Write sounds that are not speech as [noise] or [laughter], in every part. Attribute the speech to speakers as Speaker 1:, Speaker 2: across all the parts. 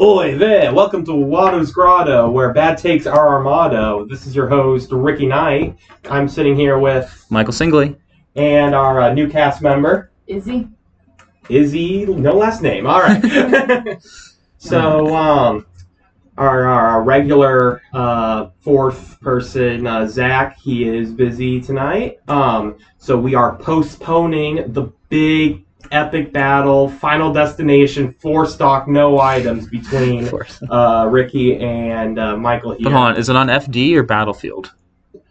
Speaker 1: Oi there! Welcome to Waters Grotto, where bad takes are our motto. This is your host, Ricky Knight. I'm sitting here with,
Speaker 2: Michael Singley.
Speaker 1: and our uh, new cast member,
Speaker 3: Izzy.
Speaker 1: Izzy, no last name. All right. so, um, our, our regular uh, fourth person, uh, Zach, he is busy tonight. Um, so we are postponing the big epic battle, final destination, four stock, no items between
Speaker 2: course.
Speaker 1: uh, Ricky and uh, Michael
Speaker 2: But
Speaker 1: here.
Speaker 2: hold on, is it on FD or Battlefield?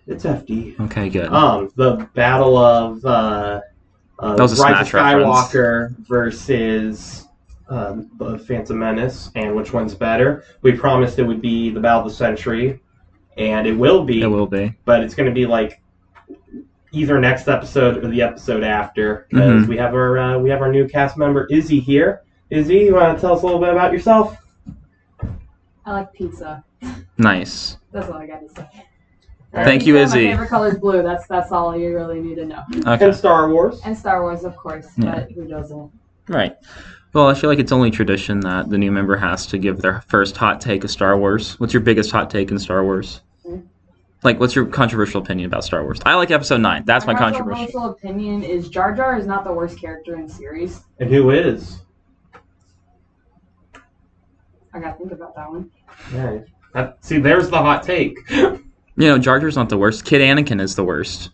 Speaker 1: It's FD.
Speaker 2: Okay, good.
Speaker 1: Um, the battle of uh, uh,
Speaker 2: That was a
Speaker 1: Rise
Speaker 2: Smash
Speaker 1: of
Speaker 2: reference.
Speaker 1: Skywalker versus um, the Phantom Menace, and which one's better? We promised it would be the battle of the century, and it will be.
Speaker 2: it will be.
Speaker 1: But it's going to be like either next episode or the episode after,
Speaker 2: Mm-hmm.
Speaker 1: because we have our uh, we have our new cast member Izzy here. Izzy, you want to tell us a little bit about yourself?
Speaker 3: I like pizza.
Speaker 2: Nice.
Speaker 3: That's all I got to say.
Speaker 2: Thank you,
Speaker 3: Pizza,
Speaker 2: Izzy.
Speaker 3: My favorite color is blue. That's that's all you really need to know.
Speaker 2: Okay.
Speaker 1: And Star Wars.
Speaker 3: And Star Wars, of course,
Speaker 2: Yeah.
Speaker 3: but who doesn't?
Speaker 2: Right. Well, I feel like it's only tradition that the new member has to give their first hot take of Star Wars. What's your biggest hot take in Star Wars?
Speaker 3: Mm.
Speaker 2: Like, what's your controversial opinion about Star Wars? I like Episode Nine. That's my controversial.
Speaker 3: controversial opinion is Jar Jar is not the worst character in the series.
Speaker 1: And who is?
Speaker 3: I got to think about that one.
Speaker 1: Yeah. That- see, there's the hot take. [laughs]
Speaker 2: You know, Jar Jar's not the worst. Kid Anakin is the worst.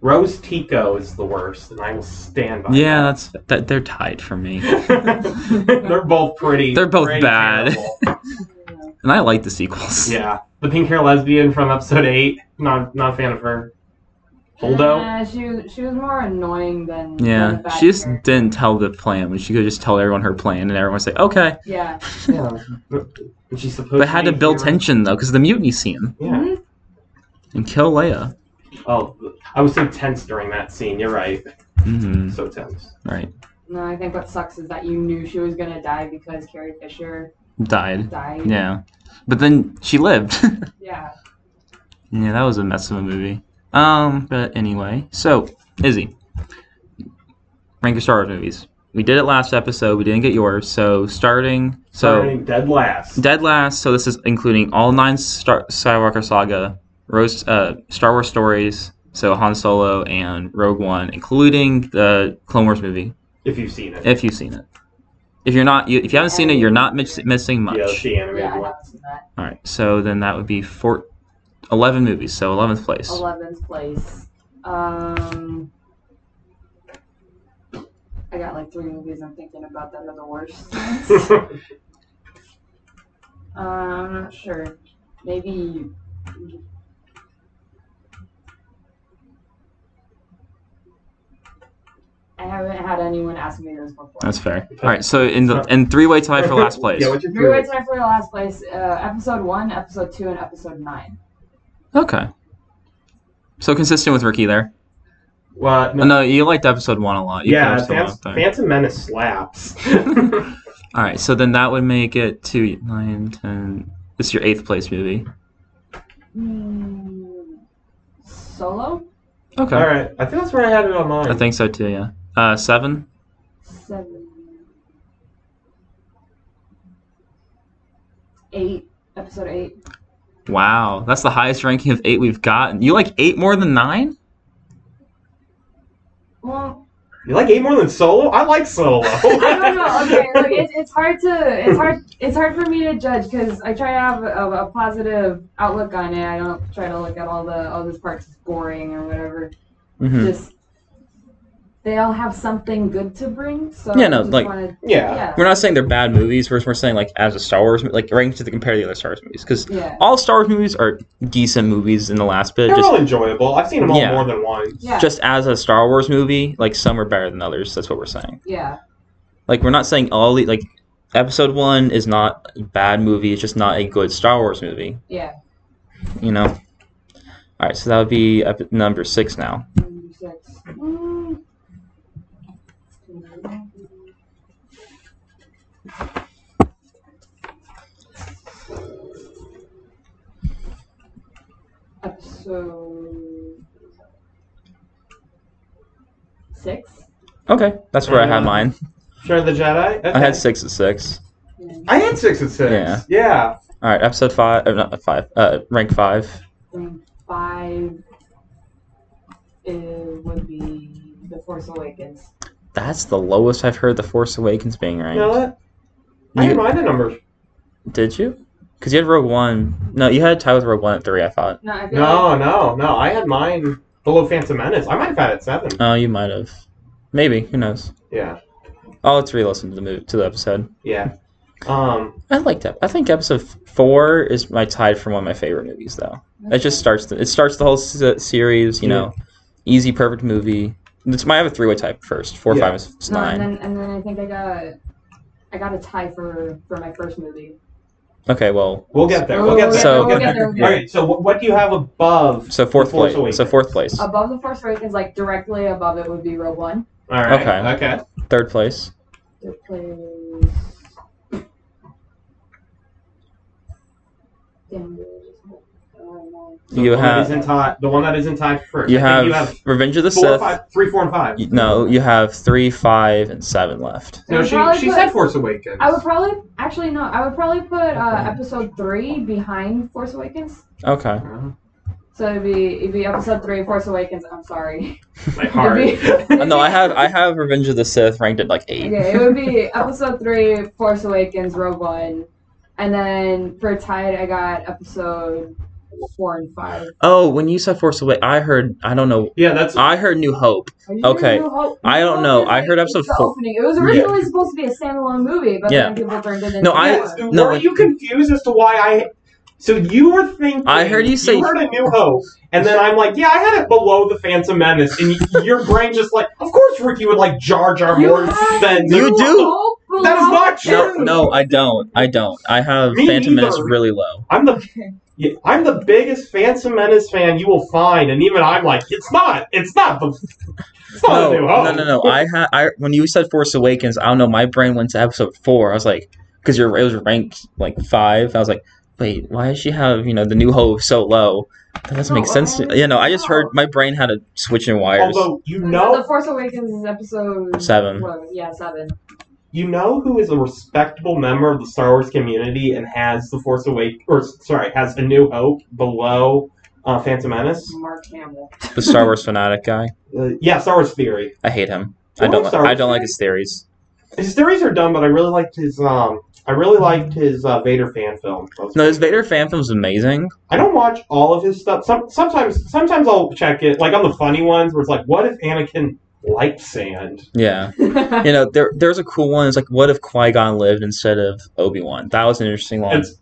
Speaker 1: Rose Tico is the worst, and I will stand by.
Speaker 2: Yeah, that's that. They're tied
Speaker 1: [laughs]
Speaker 2: for me.
Speaker 1: that. [laughs] they're both pretty.
Speaker 2: They're both
Speaker 1: pretty
Speaker 2: bad. [laughs]
Speaker 1: terrible.
Speaker 3: Yeah.
Speaker 2: And I like the sequels.
Speaker 1: yeah, the pink hair lesbian from episode eight. Not not a fan of her. Holdo.
Speaker 3: Nah, she was she was more annoying than than a
Speaker 2: Yeah,
Speaker 3: bad
Speaker 2: she just
Speaker 3: character.
Speaker 2: didn't tell the plan. When she could just tell everyone her plan, and everyone would say, "Okay."
Speaker 3: Yeah.
Speaker 1: Yeah. And she's supposed.
Speaker 2: But had
Speaker 1: be
Speaker 2: to build
Speaker 1: here.
Speaker 2: tension though, because the mutiny scene
Speaker 1: Yeah.
Speaker 3: Mhm.
Speaker 2: and kill Leia.
Speaker 1: Oh, I was so tense during that scene. You're right.
Speaker 2: Mm-hmm.
Speaker 1: So tense.
Speaker 2: Right,
Speaker 3: No, I think what sucks is that you knew she was gonna die because Carrie Fisher
Speaker 2: died.
Speaker 3: died.
Speaker 2: Yeah, but then she lived. [laughs]
Speaker 3: Yeah.
Speaker 2: yeah, that was a mess of a movie. Um, but anyway, so Izzy, rank your Star Wars movies. We did it last episode. We didn't get yours, so starting so
Speaker 1: Sorry, dead last.
Speaker 2: dead last. So this is including all nine Star Skywalker saga, Rose, uh, Star Wars stories. So Han Solo and Rogue One, including the Clone Wars movie.
Speaker 1: if you've seen it.
Speaker 2: if you've seen it. If you're not, you, if you haven't seen it, you're not miss, missing much.
Speaker 1: Yeah, it's the animated
Speaker 3: Yeah, I
Speaker 1: one.
Speaker 2: [laughs]
Speaker 3: haven't seen that.
Speaker 2: All right, so then that would be four, 11 movies. So 11th place.
Speaker 3: Eleventh place. Um, I got like three movies I'm thinking about that are the worst. ones. uh, I'm not sure. Maybe. I haven't had anyone ask me this before.
Speaker 2: That's fair. All right, so in the in three way tie for last
Speaker 1: [laughs]
Speaker 2: place.
Speaker 1: yeah, what's your
Speaker 3: Three
Speaker 1: favorite?
Speaker 3: Ways to for the last place. Uh, episode one, episode two, and episode nine.
Speaker 2: Okay. So consistent with Ricky there.
Speaker 1: Well,
Speaker 2: No,
Speaker 1: no,
Speaker 2: you liked episode one a lot. You
Speaker 1: yeah,
Speaker 2: put episode
Speaker 1: Phantom,
Speaker 2: one up there.
Speaker 1: Phantom Menace slaps.
Speaker 2: [laughs] All right, so then that would make it two, nine, ten. It's your eighth place movie.
Speaker 3: Hmm. Solo.
Speaker 2: Okay.
Speaker 1: All right, I think that's where I had it on mine.
Speaker 2: I think so too. Yeah. Uh, seven.
Speaker 3: seven, eight, episode eight.
Speaker 2: Wow, that's the highest ranking of eight we've gotten. You like eight more than nine?
Speaker 3: Well,
Speaker 1: you like eight more than Solo. I like
Speaker 2: [laughs]
Speaker 1: Solo.
Speaker 3: I don't know. [laughs] Okay, like it's it's hard to it's hard it's hard for me to judge because I try to have a, a positive outlook on it. I don't try to look at all the oh this part's boring or whatever.
Speaker 2: Mm-hmm.
Speaker 3: Just they all have something good to bring. So
Speaker 2: Yeah, no,
Speaker 3: I just
Speaker 2: like-
Speaker 3: wanna,
Speaker 1: [laughs] yeah.
Speaker 3: yeah,
Speaker 2: We're not saying they're bad movies. We're, we're saying like as a Star Wars, mo- like rank to the compare to the other Star Wars movies because
Speaker 3: yeah,
Speaker 2: all Star Wars movies are decent movies in the last bit.
Speaker 1: They're
Speaker 2: Just
Speaker 1: all enjoyable. I've seen them all
Speaker 2: Yeah.
Speaker 1: more than once.
Speaker 3: yeah,
Speaker 2: just as a Star Wars movie, like some are better than others. That's what we're saying.
Speaker 3: yeah,
Speaker 2: Like we're not saying all the like Episode One is not a bad movie. It's just not a good Star Wars movie.
Speaker 3: yeah.
Speaker 2: You know. All right, so that would be up number six now.
Speaker 3: Number six. Mm. Episode six.
Speaker 2: Okay, that's where I had
Speaker 1: Yeah.
Speaker 2: mine.
Speaker 1: Return of the Jedi.
Speaker 2: I had
Speaker 1: Okay.
Speaker 2: six at six.
Speaker 3: Yeah. in.
Speaker 1: I had six and six.
Speaker 2: Yeah.
Speaker 1: yeah.
Speaker 2: All right, episode five, or not five, uh, rank five.
Speaker 3: think five is, would be The Force Awakens.
Speaker 2: That's the lowest I've heard The Force Awakens being
Speaker 1: You know
Speaker 2: ranked.
Speaker 1: what? I
Speaker 2: You-
Speaker 1: didn't mind the numbers.
Speaker 2: did you? Because you had Rogue One. No, you had a tie with Rogue One at three, I thought.
Speaker 3: No, I feel like
Speaker 1: No, no, no. I had mine below Phantom Menace. I might have had it seven.
Speaker 2: Oh, you might have. Maybe. Who knows?
Speaker 1: Yeah,
Speaker 2: I'll let's re-listen to the movie, to the episode.
Speaker 1: yeah. Um,
Speaker 2: I liked that. I think episode four is my tied for one of my favorite movies, though. It just starts. The, it starts the whole se- series. You know, easy, perfect movie. It's my I have a three-way type first. Four,
Speaker 1: Yeah.
Speaker 2: five, is is
Speaker 3: No,
Speaker 2: nine.
Speaker 3: and then and then I think I got I got a tie for for my first movie.
Speaker 2: okay, well,
Speaker 1: we'll get there. We'll get there.
Speaker 2: So-
Speaker 1: we'll get there.
Speaker 3: we'll get there.
Speaker 1: All right. So what, what do you have above?
Speaker 2: so fourth
Speaker 1: The Force
Speaker 2: place. So
Speaker 1: Awakens.
Speaker 2: fourth place.
Speaker 3: Above the Force Awakens, like directly above it, would be Rogue One.
Speaker 1: All right.
Speaker 2: Okay.
Speaker 1: Okay.
Speaker 2: Third place.
Speaker 3: It plays. Damn, I just- I don't know.
Speaker 1: So the
Speaker 2: you
Speaker 1: one that
Speaker 2: have
Speaker 1: isn't tied. The one that isn't tied first.
Speaker 2: you
Speaker 1: I think
Speaker 2: have,
Speaker 1: you have
Speaker 2: Revenge of the
Speaker 1: four,
Speaker 2: Sith.
Speaker 1: five, three, four, and five.
Speaker 2: You- No, you have three, five, and seven left.
Speaker 1: No,
Speaker 3: I'd
Speaker 1: she
Speaker 3: probably
Speaker 1: she
Speaker 3: put-
Speaker 1: said Force Awakens.
Speaker 3: I would probably actually no. I would probably put uh, episode three behind Force Awakens.
Speaker 2: Okay.
Speaker 1: Uh,
Speaker 3: So it'd be it'd be episode three, Force Awakens.
Speaker 1: [laughs]
Speaker 3: I'm sorry.
Speaker 1: [laughs] like hard.
Speaker 2: Uh, No, I have I have Revenge of the Sith ranked at like eight.
Speaker 3: Okay, it would be episode three, Force Awakens, Rogue One, and then for Tide, I got episode four and five.
Speaker 2: Oh, when you said Force Awakens, I heard I don't know.
Speaker 1: yeah, that's.
Speaker 2: I heard New Hope.
Speaker 3: I just heard
Speaker 2: Okay.
Speaker 3: New Hope-
Speaker 2: I
Speaker 3: New
Speaker 2: don't
Speaker 3: Hope
Speaker 2: know.
Speaker 3: is
Speaker 2: I
Speaker 3: like-
Speaker 2: heard
Speaker 3: it's
Speaker 2: episode
Speaker 3: the
Speaker 2: four.
Speaker 3: Opening. It was originally supposed to be a standalone movie, but then people turned it into.
Speaker 2: No, I-
Speaker 1: yes,
Speaker 3: one.
Speaker 2: no,
Speaker 1: were
Speaker 2: it-
Speaker 1: you confused as to why I? So you were thinking.
Speaker 2: I heard you say-
Speaker 1: You heard a new hope, and then I'm like, yeah, I had it below the Phantom Menace, and y- your brain just like, of course, Ricky would like Jar Jar
Speaker 3: You
Speaker 1: more
Speaker 3: had
Speaker 1: than
Speaker 2: You
Speaker 3: New
Speaker 2: do.
Speaker 3: Hope below-
Speaker 1: That is not true.
Speaker 2: No, no, I don't. I don't. I have
Speaker 1: Me
Speaker 2: Phantom Menace
Speaker 1: neither.
Speaker 2: really low.
Speaker 1: I'm the yeah, I'm the biggest Phantom Menace fan you will find, and even I'm like, it's not, it's not the, it's not
Speaker 2: No,
Speaker 1: a new hope.
Speaker 2: no, no, no. I had I when you said Force Awakens, I don't know. My brain went to episode four. I was like, because you're it was ranked like five. I was like, wait, why does she have you know the New Hope so low? That doesn't
Speaker 3: No,
Speaker 2: make sense.
Speaker 3: I-
Speaker 2: to- You know, I just heard my brain had a switch in wires.
Speaker 1: Although you
Speaker 3: The
Speaker 1: know,
Speaker 3: Force Awakens is episode
Speaker 2: Seven.
Speaker 3: What, yeah, seven.
Speaker 1: you know who is a respectable member of the Star Wars community and has the Force Awake, or sorry, has a New Hope below uh, Phantom Menace.
Speaker 3: Mark Hamill.
Speaker 2: The Star Wars fanatic guy.
Speaker 1: Uh, yeah, Star Wars theory.
Speaker 2: I hate him.
Speaker 1: You
Speaker 2: I
Speaker 1: like
Speaker 2: don't. Li-
Speaker 1: Star Wars
Speaker 2: I don't like
Speaker 1: theory?
Speaker 2: his theories.
Speaker 1: His theories are dumb, but I really liked his. Um, I really liked his uh, Vader fan film.
Speaker 2: No, his Vader fan film's amazing.
Speaker 1: I don't watch all of his stuff. Some, sometimes, sometimes I'll check it, like on the funny ones where it's like, "What if Anakin liked sand?"
Speaker 2: Yeah, you know there there's a cool one. It's like, what if Qui Gon lived instead of Obi Wan? That was an interesting one.
Speaker 1: It's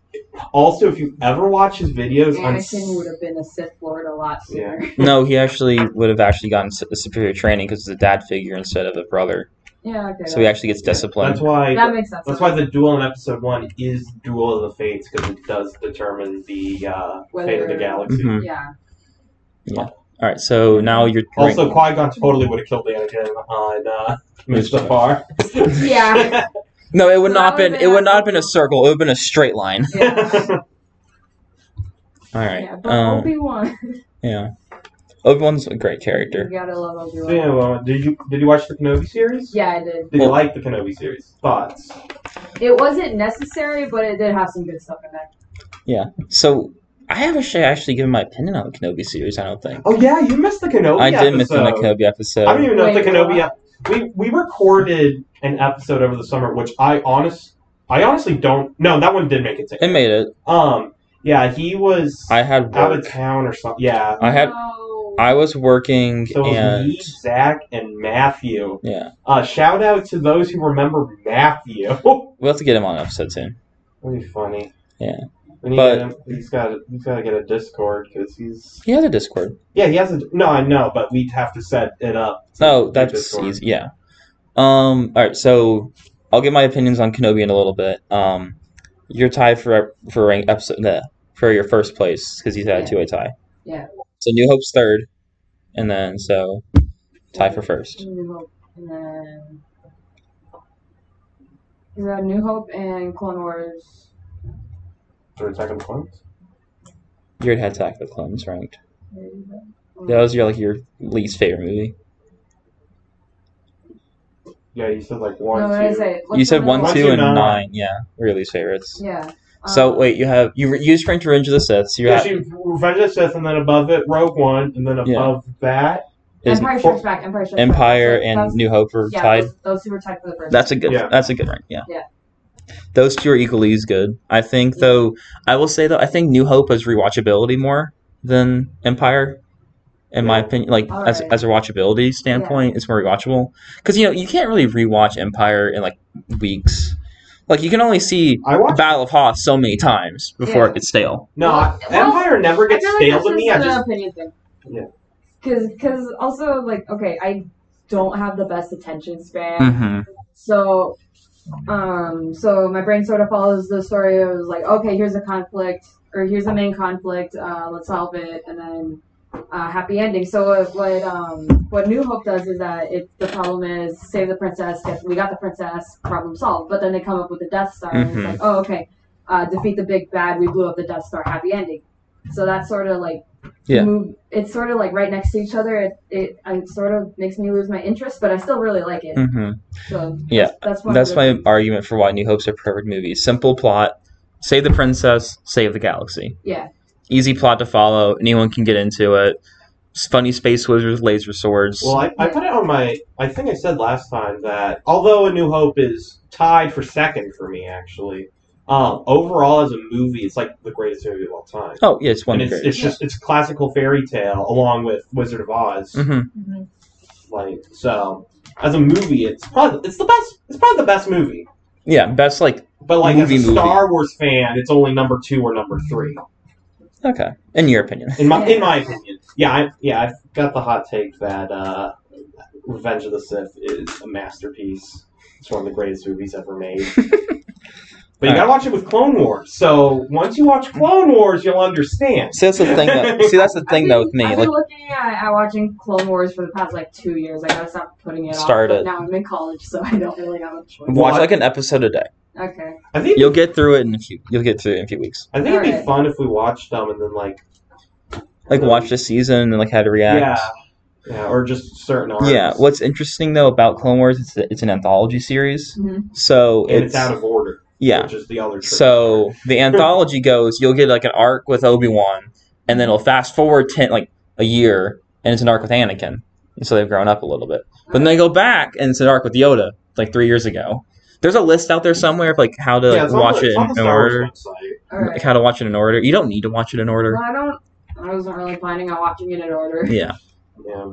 Speaker 1: also if you ever watch his videos on. s-
Speaker 3: Anakin would have been a Sith Lord a lot sooner. [laughs] Yeah,
Speaker 2: No, he actually would have actually gotten su- superior training because it's a dad figure instead of a brother.
Speaker 3: okay.
Speaker 2: So he actually gets
Speaker 1: That's
Speaker 2: disciplined.
Speaker 1: why.
Speaker 3: that makes sense.
Speaker 1: That's why the duel in episode one is Duel of the Fates because it does determine the uh, fate of the
Speaker 3: Whether-
Speaker 1: galaxy.
Speaker 2: hmm
Speaker 3: yeah.
Speaker 2: All right, so now you're
Speaker 1: Also, Qui Gon totally would have killed Anakin on [laughs] uh, Mustafar.
Speaker 2: [laughs]
Speaker 3: Yeah.
Speaker 2: no, it would
Speaker 3: So
Speaker 2: not
Speaker 3: that
Speaker 2: been
Speaker 3: would've
Speaker 2: it
Speaker 3: been
Speaker 2: would not have
Speaker 3: awesome.
Speaker 2: been a circle. It would have been a straight line.
Speaker 3: Yeah.
Speaker 2: All right,
Speaker 3: yeah but
Speaker 2: um,
Speaker 3: Obi Wan.
Speaker 2: yeah. Obi Wan's a great
Speaker 3: You
Speaker 2: character.
Speaker 3: gotta love
Speaker 1: [laughs]
Speaker 3: Obi
Speaker 1: So,
Speaker 3: Wan.
Speaker 1: yeah,
Speaker 3: Yeah.
Speaker 1: well, did you did you watch the Kenobi series?
Speaker 3: I did.
Speaker 1: Did you
Speaker 2: Well-
Speaker 1: like the Kenobi series? Thoughts?
Speaker 3: It wasn't necessary, but it did have some good stuff in there.
Speaker 2: So I haven't actually- actually given my opinion on the Kenobi series. I don't think
Speaker 1: Oh yeah, you missed the Kenobi.
Speaker 2: I did miss the
Speaker 1: episode.
Speaker 2: Kenobi episode.
Speaker 1: I don't even know if
Speaker 3: Wait,
Speaker 1: the Kenobi.
Speaker 3: what?
Speaker 1: ep- We we recorded an episode over the summer, which I honest I honestly don't. No, that one did make it. to
Speaker 2: it made it.
Speaker 1: Um, yeah, he was
Speaker 2: I had
Speaker 1: out
Speaker 2: work.
Speaker 1: of town or something. Yeah,
Speaker 2: I had
Speaker 3: No.
Speaker 2: I was working
Speaker 1: so it was
Speaker 2: and
Speaker 1: me, Zach, and Matthew.
Speaker 2: yeah.
Speaker 1: Uh, shout out to those who remember Matthew. [laughs]
Speaker 2: We'll have to get him on episode soon.
Speaker 1: That'd be funny.
Speaker 2: Yeah.
Speaker 1: We need
Speaker 2: But-
Speaker 1: him- he's got he's got to get a Discord because he's
Speaker 2: He has a Discord.
Speaker 1: yeah he has a no I know but we'd have to set it up. to
Speaker 2: Oh,
Speaker 1: do
Speaker 2: that's
Speaker 1: Discord.
Speaker 2: easy. Yeah. Um. All right. So I'll give my opinions on Kenobi in a little bit. Um, you're tied for for rank episode nah, for your first place because he's had a
Speaker 3: Yeah.
Speaker 2: two way tie.
Speaker 3: Yeah.
Speaker 2: So New Hope's third, and then so tie for first.
Speaker 3: New Hope and then. You got New Hope and Clone Wars.
Speaker 1: For Attack on Clones?
Speaker 2: Your head attack of the clones ranked. That was your like your least favorite movie.
Speaker 1: Yeah, you said like
Speaker 3: No,
Speaker 1: one,
Speaker 3: what did I
Speaker 1: two.
Speaker 3: say? What's
Speaker 2: you said
Speaker 3: the
Speaker 2: one,
Speaker 3: middle
Speaker 2: two, and
Speaker 1: nine.
Speaker 2: nine. Yeah, were your least favorites.
Speaker 3: Yeah.
Speaker 2: so
Speaker 3: Um,
Speaker 2: wait, you have you re- used Revenge of Revenge of the Sith. So you're
Speaker 1: Yeah,
Speaker 2: at,
Speaker 1: she Revenge of the Sith, and then above it, Rogue One, and then
Speaker 2: Yeah.
Speaker 1: above that,
Speaker 2: is
Speaker 3: Empire Strikes Back. Empire Strikes Back.
Speaker 2: Empire
Speaker 3: So
Speaker 2: and
Speaker 3: that's-
Speaker 2: New Hope are
Speaker 3: yeah,
Speaker 2: tied.
Speaker 3: Those, those who were tied for the first.
Speaker 2: That's a good.
Speaker 1: Yeah.
Speaker 2: That's a good rank. Yeah.
Speaker 3: Yeah.
Speaker 2: Those two are equally as good. I think
Speaker 3: Yeah.
Speaker 2: though. I will say though. I think New Hope has rewatchability more than Empire. In my
Speaker 1: Yeah.
Speaker 2: opinion, like
Speaker 3: All
Speaker 2: as,
Speaker 3: right.
Speaker 2: as a watchability standpoint, it's more rewatchable because you know you can't really rewatch Empire in like weeks. Like you can only see
Speaker 1: I watched.
Speaker 2: Battle of Hoth so many times before
Speaker 3: Yeah.
Speaker 2: it gets stale.
Speaker 1: No,
Speaker 3: Well,
Speaker 1: I- Empire never
Speaker 3: I
Speaker 1: gets
Speaker 3: feel like
Speaker 1: stale
Speaker 3: that's
Speaker 1: to me. I
Speaker 3: just
Speaker 1: just
Speaker 3: an opinion thing.
Speaker 1: Yeah.
Speaker 3: Cause, cause also like okay, I don't have the best attention span,
Speaker 2: Mm-hmm.
Speaker 3: so, um, so my brain sort of follows the story. of like, okay, here's a conflict, or here's the main conflict. Uh, let's solve it, and then uh, happy ending. So what, what, um, what New Hope does is that it the problem is save the princess. Get, we got the princess. Problem solved. But then they come up with the Death Star, and it's like, oh, okay, uh, defeat the big bad. We blew up the Death Star. Happy ending. So that's sort of like
Speaker 2: Yeah.
Speaker 3: move. It's sort of like right next to each other. It, it it sort of makes me lose my interest, but I still really like it.
Speaker 2: Mm-hmm.
Speaker 3: So
Speaker 2: Yeah,
Speaker 3: that's, that's one.
Speaker 2: That's
Speaker 3: of
Speaker 2: my
Speaker 3: the-
Speaker 2: argument for why New Hope's a perfect movie. Simple plot, save the princess, save the galaxy.
Speaker 3: Yeah.
Speaker 2: Easy plot to follow. Anyone can get into it. S- Funny space wizards, laser swords.
Speaker 1: Well, I, I put it on my. I think I said last time that although A New Hope is tied for second for me, actually, um, overall as a movie, it's like the greatest movie of all time.
Speaker 2: oh yeah, it's one
Speaker 1: and
Speaker 2: of
Speaker 1: it's,
Speaker 2: the
Speaker 1: it's just it's a classical fairy tale along with Wizard of Oz.
Speaker 2: hmm
Speaker 3: Mhm.
Speaker 2: Mm-hmm.
Speaker 1: Like so, as a movie, it's probably it's the best. It's probably the best movie.
Speaker 2: Yeah, best like
Speaker 1: But like
Speaker 2: Movie,
Speaker 1: as a
Speaker 2: movie.
Speaker 1: Star Wars fan, it's only number two or number three
Speaker 2: okay. In your opinion,
Speaker 1: in my in my
Speaker 3: Yeah.
Speaker 1: opinion. Yeah, I, yeah, I've got the hot take that uh, Revenge of the Sith is a masterpiece. It's one of the greatest movies ever
Speaker 2: [laughs]
Speaker 1: made. but you gotta watch it with Clone Wars. So once you watch Clone Wars, you'll understand.
Speaker 2: see that's the thing. Though. See that's the thing though with me.
Speaker 3: I've
Speaker 2: Like
Speaker 3: been looking at, at watching Clone Wars for the past like two years. I gotta stop putting it off,
Speaker 2: Start
Speaker 3: but
Speaker 2: it.
Speaker 3: Now I'm in college, so [laughs] I don't really have a choice.
Speaker 2: watch like an episode a day.
Speaker 3: Okay.
Speaker 1: I think
Speaker 2: You'll get through it in a few. You'll get through it in a few weeks.
Speaker 1: I think it'd be
Speaker 3: Alright.
Speaker 1: fun if we watched them and then like
Speaker 2: Like watch the season and like how to react.
Speaker 1: yeah, yeah, or just certain arcs.
Speaker 2: Yeah, What's interesting though about Clone Wars? It's it's an anthology series,
Speaker 3: Mhm.
Speaker 2: so
Speaker 1: and it's, out of order.
Speaker 2: yeah.
Speaker 1: which is the other. trick.
Speaker 2: So
Speaker 1: [laughs]
Speaker 2: the anthology goes, you'll get like an arc with Obi Wan, and then it'll fast forward ten like a year, and it's an arc with Anakin. And so they've grown up a little bit. But then they go back, and it's an arc with Yoda, like three years ago. There's a list out there somewhere of like how to
Speaker 1: yeah,
Speaker 2: like,
Speaker 1: it's on
Speaker 2: watch
Speaker 1: the-
Speaker 2: it
Speaker 1: it's on the
Speaker 2: in, in
Speaker 1: Star Wars
Speaker 2: order,
Speaker 1: website.
Speaker 3: All right.
Speaker 2: like how to watch it in order. You don't need to watch it in order.
Speaker 3: Well, I don't. I wasn't really planning on watching it in order.
Speaker 2: Yeah,
Speaker 1: Yeah.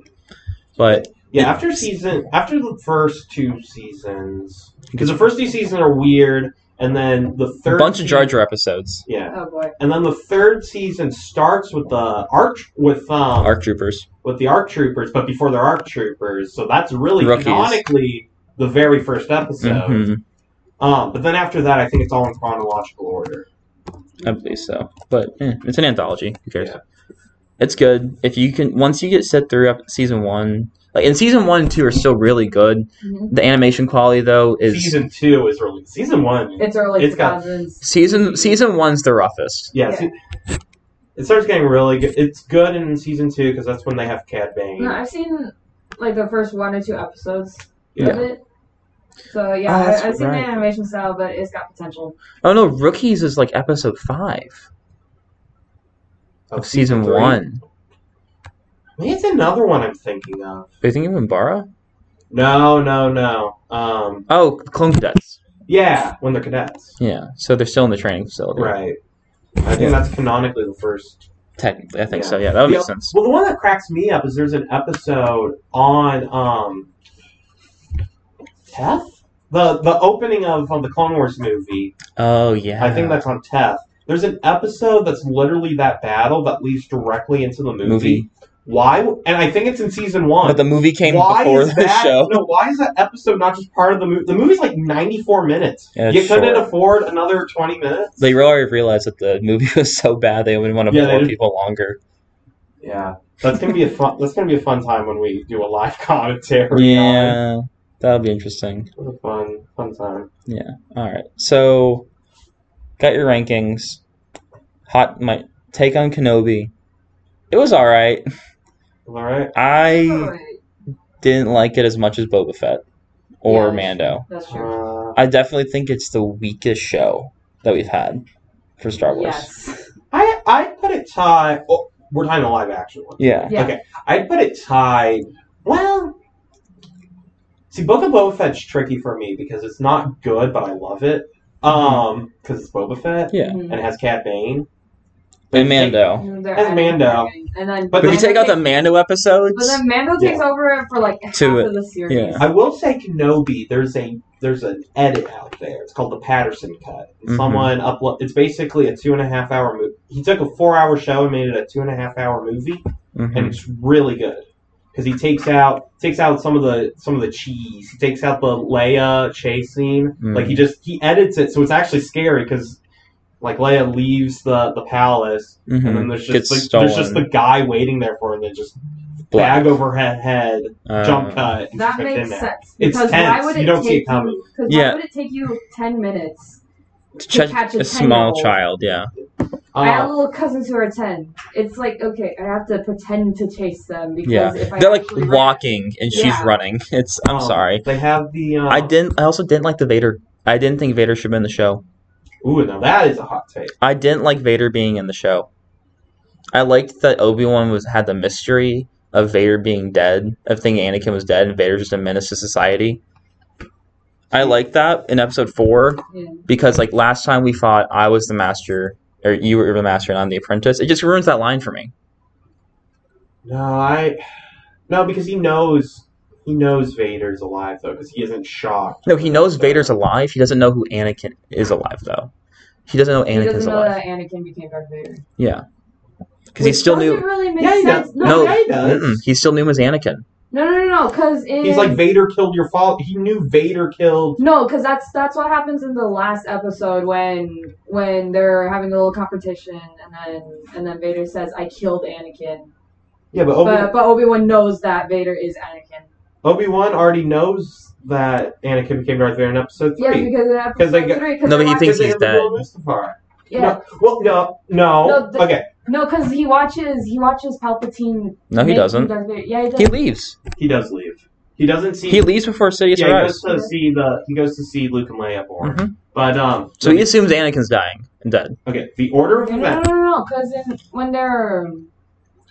Speaker 2: but
Speaker 1: Yeah, after season, after the first two seasons, because the first two seasons are weird, and then the
Speaker 2: a
Speaker 1: third
Speaker 2: bunch of Jar
Speaker 1: season-
Speaker 2: Jar episodes,
Speaker 1: Yeah,
Speaker 3: [laughs] Oh boy.
Speaker 1: and then the third season starts with the arch with um
Speaker 2: Arc Troopers.
Speaker 1: with the arc troopers, but before they're arc troopers, so that's really
Speaker 2: Rookies.
Speaker 1: canonically the very first episode.
Speaker 2: Mhm,
Speaker 1: Um, but then after that, I think it's all in chronological order.
Speaker 2: I believe so. But eh, it's an anthology. Who cares?
Speaker 1: Yeah.
Speaker 2: it's good if you can once you get set through up season one like and season one and two are still really good
Speaker 3: Mhm.
Speaker 2: the animation quality though is
Speaker 1: season two is really season one.
Speaker 3: It's early
Speaker 1: It's got-
Speaker 3: 2000s.
Speaker 2: season season one's the roughest
Speaker 1: yeah,
Speaker 3: yeah.
Speaker 1: se- it starts getting really good. It's good in season two because that's when they have Cad Bane.
Speaker 3: No, I've seen like the first one or two episodes
Speaker 1: Yeah.
Speaker 3: of it. So yeah,
Speaker 2: Oh,
Speaker 3: I,
Speaker 2: that's
Speaker 3: I've seen
Speaker 2: right.
Speaker 3: the animation style, but it's got potential.
Speaker 2: oh no rookies is like episode five of season,
Speaker 1: three.
Speaker 2: one
Speaker 1: Maybe it's another one I'm thinking of.
Speaker 2: are you thinking of Mbara?
Speaker 1: No, no, no. Um,
Speaker 2: oh clone cadets
Speaker 1: yeah, when they're cadets.
Speaker 2: yeah so they're still in the training facility
Speaker 1: Right. I think that's canonically the first.
Speaker 2: technically i think
Speaker 1: Yeah.
Speaker 2: so yeah that would make
Speaker 1: Yeah.
Speaker 2: sense
Speaker 1: Well, the one that cracks me up is there's an episode on um, Teth, the the opening of, of the Clone Wars movie.
Speaker 2: oh yeah
Speaker 1: I think that's on Teth. There's an episode that's literally that battle that leads directly into the movie.
Speaker 2: movie
Speaker 1: Why? And I think it's in season one.
Speaker 2: but the movie came
Speaker 1: why
Speaker 2: before
Speaker 1: is
Speaker 2: the
Speaker 1: that,
Speaker 2: show
Speaker 1: No, why is that episode not just part of the movie? The movie's like 94 minutes.
Speaker 2: Yeah, it's
Speaker 1: you couldn't
Speaker 2: short.
Speaker 1: afford another 20 minutes?
Speaker 2: they already realized that the movie [laughs] was so bad they wouldn't want to
Speaker 1: Yeah, they
Speaker 2: bore
Speaker 1: did.
Speaker 2: people longer
Speaker 1: Yeah. That's gonna be a fun. That's gonna be a fun time when we do a live [laughs] commentary. on it.
Speaker 2: Yeah, that'll be interesting.
Speaker 1: It was a fun, fun time.
Speaker 2: All right, so got your rankings. Hot my take on Kenobi. It was all right.
Speaker 1: All right.
Speaker 2: I
Speaker 3: Alright.
Speaker 2: didn't like it as much as Boba Fett. or
Speaker 3: Yeah.
Speaker 2: Mando.
Speaker 3: That's true.
Speaker 1: Uh,
Speaker 2: I definitely think it's the weakest show that we've had for Star Wars.
Speaker 3: Yes. [laughs]
Speaker 1: I I put it tied. Oh, we're talking the live action one.
Speaker 2: Yeah.
Speaker 3: Yeah.
Speaker 1: Okay, I put it tied. Well, see, Book of Boba Fett's tricky for me because it's not good, but I love it. Um, because it's Boba Fett
Speaker 2: Yeah.
Speaker 3: Mhm.
Speaker 1: and it has Cad Bane.
Speaker 2: And Mando.
Speaker 3: And they're
Speaker 1: That's
Speaker 3: adding
Speaker 1: Mando.
Speaker 3: everything. And then,
Speaker 1: But
Speaker 2: But if you
Speaker 1: Mando
Speaker 2: take out the
Speaker 3: takes-
Speaker 2: Mando
Speaker 3: But
Speaker 2: episodes,
Speaker 3: then Mando
Speaker 1: Yeah.
Speaker 3: takes over for like half
Speaker 2: Two-
Speaker 3: of the series.
Speaker 2: yeah.
Speaker 1: I will say Kenobi. There's a there's an edit out there. It's called the Patterson cut.
Speaker 2: Mhm.
Speaker 1: Someone upload. It's basically a two and a half hour movie. He took a four hour show and made it a two and a half hour movie, and
Speaker 2: Mhm.
Speaker 1: it's really good because he takes out takes out some of the some of the cheese. He takes out the Leia chase scene.
Speaker 2: Mhm.
Speaker 1: Like he just he edits it so it's actually scary because like Leia leaves the the palace and then
Speaker 2: Mhm.
Speaker 1: there's
Speaker 2: Gets
Speaker 1: just the,
Speaker 2: stolen.
Speaker 1: there's just the guy waiting there for her and then just
Speaker 2: Black.
Speaker 1: bag over her head jump
Speaker 2: Uh,
Speaker 1: cut. and
Speaker 3: That
Speaker 1: she's right
Speaker 3: makes
Speaker 1: in there.
Speaker 3: sense.
Speaker 1: It's
Speaker 3: Because
Speaker 1: tense.
Speaker 3: why would
Speaker 1: You
Speaker 3: it
Speaker 1: don't
Speaker 3: take
Speaker 1: see it coming.
Speaker 3: Because
Speaker 2: Yeah.
Speaker 3: why would it take you ten minutes?
Speaker 2: to
Speaker 3: to
Speaker 2: ch-
Speaker 3: catch a
Speaker 2: a small
Speaker 3: 10-year-old.
Speaker 2: child, yeah.
Speaker 3: I have
Speaker 1: Uh,
Speaker 3: little cousins who are ten. It's like okay, I have to pretend to chase them because
Speaker 2: Yeah.
Speaker 3: if I
Speaker 2: They're like
Speaker 3: actually-
Speaker 2: walking and she's
Speaker 3: Yeah. Oh.
Speaker 2: running. [laughs] It's I'm
Speaker 1: um,
Speaker 2: sorry.
Speaker 1: They have the. Um,
Speaker 2: I didn't I also didn't like the Vader. I didn't think Vader should have been in the show.
Speaker 1: Ooh, now that is a hot take.
Speaker 2: I didn't like Vader being in the show. I liked that Obi-Wan was had the mystery of Vader being dead, of thinking Anakin was dead and Vader's just a menace to society. I liked that in episode 4
Speaker 3: Yeah.
Speaker 2: because like last time we fought I was the master or you were the master and I'm the apprentice. It just ruins that line for me.
Speaker 1: No, I. No, because he knows he knows Vader's alive though, because he isn't shocked.
Speaker 2: No, he knows Vader's alive. He doesn't know who Anakin is alive, though. He doesn't know
Speaker 3: He
Speaker 2: Anakin's
Speaker 3: doesn't know
Speaker 2: alive.
Speaker 3: that Anakin became Darth Vader.
Speaker 2: Because he
Speaker 3: Which
Speaker 2: still
Speaker 3: doesn't
Speaker 2: knew.
Speaker 3: Really make
Speaker 1: Yeah, he
Speaker 3: sense.
Speaker 1: does.
Speaker 3: No,
Speaker 2: No.
Speaker 1: yeah, he does.
Speaker 2: Mm-mm, he still knew him as Anakin.
Speaker 3: no, no, no, no. Because
Speaker 1: He's like Vader killed your father. He knew Vader killed.
Speaker 3: No, because that's that's what happens in the last episode when when they're having a little competition and then and then Vader says, "I killed Anakin,"
Speaker 1: Oh, Yeah, but Obi
Speaker 3: but but Obi Wan knows that Vader is Anakin.
Speaker 1: Obi Wan already knows that Anakin became Darth Vader in Episode
Speaker 3: Yeah,
Speaker 1: three.
Speaker 3: because in
Speaker 1: Because they
Speaker 3: episode
Speaker 1: got-
Speaker 3: three,
Speaker 2: No,
Speaker 3: 'cause they're
Speaker 2: but he
Speaker 3: watching-
Speaker 2: thinks
Speaker 1: Because they
Speaker 2: he's
Speaker 1: have the
Speaker 2: dead.
Speaker 1: Will Mustafar.
Speaker 3: yeah.
Speaker 1: No, well, no, no.
Speaker 3: No, the-
Speaker 1: okay,
Speaker 3: No, because he watches he watches Palpatine.
Speaker 2: No, he
Speaker 3: make
Speaker 2: doesn't.
Speaker 3: Darth Vader. Yeah, he does.
Speaker 2: He leaves.
Speaker 1: he does leave. He doesn't see.
Speaker 2: He leaves before Sidious
Speaker 1: yeah, he goes
Speaker 2: arrives.
Speaker 1: to see the. He goes to see Luke and Leia born.
Speaker 2: Mhm.
Speaker 1: But um.
Speaker 2: So he assumes Anakin's dying and dead.
Speaker 1: Okay, the order of
Speaker 3: no, no,
Speaker 1: events.
Speaker 3: no, no, no. Because when they're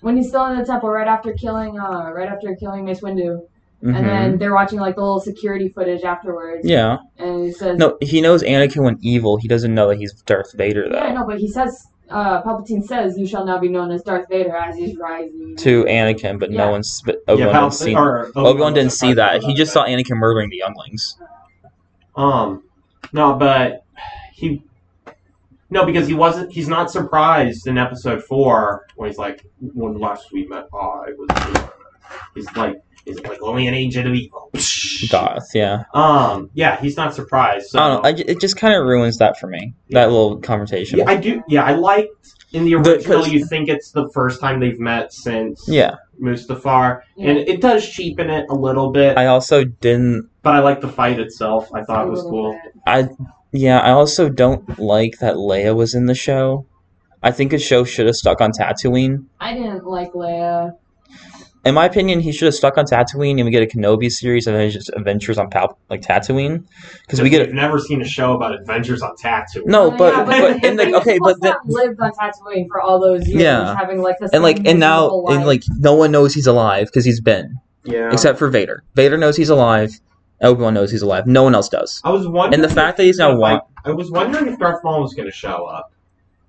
Speaker 3: when he's still in the temple, right after killing, uh, right after killing Mace Windu, and
Speaker 2: Mhm.
Speaker 3: then they're watching like the little security footage afterwards,
Speaker 2: Yeah.
Speaker 3: and he says,
Speaker 2: No, he knows Anakin went evil. He doesn't know that he's Darth Vader, though.
Speaker 3: Yeah, I know, but he says, uh, Palpatine says, "You shall now be known as Darth Vader as he's rising."
Speaker 2: To Anakin, but
Speaker 3: Yeah.
Speaker 2: no one's. But Obi Wan
Speaker 1: Pal-
Speaker 2: didn't see.
Speaker 1: or
Speaker 2: Obi Wan didn't
Speaker 1: was
Speaker 2: see that.
Speaker 1: talking
Speaker 2: He
Speaker 1: about
Speaker 2: just saw Anakin murdering the younglings.
Speaker 1: Um, no, but he. No, because he wasn't. He's not surprised in episode four when he's like, "When last we met, I was." He's like, he's like only an agent of
Speaker 2: [laughs]
Speaker 1: evil.
Speaker 2: Darth, yeah.
Speaker 1: Um, yeah, he's not surprised. So
Speaker 2: I don't know. I, ju- it just kind of ruins that for me.
Speaker 1: Yeah.
Speaker 2: That little conversation.
Speaker 1: Yeah, I do. Yeah, I liked in the
Speaker 2: The-
Speaker 1: original.
Speaker 2: 'cause-
Speaker 1: you think it's the first time they've met since
Speaker 2: yeah.
Speaker 1: Mustafar, and it does cheapen it a little bit.
Speaker 2: I also didn't
Speaker 1: but I like the fight itself. I thought it was
Speaker 3: A
Speaker 1: cool.
Speaker 3: little bit.
Speaker 2: I yeah, I also don't like that Leia was in the show. I think the show should have stuck on Tatooine.
Speaker 3: I didn't like Leia.
Speaker 2: In my opinion, he should have stuck on Tatooine, and we get a Kenobi series and then just adventures on Pal- like Tatooine, because we
Speaker 1: I've
Speaker 2: get
Speaker 1: never seen a show about adventures on Tatooine.
Speaker 2: no,
Speaker 3: Uh,
Speaker 2: but
Speaker 3: yeah, [laughs]
Speaker 2: but in the
Speaker 3: Leia
Speaker 2: okay,
Speaker 3: must
Speaker 2: but then
Speaker 3: not lived on Tatooine for all those years,
Speaker 2: Yeah.
Speaker 3: having like the
Speaker 2: and like
Speaker 3: same
Speaker 2: and now
Speaker 3: miserable
Speaker 2: and
Speaker 3: life.
Speaker 2: like no one knows he's alive because he's been
Speaker 1: Yeah.
Speaker 2: except for Vader. Vader knows he's alive. Obi Wan knows he's alive. No one else does.
Speaker 1: I was wondering.
Speaker 2: And the fact that he's now
Speaker 1: like,
Speaker 2: one,
Speaker 1: I was wondering if Darth Maul was going to show up.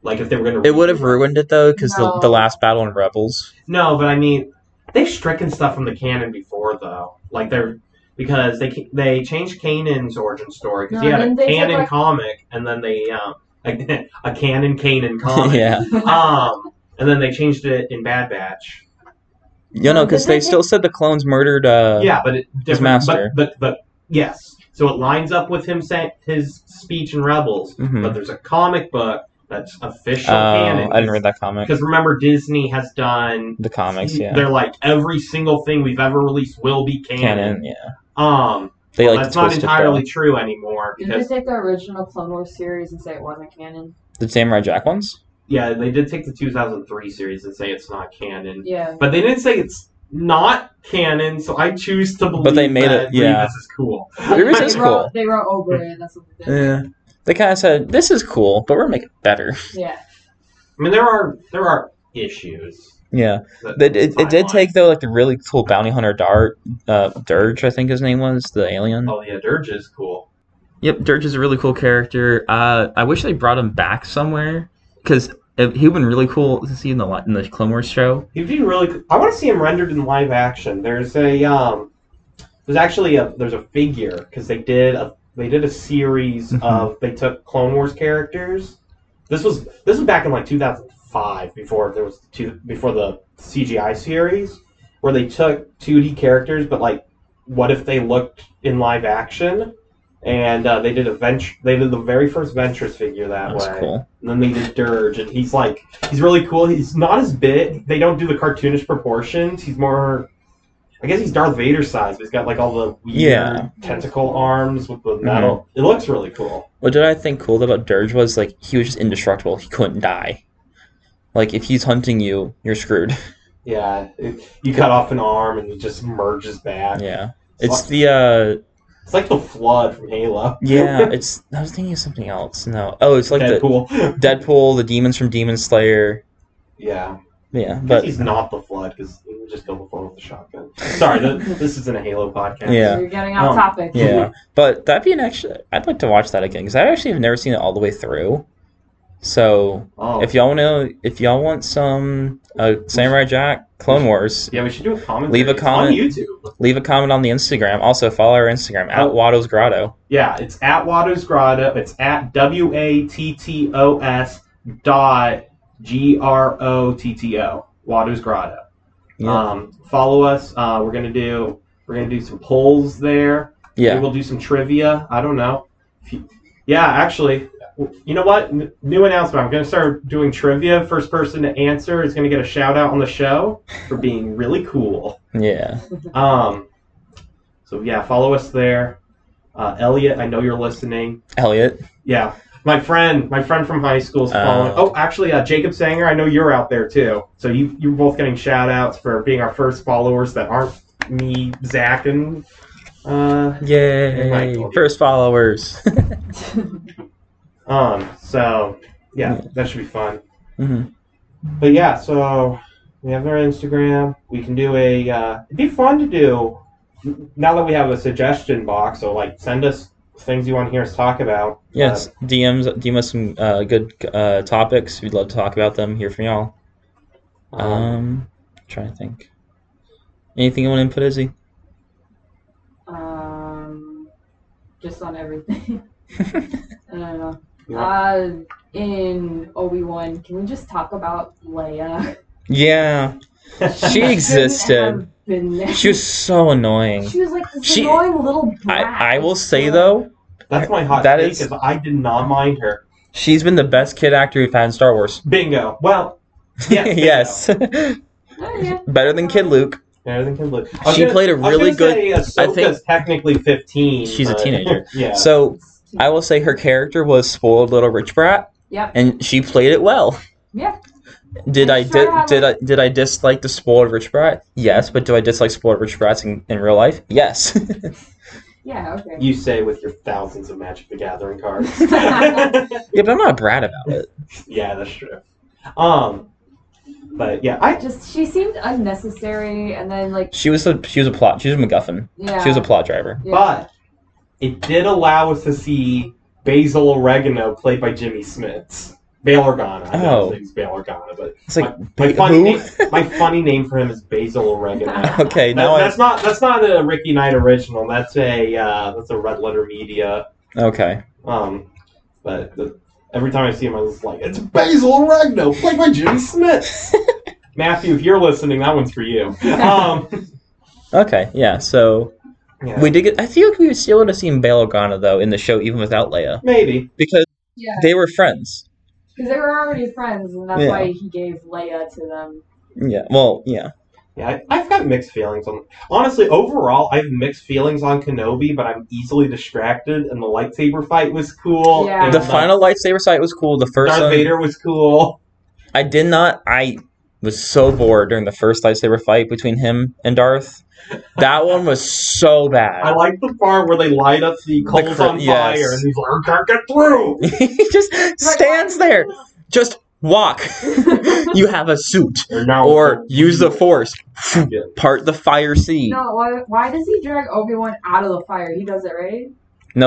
Speaker 1: Like if they were going to.
Speaker 2: it would have ruined it though, because the, the
Speaker 3: No.
Speaker 2: last battle in Rebels. [laughs]
Speaker 1: No, but I mean, they've stricken stuff from the canon before, though. Like they're because they ca- they changed Kanan's origin story because
Speaker 3: No,
Speaker 1: he had
Speaker 3: didn't
Speaker 1: a
Speaker 3: they say,
Speaker 1: canon
Speaker 3: like-
Speaker 1: comic, and then they um [laughs] a, a canon
Speaker 2: [laughs]
Speaker 1: Kanan comic.
Speaker 2: yeah.
Speaker 1: Um, and then they changed it in Bad Batch.
Speaker 2: You know,
Speaker 3: No,
Speaker 2: because
Speaker 3: but
Speaker 2: they
Speaker 3: they-
Speaker 2: still said the clones murdered. Uh,
Speaker 1: yeah, but it different.
Speaker 2: master.
Speaker 1: But, but but yes, so it lines up with him saying his speech in Rebels.
Speaker 2: Mhm.
Speaker 1: But there's a comic book that's official
Speaker 2: Oh,
Speaker 1: canon.
Speaker 2: I didn't read that comic.
Speaker 1: Because remember, Disney has done.
Speaker 2: The comics, yeah.
Speaker 1: They're like every single thing we've ever released will be canon.
Speaker 2: Canon, yeah.
Speaker 1: Um,
Speaker 2: They
Speaker 1: well,
Speaker 2: like
Speaker 1: that's
Speaker 2: to
Speaker 1: not
Speaker 2: twist
Speaker 1: entirely
Speaker 2: it.
Speaker 1: true anymore
Speaker 3: Did they
Speaker 1: because
Speaker 3: take the original Clone Wars series and say it wasn't canon?
Speaker 2: Though. The Samurai Jack ones.
Speaker 1: yeah, they did take the 2003 series and say it's not canon,
Speaker 3: Yeah.
Speaker 1: but they didn't say it's not canon, so I choose to believe.
Speaker 2: they made
Speaker 1: that
Speaker 2: it- yeah.
Speaker 1: Grievous is cool.
Speaker 2: Grievous
Speaker 3: they
Speaker 2: is
Speaker 3: wrote-
Speaker 2: cool.
Speaker 3: They wrote over it. That's what they did.
Speaker 2: Yeah. They kind of said, "This is cool, but we're making it
Speaker 4: [laughs]
Speaker 2: better."
Speaker 3: Yeah.
Speaker 1: I mean, there are there are issues.
Speaker 2: Yeah,
Speaker 1: that-
Speaker 2: They- it, it did
Speaker 1: timeline.
Speaker 2: take though like the really cool bounty hunter Dart, uh, Dirge, I think his name was the alien.
Speaker 1: Oh yeah, Dirge is cool.
Speaker 4: Yep, Dirge is a really cool character. Uh, I wish they brought him back somewhere because he would been really cool to see in the li- in the Clone Wars show.
Speaker 1: He'd be really. co- I want to see him rendered in live action. There's a um, there's actually a there's a figure because they did a they did a series
Speaker 2: Mm-hmm.
Speaker 4: Mhm.
Speaker 1: of they took Clone Wars characters. This was this was back in like 2005 before there was two before the CGI series where they took 2D characters, but like what if they looked in live action? And uh, they did a venture. They did the very first Ventures figure that
Speaker 2: That was
Speaker 1: way.
Speaker 2: cool.
Speaker 1: And then they did Dirge, and he's like, he's really cool. He's not as big. They don't do the cartoonish proportions. He's more, I guess he's Darth Vader size, but he's got like all the weird
Speaker 2: Yeah. Mm-hmm.
Speaker 1: tentacle arms with the metal. It looks really cool.
Speaker 2: What did I think cool about Dirge was like he was just indestructible. He couldn't die. Like if he's hunting you,
Speaker 1: [laughs]
Speaker 2: you're screwed.
Speaker 1: Yeah, it, you cut off an arm and he just merges back.
Speaker 2: yeah, it's the uh,
Speaker 1: It's like the flood from Halo. [laughs]
Speaker 2: yeah, it's. I was thinking of something else. No, oh, it's [laughs] like
Speaker 1: Deadpool.
Speaker 2: the Deadpool, the demons from Demon Slayer.
Speaker 1: [laughs] yeah,
Speaker 2: Yeah,
Speaker 1: but
Speaker 2: but
Speaker 1: he's not the flood because he would just double flood with the shotgun. Sorry, th- this isn't a Halo podcast.
Speaker 2: Yeah.
Speaker 3: You're getting off
Speaker 1: Um,
Speaker 3: topic.
Speaker 2: yeah, but that'd be an actually. I'd like to watch that again because I actually have never seen it all the way through. So
Speaker 1: Oh.
Speaker 2: If y'all know, if y'all want some uh, Samurai Jack Clone Wars,
Speaker 1: yeah, we should do a comment.
Speaker 2: Leave a comment.
Speaker 1: on YouTube.
Speaker 2: leave a comment on the Instagram. Also follow our Instagram at
Speaker 1: Oh.
Speaker 2: Watto's Grotto.
Speaker 1: Yeah, it's at Watto's Grotto. It's at W A T T O S dot G R O T T O. Watto's Grotto.
Speaker 2: Yeah,
Speaker 1: Um, follow us. Uh, we're gonna do we're gonna do some polls there. Maybe
Speaker 2: yeah.
Speaker 1: We'll do some trivia. I don't know. If you- yeah, actually, you know what? N- new announcement. I'm gonna start doing trivia. First person to answer is gonna get a shout out on the show for being really cool.
Speaker 2: yeah.
Speaker 1: Um, so yeah, follow us there. Uh, Elliot, I know you're listening.
Speaker 2: Elliot,
Speaker 1: Yeah. My friend, my friend from high school's
Speaker 2: Oh.
Speaker 1: following. Oh, actually, uh, Jacob Sanger, I know you're out there too. So you you're both getting shout outs for being our first followers that aren't me, Zach, and uh,
Speaker 2: yay!
Speaker 1: Michael.
Speaker 2: First followers. [laughs]
Speaker 1: um. So yeah, that should be fun.
Speaker 2: hmm
Speaker 1: But yeah, so we have our Instagram. We can do a. Uh, it'd be fun to do now that we have a suggestion box. So like, send us things you want to hear us talk about.
Speaker 2: Yes, DMs DM us some uh, good uh, topics. We'd love to talk about them. Hear from y'all.
Speaker 1: Uh,
Speaker 2: Um, trying to think. Anything you want to input, Izzy?
Speaker 3: [laughs] Um, just on everything.
Speaker 2: [laughs]
Speaker 3: I don't know.
Speaker 1: Yeah.
Speaker 3: Uh, in Obi Wan, can we just talk about Leia?
Speaker 2: Yeah,
Speaker 3: [laughs]
Speaker 2: she
Speaker 3: shouldn't
Speaker 2: existed.
Speaker 3: have Been there.
Speaker 2: She was so annoying.
Speaker 3: She was like this
Speaker 2: She-
Speaker 3: annoying little brat.
Speaker 2: I, I will say though,
Speaker 1: [laughs] That's my hot
Speaker 2: That
Speaker 1: take.
Speaker 2: is-
Speaker 1: Is... I did not mind her.
Speaker 2: She's been the best kid actor we've had in Star Wars. [laughs]
Speaker 1: Bingo. Well, yes. bingo.
Speaker 2: yes. [laughs]
Speaker 3: Oh, yeah.
Speaker 2: Better than Kid Luke.
Speaker 1: Better than Kid Luke. I was
Speaker 2: She played a
Speaker 1: I was
Speaker 2: really
Speaker 1: gonna Say
Speaker 2: I
Speaker 1: I
Speaker 2: think-
Speaker 1: think technically fifteen.
Speaker 2: She's a
Speaker 1: but-
Speaker 2: teenager.
Speaker 1: [laughs] yeah.
Speaker 2: So I will say her character was spoiled little rich brat,
Speaker 3: Yep.
Speaker 2: and she played it well.
Speaker 3: Yeah.
Speaker 2: Did I
Speaker 3: And she
Speaker 2: di-
Speaker 3: had,
Speaker 2: did I did I dislike the spoiled rich brat? Yes, but do I dislike spoiled rich brats in, in real life? Yes. [laughs]
Speaker 3: Yeah. Okay.
Speaker 1: you say with your thousands of Magic the Gathering cards. [laughs]
Speaker 2: yeah, but I'm not a brat about it.
Speaker 1: yeah, that's true. Um, but yeah, I
Speaker 3: Just she seemed unnecessary, and then like
Speaker 2: She was a she was a plot she was a MacGuffin.
Speaker 3: yeah.
Speaker 2: She was a plot driver.
Speaker 3: yeah.
Speaker 1: but it did allow us to see Basil Oregano played by Jimmy Smith. Bail Organa. I know
Speaker 2: Oh.
Speaker 1: his name's Bail Organa, but
Speaker 2: It's like
Speaker 1: my
Speaker 2: wait,
Speaker 1: funny,
Speaker 2: who?
Speaker 1: name, my funny name for him is Basil Oregano.
Speaker 2: [laughs] Okay,
Speaker 1: That,
Speaker 2: now I
Speaker 1: that's not that's not a Ricky Knight original. That's a uh, that's a Red Letter Media.
Speaker 2: okay.
Speaker 1: Um, but the, every time I see him, I was like, it's Basil Oregano, played by Jimmy Smith. Matthew, if you're listening, that one's for you. Um,
Speaker 2: Okay, yeah. So
Speaker 1: yeah,
Speaker 2: We did get. I feel like we would still would have seen Bail Organa though in the show, even without Leia,
Speaker 1: maybe.
Speaker 2: because
Speaker 3: yeah,
Speaker 2: they were friends.
Speaker 3: because they were already friends, and that's
Speaker 2: Yeah.
Speaker 3: why he gave Leia to them.
Speaker 2: Yeah. Well, yeah.
Speaker 1: Yeah, I, I've got mixed feelings on. Honestly, overall, I have mixed feelings on Kenobi, but I'm easily distracted. And the lightsaber fight was cool.
Speaker 3: Yeah.
Speaker 1: and
Speaker 2: The final lightsaber fight was cool. The first
Speaker 1: Darth
Speaker 2: one,
Speaker 1: Vader was cool.
Speaker 2: I did not. I was so bored during the first lightsaber fight between him and Darth. That one was so [laughs]
Speaker 1: I
Speaker 2: bad.
Speaker 1: like the part where they light up the coals
Speaker 2: cr-
Speaker 1: on fire
Speaker 2: yes.
Speaker 1: and he's like, I can't get through.
Speaker 2: he just stands there. Just walk. [laughs] you have a suit.
Speaker 1: And now-
Speaker 2: Or use the force.
Speaker 1: Yeah.
Speaker 2: Part the fire sea. No,
Speaker 3: No, why, why does he drag Obi Wan out of the fire? He does it, right?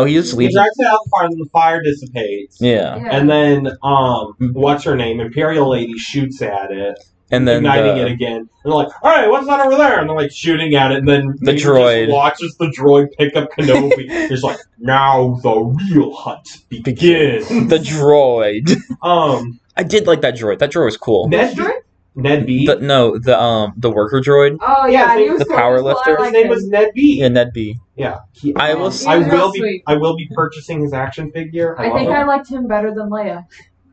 Speaker 2: he just
Speaker 1: He
Speaker 2: leaves. it.
Speaker 1: knocks it out the fire, and the fire dissipates.
Speaker 2: Yeah.
Speaker 1: And then, um, what's her name? Imperial Lady shoots at it,
Speaker 2: Mm-hmm. And then
Speaker 1: igniting
Speaker 2: the-
Speaker 1: it again. And they're like, "All right, what's that over there?" And they're like shooting at it, and then
Speaker 2: The
Speaker 1: Mace
Speaker 2: droid.
Speaker 1: just watches the droid pick up
Speaker 2: [laughs]
Speaker 1: Kenobi. He's like, "Now the real hunt begins."
Speaker 2: the droid.
Speaker 1: [laughs] um,
Speaker 2: I did like that droid. That droid was cool.
Speaker 1: Ned,
Speaker 3: Which droid?
Speaker 1: Ned B.
Speaker 2: The, no, the um the worker droid.
Speaker 3: Oh
Speaker 1: Yeah,
Speaker 3: yeah,
Speaker 1: they-
Speaker 3: he was
Speaker 2: the
Speaker 3: so
Speaker 2: power
Speaker 3: cool, I
Speaker 2: lifter. His
Speaker 1: His
Speaker 3: liked
Speaker 1: name
Speaker 3: him.
Speaker 1: was Ned B.
Speaker 2: Yeah, Ned B.
Speaker 1: Yeah, he- um,
Speaker 2: I will s-
Speaker 1: I
Speaker 3: He's real
Speaker 1: will be.
Speaker 3: sweet.
Speaker 1: I will be purchasing his action figure. I,
Speaker 3: I
Speaker 1: love
Speaker 3: think
Speaker 1: him.
Speaker 3: I liked him better than Leia.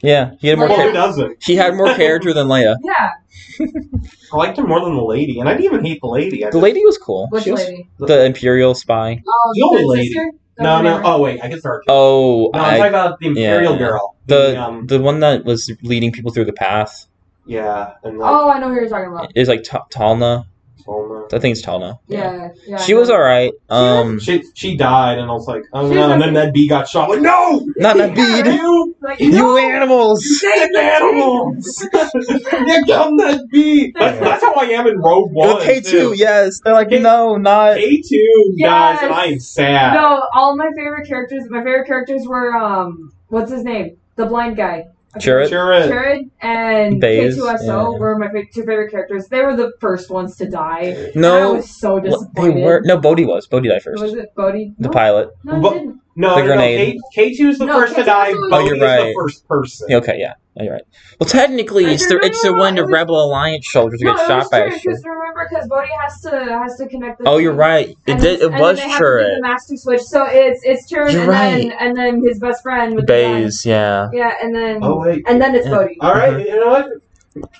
Speaker 2: Yeah, he had more.
Speaker 1: well,
Speaker 3: Leia.
Speaker 1: who
Speaker 2: Char-
Speaker 1: doesn't?
Speaker 2: he had more character than Leia.
Speaker 3: Yeah,
Speaker 1: I liked him more than the lady, and I didn't even hate the lady. I
Speaker 2: The lady was cool.
Speaker 3: which
Speaker 2: She was-
Speaker 3: lady?
Speaker 2: The imperial spy.
Speaker 3: Oh,
Speaker 1: The old
Speaker 3: Princess
Speaker 1: lady.
Speaker 3: Sister?
Speaker 1: No, no.
Speaker 3: whatever.
Speaker 1: Oh wait, I guess there are. Two.
Speaker 2: Oh,
Speaker 1: No, I'm
Speaker 2: I,
Speaker 1: talking about the Imperial
Speaker 2: yeah.
Speaker 1: girl.
Speaker 2: the
Speaker 1: um,
Speaker 2: the one that was leading people through the path
Speaker 1: yeah, and the
Speaker 3: Oh, I know who you're talking about.
Speaker 2: is like Ta- Talna.
Speaker 1: Tolna.
Speaker 2: I think it's Talna.
Speaker 3: Yeah, yeah.
Speaker 2: she was all right. Um,
Speaker 1: She she died, and I was like, oh
Speaker 3: She
Speaker 1: no!
Speaker 3: was
Speaker 1: And then that bee got shot. Like no,
Speaker 2: not that
Speaker 3: Yeah,
Speaker 2: bead.
Speaker 3: right?
Speaker 1: you
Speaker 3: Like,
Speaker 2: You
Speaker 3: no,
Speaker 2: animals.
Speaker 3: Thank
Speaker 1: sick
Speaker 3: you.
Speaker 1: animals! [laughs] you dumb that bee. That's, that's how I am in Rogue One.
Speaker 2: K two.
Speaker 1: too.
Speaker 2: Yes, they're like
Speaker 1: K-
Speaker 2: no, not.
Speaker 1: K two
Speaker 3: Yes.
Speaker 1: dies, and I am sad.
Speaker 3: No, all my favorite characters. My favorite characters were um, what's his name? The blind guy.
Speaker 2: Chirrut?
Speaker 1: Sure is.
Speaker 3: Jared and
Speaker 2: Baze,
Speaker 3: K2SO
Speaker 2: yeah.
Speaker 3: were my fa- two favorite characters. They were the first ones to die. and I
Speaker 2: No,
Speaker 3: was so
Speaker 2: what- they
Speaker 3: disappointed.
Speaker 2: were. No, Bodhi was. Bodhi died first.
Speaker 3: Was it Bodhi?
Speaker 2: The
Speaker 3: no,
Speaker 2: pilot.
Speaker 3: No, it
Speaker 1: But-
Speaker 3: didn't.
Speaker 1: No,
Speaker 2: The
Speaker 1: no,
Speaker 2: grenade.
Speaker 1: no. K two is the
Speaker 3: No,
Speaker 1: first to
Speaker 3: K2
Speaker 1: die.
Speaker 3: was-
Speaker 1: But
Speaker 2: Oh, you're
Speaker 1: is
Speaker 2: right.
Speaker 1: the first person.
Speaker 2: Yeah, Okay, yeah, Oh, you're right. Well, technically,
Speaker 3: Like,
Speaker 2: it's the,
Speaker 3: no, no,
Speaker 2: it's the
Speaker 3: no,
Speaker 2: one
Speaker 3: it
Speaker 2: to
Speaker 3: was-
Speaker 2: Rebel Alliance soldiers who
Speaker 3: No,
Speaker 2: get
Speaker 3: it
Speaker 2: shot
Speaker 3: was
Speaker 2: by. a ship.
Speaker 3: because remember, because Bodhi has to has to connect the.
Speaker 2: Oh,
Speaker 3: two.
Speaker 2: you're right. It
Speaker 3: And
Speaker 2: did.
Speaker 3: then-
Speaker 2: It
Speaker 3: and
Speaker 2: was
Speaker 3: then they have to do The
Speaker 2: Chirrut.
Speaker 3: master switch. So it's it's Chirrut
Speaker 2: You're
Speaker 3: and then and then his best friend with
Speaker 2: Baze, yeah.
Speaker 3: The gun. yeah, and then
Speaker 1: Oh wait.
Speaker 3: and then it's
Speaker 2: Yeah.
Speaker 3: Bodhi.
Speaker 1: All right, you know what?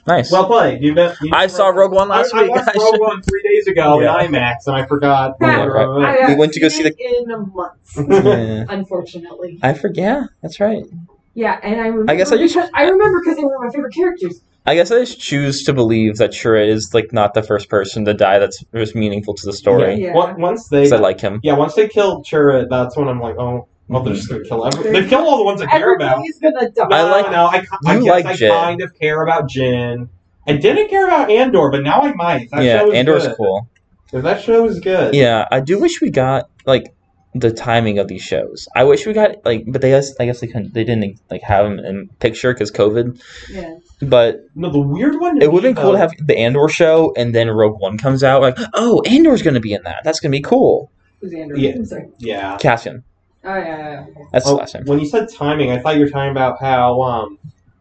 Speaker 2: Nice.
Speaker 1: Well played. You bet. you-
Speaker 2: Mm-hmm. I saw Rogue One
Speaker 1: I,
Speaker 2: last
Speaker 1: I
Speaker 2: week.
Speaker 1: watched Rogue One three days ago
Speaker 2: Yeah.
Speaker 1: in IMAX, and I forgot.
Speaker 3: Yeah,
Speaker 2: right. uh,
Speaker 3: I haven't
Speaker 2: went to go
Speaker 3: seen
Speaker 2: see the-
Speaker 3: it in months,
Speaker 1: [laughs]
Speaker 2: [laughs] yeah.
Speaker 3: unfortunately.
Speaker 2: I forget. Yeah, that's right.
Speaker 3: Yeah, and I remember.
Speaker 2: I guess I just-
Speaker 3: because- I remember because they were my favorite characters.
Speaker 2: I guess I just choose to believe that Chirrut is like not the first person to die that's was meaningful to the story.
Speaker 3: Yeah.
Speaker 1: Once- Once they,
Speaker 2: Because I like him.
Speaker 1: yeah, once they kill Chirrut, that's when I'm like, oh, well, they're just gonna kill everyone. They kill all the ones I care about.
Speaker 3: Everybody's gonna die.
Speaker 2: I
Speaker 1: No,
Speaker 2: like-
Speaker 1: No, I, ki- I
Speaker 2: you
Speaker 1: guess
Speaker 2: like
Speaker 1: I
Speaker 2: Jin.
Speaker 1: kind of care about Jin. I didn't care about Andor, but now I might. That
Speaker 2: yeah,
Speaker 1: show is
Speaker 2: Andor's
Speaker 1: good.
Speaker 2: cool.
Speaker 1: Yeah, That show is good.
Speaker 2: Yeah, I do wish we got like the timing of these shows. I wish we got like, but they guess I guess they couldn't. They didn't like have them in picture because COVID.
Speaker 3: Yeah.
Speaker 2: But
Speaker 1: No, the weird one. to
Speaker 2: It would
Speaker 1: me,
Speaker 2: have been cool to
Speaker 1: though-
Speaker 2: have the Andor show and then Rogue One comes out. Like, oh, Andor's going to be in that. That's going to be cool.
Speaker 3: Who's Andrew?
Speaker 1: Yeah.
Speaker 3: I'm sorry.
Speaker 1: Yeah.
Speaker 2: Cassian.
Speaker 3: Oh yeah, yeah, yeah.
Speaker 2: That's
Speaker 1: Oh,
Speaker 2: the last name.
Speaker 1: When you said timing, I thought you were talking about how um,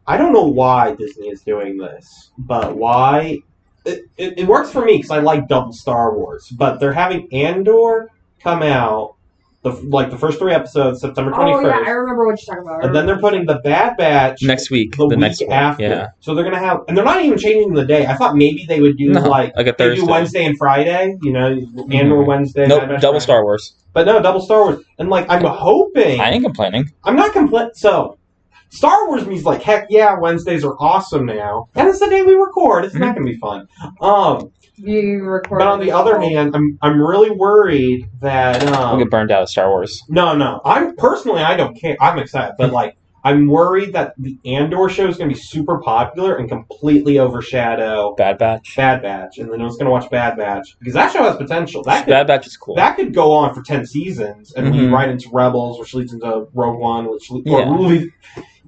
Speaker 1: I don't know why Disney is doing this, but why it, it, it works for me because I like double Star Wars. But they're having Andor come out the f- like the first three episodes September twenty
Speaker 3: Oh
Speaker 1: first,
Speaker 3: yeah, I remember what you're talking about. I
Speaker 1: and then they're
Speaker 3: remember.
Speaker 1: putting the Bad Batch
Speaker 2: Next week.
Speaker 1: the,
Speaker 2: The,
Speaker 1: week
Speaker 2: next one.
Speaker 1: after.
Speaker 2: Yeah.
Speaker 1: So they're gonna have, and they're not even changing the day. I thought maybe they would do
Speaker 2: No,
Speaker 1: like.
Speaker 2: like
Speaker 1: They
Speaker 2: a
Speaker 1: do
Speaker 2: Thursday. Mm-hmm.
Speaker 1: Wednesday and Friday, you know, Andor Wednesday. Bad
Speaker 2: Nope,
Speaker 1: Batch
Speaker 2: double
Speaker 1: Friday.
Speaker 2: Star Wars.
Speaker 1: But no, double Star Wars. And like, I'm hoping.
Speaker 2: I ain't complaining.
Speaker 1: I'm not complaining. So, Star Wars means like, heck yeah, Wednesdays are awesome now, and it's the day we record. It's not going to be fun. Um,
Speaker 3: you record.
Speaker 1: but on the other hand, I'm I'm really worried that
Speaker 2: I'll
Speaker 1: um,
Speaker 2: get burned out of Star Wars.
Speaker 1: no, no. I'm personally, I don't care. I'm excited, but like, I'm worried that the Andor show is going to be super popular and completely overshadow
Speaker 2: Bad Batch.
Speaker 1: Bad Batch, and then I was going to watch Bad Batch because that show has potential. That could,
Speaker 2: Bad Batch is cool.
Speaker 1: that could go on for ten seasons and lead
Speaker 2: Mhm.
Speaker 1: right into Rebels, which leads into Rogue One, which le- or
Speaker 2: Yeah.
Speaker 1: lead-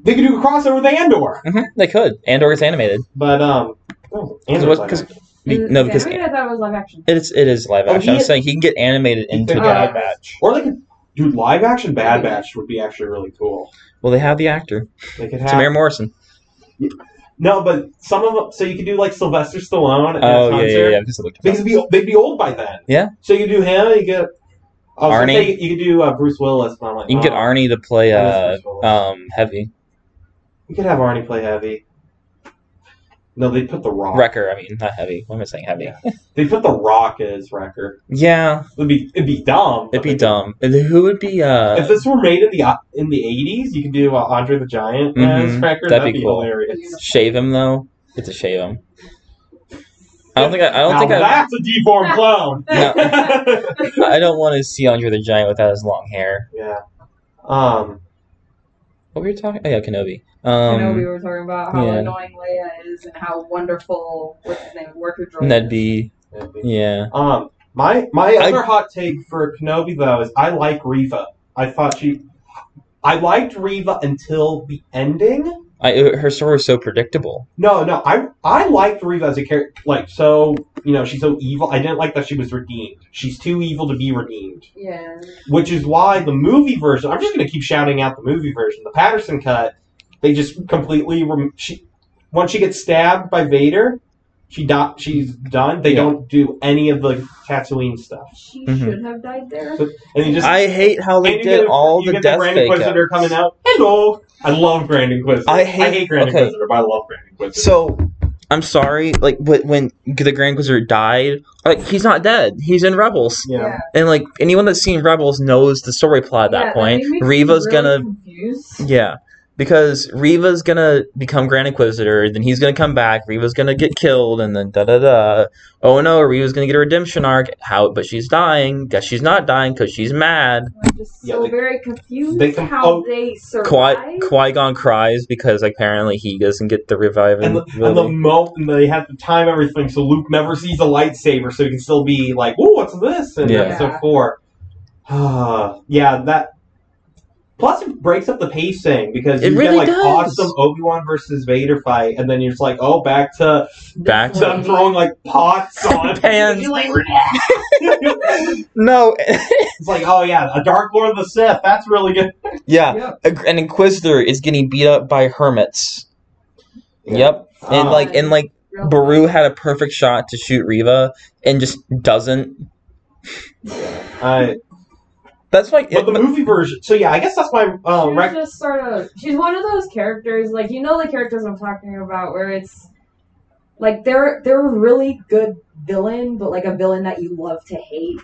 Speaker 1: they could do a crossover with Andor.
Speaker 2: hmm They could. Andor is animated.
Speaker 1: But um, oh,
Speaker 2: it
Speaker 1: Andor's
Speaker 2: was-
Speaker 1: like,
Speaker 2: 'cause- Be-
Speaker 3: Is it
Speaker 2: no, because
Speaker 3: animated? I thought it was live action.
Speaker 2: it's it is live
Speaker 1: Oh,
Speaker 2: action.
Speaker 1: he
Speaker 2: I'm
Speaker 1: is-
Speaker 2: saying he can get animated
Speaker 1: He
Speaker 2: into
Speaker 1: could-
Speaker 2: Bad
Speaker 3: Oh.
Speaker 2: Batch.
Speaker 1: or they could do live action Bad Batch would be actually really cool.
Speaker 2: Well, they have the actor
Speaker 1: They could
Speaker 2: Tamir
Speaker 1: have
Speaker 2: Morrison.
Speaker 1: no, but some of them. So you could do like Sylvester Stallone. And
Speaker 2: Oh yeah,
Speaker 1: Hunter.
Speaker 2: yeah, yeah. Because I looked him
Speaker 1: They
Speaker 2: up.
Speaker 1: could be they'd be old by then.
Speaker 2: Yeah.
Speaker 1: So you do him. You get oh, so
Speaker 2: Arnie.
Speaker 1: say you could do uh, Bruce Willis. And I'm like,
Speaker 2: You can get
Speaker 1: oh.
Speaker 2: Arnie to play
Speaker 1: I miss
Speaker 2: uh
Speaker 1: Bruce Willis.
Speaker 2: um heavy
Speaker 1: You could have Arnie play heavy. No, they put the rock.
Speaker 2: Wrecker. I mean, not heavy. What am I saying? Heavy.
Speaker 1: They put the rock as Wrecker.
Speaker 2: Yeah,
Speaker 1: It'd be it'd be dumb. but
Speaker 2: It'd be
Speaker 1: they-
Speaker 2: dumb. And Who would be
Speaker 1: If
Speaker 2: uh?
Speaker 1: this were made in the in the eighties, you could do uh, Andre the Giant as
Speaker 2: Mhm.
Speaker 1: Wrecker.
Speaker 2: That'd
Speaker 1: That'd,
Speaker 2: be
Speaker 1: be
Speaker 2: cool.
Speaker 1: hilarious.
Speaker 2: Shave him though. Get to shave him. I don't think I, I don't
Speaker 1: now
Speaker 2: think I,
Speaker 1: that's a deformed
Speaker 2: [laughs]
Speaker 1: clone.
Speaker 2: I don't want to see Andre the Giant without his long hair.
Speaker 1: [laughs] yeah. Um.
Speaker 2: What were you talking? Oh yeah, Kenobi.
Speaker 3: I know
Speaker 2: Um,
Speaker 3: we were talking about how
Speaker 2: yeah.
Speaker 3: annoying Leia is and how wonderful what's his name worker droid.
Speaker 2: that'd be
Speaker 1: that'd be-
Speaker 2: yeah.
Speaker 1: Um. My my
Speaker 2: I-
Speaker 1: other hot take for Kenobi though is I like Reva. I thought she. I liked Reva until the ending.
Speaker 2: I uh, her story was so predictable.
Speaker 1: No, no, I I liked Reva as a character. Like, so you know, she's so evil. I didn't like that she was redeemed. She's too evil to be redeemed,
Speaker 3: yeah.
Speaker 1: which is why the movie version. I'm just gonna keep shouting out the movie version. The Patterson cut, they just completely. Rem- she once she gets stabbed by Vader, she do- She's done. They
Speaker 2: Yeah.
Speaker 1: don't do any of the Tatooine stuff,
Speaker 3: She
Speaker 2: Mhm.
Speaker 3: should have died there.
Speaker 1: So- and you just.
Speaker 2: I hate how
Speaker 1: and
Speaker 2: they
Speaker 1: you
Speaker 2: did
Speaker 1: get-
Speaker 2: all
Speaker 1: you
Speaker 2: the
Speaker 1: get
Speaker 2: death
Speaker 1: Grand
Speaker 2: fake.
Speaker 1: Inquisitor coming out. Hello, I love Grand Inquisitor.
Speaker 2: I hate-
Speaker 1: Grand
Speaker 2: okay.
Speaker 1: Inquisitor, but I love Grand Inquisitor.
Speaker 2: So, I'm sorry, like, but when the Grand Inquisitor died, like, he's not dead. He's in Rebels,
Speaker 1: yeah.
Speaker 2: and like anyone that's seen Rebels knows the story plot at that
Speaker 3: Yeah,
Speaker 2: point.
Speaker 3: made me
Speaker 2: Reva's
Speaker 3: really
Speaker 2: gonna
Speaker 1: [laughs]
Speaker 3: confused.
Speaker 2: Yeah, because Riva's gonna become Grand Inquisitor, then he's gonna come back. Riva's gonna get killed, and then da da da. Oh no, Riva's gonna get a redemption arc. How? But she's dying. Guess she's not dying because she's mad.
Speaker 3: I'm just
Speaker 1: Yeah,
Speaker 3: so
Speaker 1: they-
Speaker 3: very confused
Speaker 1: they com-
Speaker 3: how
Speaker 1: oh,
Speaker 3: they survived.
Speaker 2: Qui Qui Gon cries because apparently he doesn't get the reviving.
Speaker 1: And the, and the moment and they have to time everything so Luke never sees a lightsaber, so he can still be like, "Whoa, what's this?" And
Speaker 2: Yeah.
Speaker 1: episode four. Ah, yeah, that. Plus, it breaks up the pacing because you
Speaker 2: It
Speaker 1: get
Speaker 2: really
Speaker 1: like
Speaker 2: does.
Speaker 1: awesome Obi Wan versus Vader fight, and then you're just like, "Oh, back to [laughs]
Speaker 2: back
Speaker 1: to them throwing like pots on
Speaker 2: [laughs] Pans.
Speaker 1: You're [laughs] like, "Yeah."
Speaker 2: no, [laughs]
Speaker 1: it's like, "Oh yeah, a Dark Lord of the Sith. That's really good."
Speaker 2: yeah,
Speaker 1: Yeah.
Speaker 2: a gr- an Inquisitor is getting beat up by hermits. Yep, and
Speaker 1: Um,
Speaker 2: like and like
Speaker 3: Real-
Speaker 2: Baru had a perfect shot to shoot Riva and just doesn't.
Speaker 1: I-
Speaker 2: That's like
Speaker 1: but the movie version. So yeah, I guess that's my
Speaker 3: She
Speaker 1: um,
Speaker 3: was
Speaker 1: rec-
Speaker 3: just sort of. She's one of those characters, like you know the characters I'm talking about, where it's like they're they're a really good villain, but like a villain that you love to hate.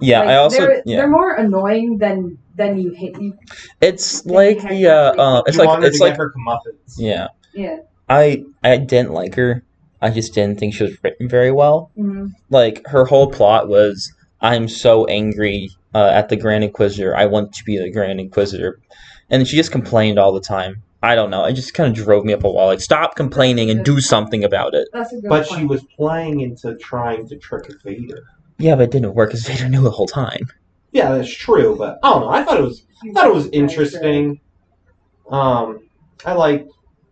Speaker 2: yeah,
Speaker 3: Like,
Speaker 2: I also
Speaker 3: they're,
Speaker 2: yeah.
Speaker 3: they're more annoying than than you hate. You
Speaker 2: It's
Speaker 3: They
Speaker 2: like
Speaker 3: had
Speaker 2: the uh,
Speaker 3: nothing.
Speaker 2: uh it's
Speaker 1: you
Speaker 2: like
Speaker 1: wanted
Speaker 2: it's
Speaker 1: to
Speaker 2: like
Speaker 1: get her comeuppance.
Speaker 2: yeah.
Speaker 3: yeah.
Speaker 2: I I didn't like her. I just didn't think she was written very well.
Speaker 3: mhm.
Speaker 2: Like her whole plot was I'm so angry uh, at the Grand Inquisitor. I want to be the Grand Inquisitor, and she just complained all the time. I don't know. It just kind of drove me up a wall. Like stop complaining and do something about it.
Speaker 3: That's a good
Speaker 1: But
Speaker 3: point.
Speaker 1: she was playing into trying to trick Vader.
Speaker 2: Yeah, but it didn't work because Vader knew the whole time.
Speaker 1: Yeah, that's true. But I don't know. I thought it was. I thought it was interesting. Um, I like.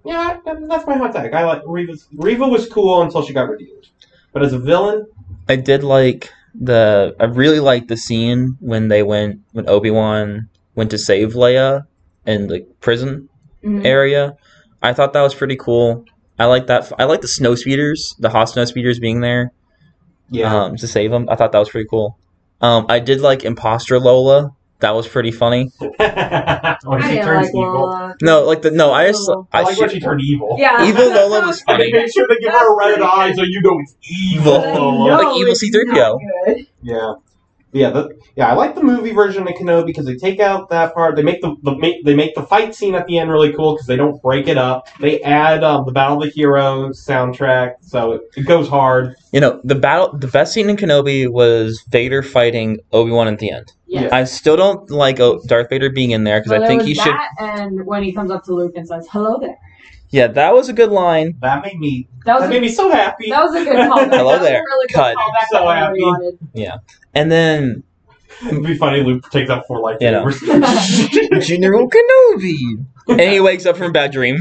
Speaker 1: Yeah, I- that's my hot take. I like Reva's. Reva was cool until she got redeemed. But as a villain,
Speaker 2: I did like the. I really liked the scene when they went when Obi Wan went to save Leia in the prison.
Speaker 3: Mhm.
Speaker 2: area. I thought that was pretty cool. I like that. I like the snow speeders, the hot snow speeders being there
Speaker 1: [laughs] yeah,
Speaker 2: um, to save them. I thought that was pretty cool. Um, I did like imposter Lola. That was pretty funny.
Speaker 1: when
Speaker 3: I
Speaker 1: she
Speaker 3: didn't
Speaker 1: turns
Speaker 3: like
Speaker 1: evil.
Speaker 3: Lola.
Speaker 2: No, like the no. I just
Speaker 3: Lola.
Speaker 1: I
Speaker 2: I
Speaker 1: like
Speaker 2: should,
Speaker 1: when she turned evil.
Speaker 3: Yeah, [laughs]
Speaker 2: Evil
Speaker 3: that
Speaker 2: Lola was funny.
Speaker 1: Make sure they give her a red eye so you
Speaker 3: [laughs]
Speaker 1: know it's evil.
Speaker 3: good.
Speaker 1: Lola.
Speaker 2: Like evil
Speaker 3: it's
Speaker 2: C-3PO.
Speaker 3: not good.
Speaker 1: Yeah, yeah, the, yeah. I like the movie version of Kenobi because they take out that part. They make the, the make, they make the fight scene at the end really cool because they don't break it up. They add um, the Battle of the Heroes soundtrack, so it, it goes hard.
Speaker 2: you know the battle. The best scene in Kenobi was Vader fighting Obi Wan at the end.
Speaker 1: Yeah.
Speaker 2: I still don't like oh, Darth Vader being in there because
Speaker 3: Well,
Speaker 2: I
Speaker 3: there
Speaker 2: think
Speaker 3: was
Speaker 2: he should.
Speaker 3: Oh, that And when he comes up to Luke and says, "Hello there,"
Speaker 2: Yeah, that was a good line.
Speaker 1: That made me
Speaker 3: that
Speaker 1: that,
Speaker 3: was a
Speaker 1: made me so happy.
Speaker 3: That
Speaker 1: [laughs]
Speaker 3: was a good callback.
Speaker 2: Hello
Speaker 3: that
Speaker 2: there.
Speaker 3: Was a really good
Speaker 2: Cut.
Speaker 3: callback
Speaker 1: So
Speaker 3: that I
Speaker 1: happy. [laughs]
Speaker 3: wanted.
Speaker 2: And then
Speaker 1: It'd be funny. Luke takes out four
Speaker 2: You know.
Speaker 1: lightsabers. [laughs]
Speaker 2: General Kenobi, and he wakes up from a bad dream.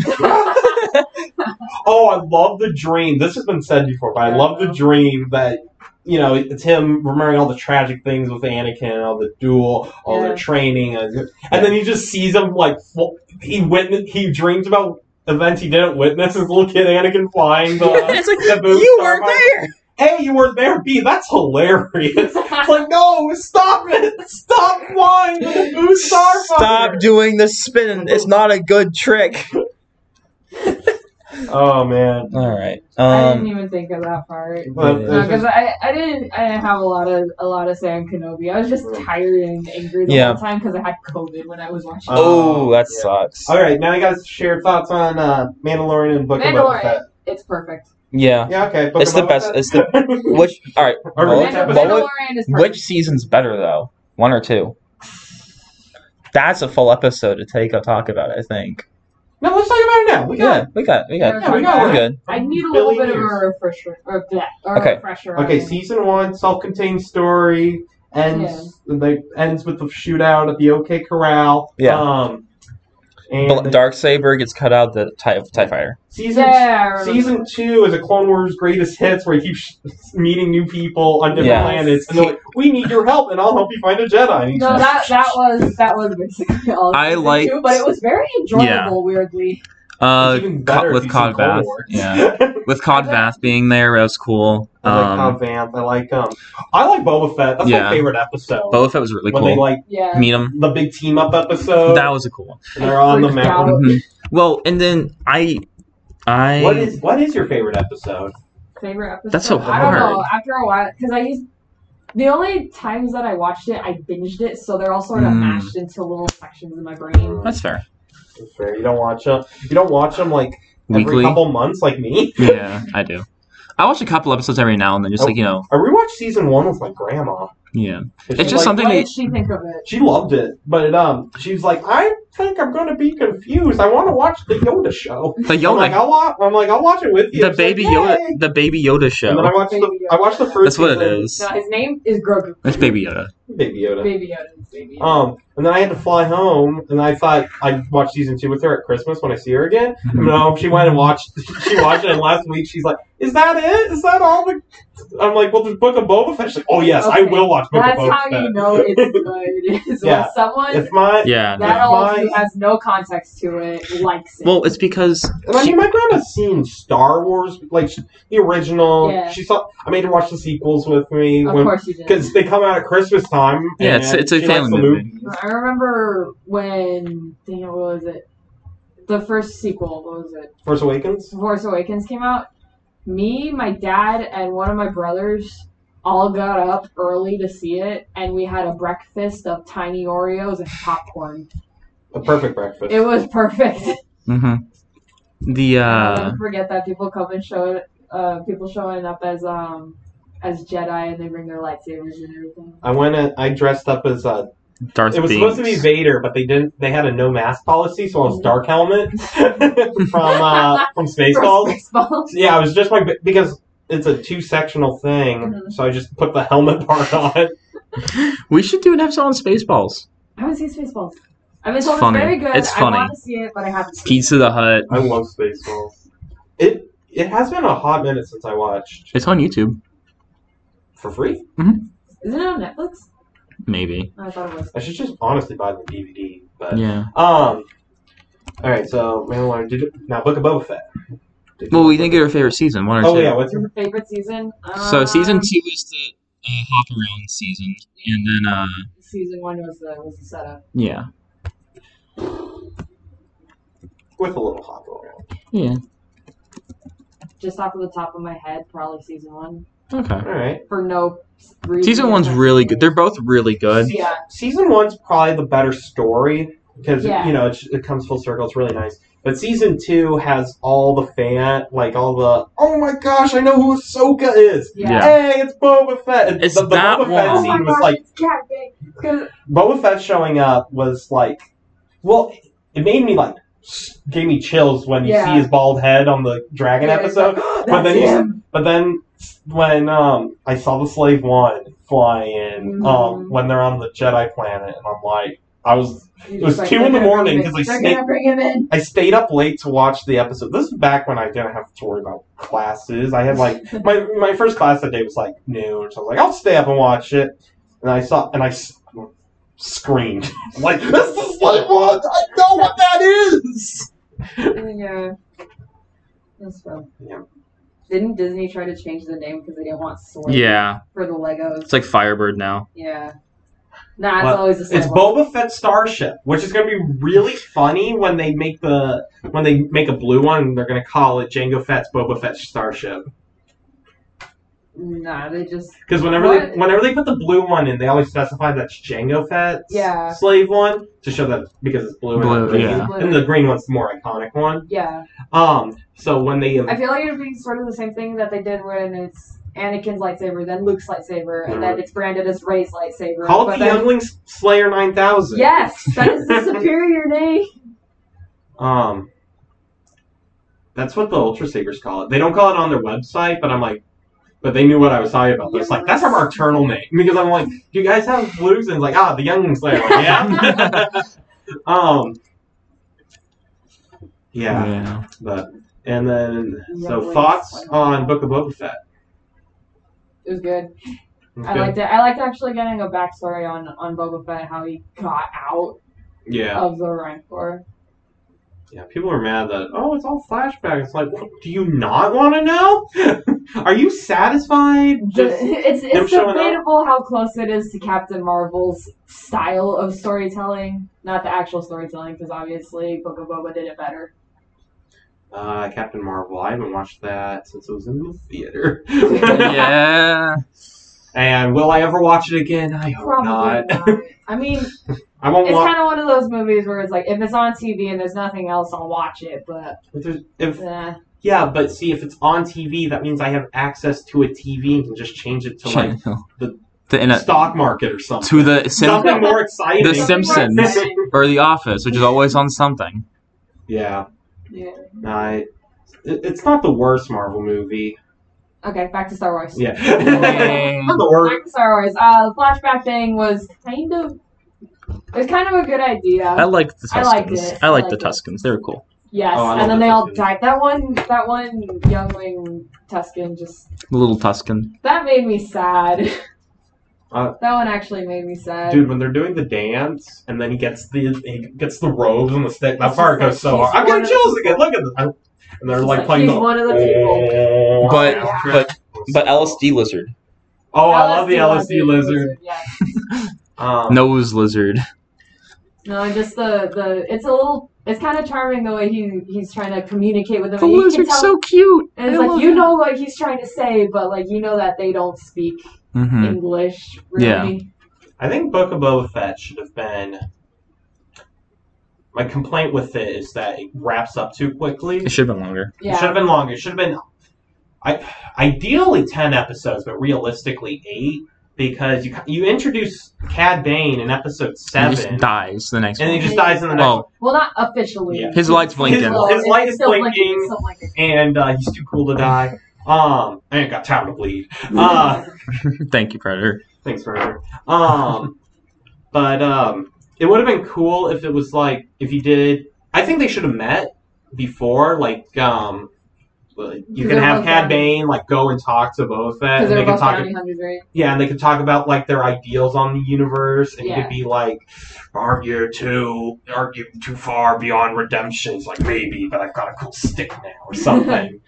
Speaker 1: oh, I love the dream. This has been said before, but I love the dream that you know it's him remembering all the tragic things with Anakin, all the duel, all
Speaker 3: Yeah.
Speaker 1: the training, and and then he just sees him like fl- he witness he dreams about events he didn't witness. His little kid Anakin flying
Speaker 2: [laughs]
Speaker 1: the.
Speaker 2: it's like
Speaker 1: the booth
Speaker 2: you
Speaker 1: star
Speaker 2: weren't
Speaker 1: by-
Speaker 2: there.
Speaker 1: Hey, you were there, B. That's hilarious. It's like, no, stop it! Stop flying with the booth star
Speaker 2: Stop
Speaker 1: fire.
Speaker 2: doing the spin. It's not a good trick.
Speaker 1: Oh man.
Speaker 2: All right.
Speaker 3: I didn't
Speaker 2: Um,
Speaker 3: even think of that part.
Speaker 1: But uh,
Speaker 2: Yeah.
Speaker 1: there's just-
Speaker 3: Because I, I didn't I didn't have a lot of a lot of Sam Kenobi. I was just tired and angry the
Speaker 2: Yeah.
Speaker 3: whole time because I had COVID when I was watching.
Speaker 1: Uh,
Speaker 3: it.
Speaker 2: oh, that
Speaker 1: Yeah.
Speaker 2: sucks.
Speaker 1: All right, now you guys share thoughts on uh, Mandalorian and Book of Boba
Speaker 3: Mandalorian.
Speaker 1: Fett.
Speaker 3: It's perfect.
Speaker 2: Yeah.
Speaker 1: Yeah, okay. Book
Speaker 2: It's
Speaker 1: of
Speaker 2: the
Speaker 1: Boba
Speaker 2: best-
Speaker 1: Fett.
Speaker 2: it's Which all right.
Speaker 1: Or
Speaker 2: Well,
Speaker 1: which
Speaker 2: what-
Speaker 3: Mandal-
Speaker 1: episode?
Speaker 2: what-
Speaker 3: Mandalorian is perfect.
Speaker 2: Which season's better though? One or two? That's a full episode to take a talk about. I think.
Speaker 1: [laughs] no, let's talk about it now. We got
Speaker 2: Yeah, we got, we got,
Speaker 3: Yeah,
Speaker 1: we got
Speaker 2: we're
Speaker 1: it.
Speaker 2: good.
Speaker 3: I need a little
Speaker 1: Billy
Speaker 3: bit of
Speaker 1: News.
Speaker 3: a refresher or, bleh, or
Speaker 2: Okay.
Speaker 3: refresher.
Speaker 1: it. Okay,
Speaker 3: on-
Speaker 1: season one, self-contained story ends. Like ends with the shootout at the OK Corral.
Speaker 2: Yeah.
Speaker 1: Um, and
Speaker 2: Bl-
Speaker 1: the-
Speaker 2: Dark Saber gets cut out the tie, tie fighter.
Speaker 1: season
Speaker 3: Yeah, I remember.
Speaker 1: Season two is a Clone Wars greatest hits where he keeps [laughs] meeting new people on different
Speaker 2: Yeah.
Speaker 1: planets, and they're like, "We need your help, and I'll help you find a Jedi." And he's
Speaker 3: No, that that was that was basically all. of
Speaker 4: I
Speaker 3: season
Speaker 4: liked-
Speaker 3: two, but it was very enjoyable.
Speaker 4: Yeah.
Speaker 3: Weirdly,
Speaker 4: Uh,
Speaker 1: It's even
Speaker 4: co-
Speaker 1: better if
Speaker 4: with
Speaker 1: you see
Speaker 4: Cod
Speaker 1: Clone
Speaker 4: Bath.
Speaker 1: Wars.
Speaker 4: Yeah. With Cod Bath being there, that was cool.
Speaker 1: [laughs] I like
Speaker 4: Um,
Speaker 1: Cobb Vanth. I like um, I like Boba Fett. That's
Speaker 4: Yeah.
Speaker 1: my favorite episode.
Speaker 4: Boba Fett was really
Speaker 1: when they
Speaker 4: cool.
Speaker 1: like Oh.
Speaker 3: yeah.
Speaker 4: Meet him.
Speaker 1: the big team up episode,
Speaker 4: That was a cool one.
Speaker 1: and they're on the
Speaker 3: Freaked
Speaker 1: mountain.
Speaker 3: out.
Speaker 4: Mhm. Well, and then I, I.
Speaker 1: What is what is your favorite episode?
Speaker 3: Favorite episode.
Speaker 4: That's so
Speaker 3: I don't know.
Speaker 4: hard.
Speaker 3: After a while, because I used the only times that I watched it, I binged it, so they're all sort of
Speaker 4: Mm.
Speaker 3: mashed into little sections in my brain.
Speaker 4: That's fair.
Speaker 1: That's fair. You don't watch them. You don't watch them like every
Speaker 4: Weekly.
Speaker 1: couple months, like me.
Speaker 4: Yeah, I do. I watch a couple episodes every now and then, just like you know.
Speaker 1: I rewatched season one with my grandma.
Speaker 4: Yeah.
Speaker 1: It's
Speaker 4: just something
Speaker 3: What
Speaker 4: that-
Speaker 3: did she think of it?
Speaker 1: She loved it, but um, she was like, "I think I'm gonna be confused. I want to watch the Yoda show."
Speaker 4: The
Speaker 1: I'm like,
Speaker 4: Yoda,
Speaker 1: I'll watch. I'm like, I'll watch it with you.
Speaker 4: the
Speaker 1: She's
Speaker 4: baby
Speaker 1: like,
Speaker 4: Yoda,
Speaker 1: "Yay."
Speaker 4: the baby Yoda
Speaker 1: And then I
Speaker 4: show.
Speaker 1: watched
Speaker 3: Baby
Speaker 1: the
Speaker 3: Yoda.
Speaker 1: I watched the first.
Speaker 4: That's what it
Speaker 1: season-
Speaker 4: is.
Speaker 3: No, his name is Grogu.
Speaker 4: It's baby Yoda.
Speaker 1: Baby Yoda.
Speaker 3: Baby Yoda. is Baby Yoda.
Speaker 1: Um, and then I had to fly home, and I thought I'd watch season two with her at Christmas when I see her again.
Speaker 4: Mhm.
Speaker 1: No, she went and watched. She watched it, and last week she's like, "Is that it? Is that all?" The... I'm like, "Well, there's Book of Boba Fett." She's like, "Oh yes, I
Speaker 3: Okay.
Speaker 1: will watch Book
Speaker 3: That's
Speaker 1: of Boba
Speaker 3: how
Speaker 1: Fett."
Speaker 3: you know it's good.
Speaker 1: [laughs]
Speaker 3: Is
Speaker 1: Yeah.
Speaker 3: when someone
Speaker 1: If my
Speaker 4: Yeah.
Speaker 3: that
Speaker 1: if
Speaker 3: all
Speaker 1: my-
Speaker 3: who has no context to it likes it.
Speaker 4: Well, it's because
Speaker 1: and I mean, my grandma's seen Star Wars, like the original.
Speaker 3: Yeah.
Speaker 1: She saw. I made her watch the sequels with me
Speaker 3: of
Speaker 1: when
Speaker 3: course you did.
Speaker 1: because they come out at Christmas time.
Speaker 4: Yeah,
Speaker 1: and
Speaker 4: it's- it's a
Speaker 1: she likes
Speaker 4: family
Speaker 1: the
Speaker 4: movie.
Speaker 1: movies.
Speaker 3: I remember when dang it, what was it? The first sequel, what was it?
Speaker 1: Force Awakens.
Speaker 3: Force Awakens came out. Me, my dad, and one of my brothers all got up early to see it, and we had a breakfast of tiny Oreos and popcorn.
Speaker 1: A perfect breakfast.
Speaker 3: It was
Speaker 1: [laughs]
Speaker 3: perfect.
Speaker 4: mm-hmm. the
Speaker 3: I'll
Speaker 4: uh,
Speaker 3: never forget that people come and show uh, people showing up as um as Jedi, and they bring their lightsabers and everything.
Speaker 1: I went. and I dressed up as a
Speaker 4: Darth.
Speaker 1: It was
Speaker 4: Binks.
Speaker 1: supposed to be Vader, but they didn't. They had a no mask policy, so I was Dark Helmet [laughs] from uh, from
Speaker 3: [laughs] From
Speaker 1: Spaceballs. [laughs]
Speaker 3: Spaceballs.
Speaker 1: Yeah, I was just like because it's a two sectional thing,
Speaker 3: Mhm.
Speaker 1: so I just put the helmet part on.
Speaker 4: We should do an episode on Spaceballs.
Speaker 3: I haven't seen Spaceballs. I've been
Speaker 4: It's
Speaker 3: told
Speaker 4: funny.
Speaker 3: it's very good.
Speaker 4: It's
Speaker 3: I
Speaker 4: funny.
Speaker 3: want to see it, but I haven't seen
Speaker 4: Pizza the Hut.
Speaker 1: I love Spaceballs. It it has been a hot minute since I watched
Speaker 4: It's on YouTube,
Speaker 1: for free.
Speaker 3: it. Isn't it on Netflix?
Speaker 4: maybe.
Speaker 3: I thought it was.
Speaker 1: I should just honestly buy the DVD. But
Speaker 4: Yeah.
Speaker 1: um, all right. So Mandalorian did it. now Book of Boba Fett. Did
Speaker 4: Well,
Speaker 1: you-
Speaker 4: we didn't get our favorite season. One or
Speaker 1: Oh
Speaker 4: two.
Speaker 1: yeah, what's your
Speaker 3: Your favorite season?
Speaker 4: So season
Speaker 3: Um,
Speaker 4: two was the uh, hop around season, and then uh,
Speaker 3: Season one was the was the setup.
Speaker 4: yeah,
Speaker 1: with a little hot around?
Speaker 4: yeah,
Speaker 3: Just off of the top of my head, probably season one
Speaker 4: okay.
Speaker 1: All right.
Speaker 3: for no reason.
Speaker 4: Season one's really good. They're both really good.
Speaker 3: Yeah.
Speaker 1: season one's probably the better story because
Speaker 3: Yeah.
Speaker 1: you know it, it comes full circle. It's really nice. But season two has all the fan, like all the oh my gosh, I know who Ahsoka is.
Speaker 3: Yeah.
Speaker 4: Yeah.
Speaker 1: Hey, it's Boba Fett. And
Speaker 4: It's
Speaker 1: the, the
Speaker 4: that
Speaker 1: Boba Fett
Speaker 4: one.
Speaker 3: Oh my
Speaker 1: scene
Speaker 3: gosh,
Speaker 1: was like
Speaker 3: it's Cat Big. 'Cause-
Speaker 1: Boba Fett showing up was like, well, it made me like s- gave me chills when you
Speaker 3: Yeah.
Speaker 1: see his bald head on the dragon
Speaker 3: Yeah, it's
Speaker 1: episode.
Speaker 3: That's
Speaker 1: then he's-
Speaker 3: him.
Speaker 1: But then when um, I saw the Slave One flying, um,
Speaker 3: Mhm.
Speaker 1: when they're on the Jedi planet, and I'm like, I was
Speaker 3: He's
Speaker 1: It was
Speaker 3: like,
Speaker 1: two
Speaker 3: "They're
Speaker 1: in the
Speaker 3: gonna bring
Speaker 1: morning
Speaker 3: him in.
Speaker 1: 'cause they
Speaker 3: They're gonna
Speaker 1: sneak-
Speaker 3: bring him in.
Speaker 1: I stayed up late to watch the episode. This is back when I didn't have to worry about classes. I had like my my first class that day was like noon, so I was like, I'll stay up and watch it. And I saw and I s- screamed I'm [laughs] like, "This is like what I know what that is."
Speaker 3: yeah. That's fun.
Speaker 1: Yeah.
Speaker 3: Didn't Disney try to change the name because they didn't want Slave
Speaker 4: Yeah,
Speaker 3: for the Legos?
Speaker 4: it's like Firebird now.
Speaker 3: Yeah. Nah, it's
Speaker 1: Well,
Speaker 3: always the same.
Speaker 1: It's Boba Fett Starship, which is going to be really funny when they make the when they make a blue one. They're going to call it Jango Fett's Boba Fett Starship.
Speaker 3: Nah, they just
Speaker 1: Because whenever
Speaker 3: What?
Speaker 1: they whenever they put the blue one in, they always specify that's Django Fett's
Speaker 3: Yeah.
Speaker 1: slave one to show that because it's blue, and not
Speaker 4: Blue,
Speaker 1: green.
Speaker 4: yeah.
Speaker 1: And the green one's the more iconic one.
Speaker 3: yeah.
Speaker 1: Um. So when they
Speaker 3: I feel like it'd be sort of the same thing that they did when it's Anakin's lightsaber, then Luke's lightsaber, and then it's branded as Ray's lightsaber.
Speaker 1: called
Speaker 3: but
Speaker 1: the
Speaker 3: then-
Speaker 1: Youngling Slayer Nine Thousand.
Speaker 3: Yes, that
Speaker 1: [laughs]
Speaker 3: is the superior name.
Speaker 1: Um. That's what the Ultra Sabers call it. They don't call it on their website, but I'm like, but they knew what I was talking about. It's like that's our eternal name because I'm like, do you guys have blues? And it's like, ah, the
Speaker 4: [laughs]
Speaker 1: Youngling Slayer. Like, yeah. [laughs] um. Yeah.
Speaker 4: yeah.
Speaker 1: But and then so
Speaker 3: Lovely.
Speaker 1: thoughts on Book of Boba Fett.
Speaker 3: It was good. I
Speaker 1: Okay.
Speaker 3: liked it. I liked actually getting a backstory on on Boba Fett, how he got out
Speaker 1: Yeah,
Speaker 3: of the Rancor.
Speaker 1: yeah. People are mad that oh, it's all flashback. It's like, what, do you not want to know? [laughs] are you satisfied?
Speaker 3: The-
Speaker 1: Just
Speaker 3: it's
Speaker 1: him
Speaker 3: it's
Speaker 1: showing up?
Speaker 3: debatable how close it is to Captain Marvel's style of storytelling, not the actual storytelling, because obviously Book of Boba did it better.
Speaker 1: uh, Captain Marvel. I haven't watched that since it was in the
Speaker 3: [laughs]
Speaker 1: theater.
Speaker 4: [laughs] yeah.
Speaker 1: and will I ever watch it again? I hope not.
Speaker 3: not.
Speaker 1: [laughs]
Speaker 3: I mean, it's
Speaker 1: I won't watch.
Speaker 3: kind of one of those movies where it's like, if it's on TV and there's nothing else, I'll watch it. But
Speaker 1: if there's- if
Speaker 3: eh.
Speaker 1: yeah, but see, if it's on TV, that means I have access to a TV and can just change it to like the-
Speaker 4: [laughs] the, in a-
Speaker 1: stock market or something.
Speaker 4: to the sim-
Speaker 1: something more exciting.
Speaker 4: The Simpsons. or the Office, which is always on something.
Speaker 1: [laughs] yeah.
Speaker 3: yeah.
Speaker 1: I, it- it's not the worst Marvel movie.
Speaker 3: Okay, back to Star Wars.
Speaker 1: Yeah.
Speaker 4: Dang.
Speaker 1: [laughs] not the worst.
Speaker 3: [laughs] Back to Star Wars. Uh, the flashback thing was kind of. It was kind of a good idea.
Speaker 4: I liked the
Speaker 3: I liked
Speaker 4: Tuscans. I
Speaker 3: it.
Speaker 4: liked,
Speaker 3: I
Speaker 4: the
Speaker 3: liked it.
Speaker 4: Tuscans. They were cool.
Speaker 3: yes,
Speaker 1: Oh, I love
Speaker 3: and then
Speaker 1: that
Speaker 3: they all
Speaker 1: Tusken.
Speaker 3: died. That one, that one youngling Tuscan just
Speaker 4: The little Tuscan.
Speaker 3: that made me sad.
Speaker 1: Uh,
Speaker 3: that one actually made me sad.
Speaker 1: Dude, when they're doing the dance and then he gets the he gets the robes and the stick, that
Speaker 3: It's
Speaker 1: part
Speaker 3: just
Speaker 1: goes so
Speaker 3: like
Speaker 1: hard. I'm
Speaker 3: he's one
Speaker 1: getting
Speaker 3: of-
Speaker 1: chills again. Look at this. I'm- And they're
Speaker 3: He's
Speaker 1: like
Speaker 3: like-
Speaker 1: playing
Speaker 3: he's
Speaker 1: the.
Speaker 3: one of the people.
Speaker 2: But
Speaker 3: Yeah.
Speaker 2: but but LSD lizard.
Speaker 1: Oh, I love the LSD lizard.
Speaker 3: Yeah.
Speaker 1: Um,
Speaker 4: Nose lizard.
Speaker 3: No, and just the the it's a little it's kind of charming the way he he's trying to communicate with them.
Speaker 4: The
Speaker 3: and you can
Speaker 4: lizard's
Speaker 3: tell-
Speaker 4: so cute.
Speaker 3: and it's like you know what he's trying to say, but like you know that they don't speak
Speaker 4: hmm
Speaker 3: English
Speaker 4: Yeah.
Speaker 3: really.
Speaker 1: I think Book of Boba Fett should have been. My complaint with it is that it wraps up too quickly.
Speaker 4: It should have been longer.
Speaker 3: Yeah.
Speaker 1: It should have been longer. It should have been I, ideally ten episodes, but realistically eight because you you introduce Cad Bane in episode
Speaker 4: He
Speaker 1: seven,
Speaker 4: just dies the next
Speaker 1: and he
Speaker 4: one.
Speaker 1: just dies in the next.
Speaker 4: Oh.
Speaker 1: one.
Speaker 3: Well, not officially.
Speaker 1: Yeah.
Speaker 4: His light's blinking.
Speaker 1: His- his light is
Speaker 3: It's still
Speaker 1: blinking.
Speaker 3: it's still blinking.
Speaker 1: And uh, he's too cool to die. Um, I ain't got time to
Speaker 4: [laughs]
Speaker 1: bleed. Uh,
Speaker 4: Thank you, Predator.
Speaker 1: thanks for um, but um, it would have been cool if it was like if you did. I think they should have met before, like um. You can
Speaker 3: they're
Speaker 1: have
Speaker 3: both
Speaker 1: Cad
Speaker 3: bounty-
Speaker 1: Bane like go and talk to Boba Fett,
Speaker 3: Because
Speaker 1: and they
Speaker 3: they were
Speaker 1: can
Speaker 3: both
Speaker 1: talk
Speaker 3: bounty hunters, right?
Speaker 1: Yeah, and they could talk about like their ideals on the universe, and you
Speaker 3: Yeah.
Speaker 1: could be like, argue too, argue too far beyond redemption. It's like maybe, but I've got a cool stick now or something.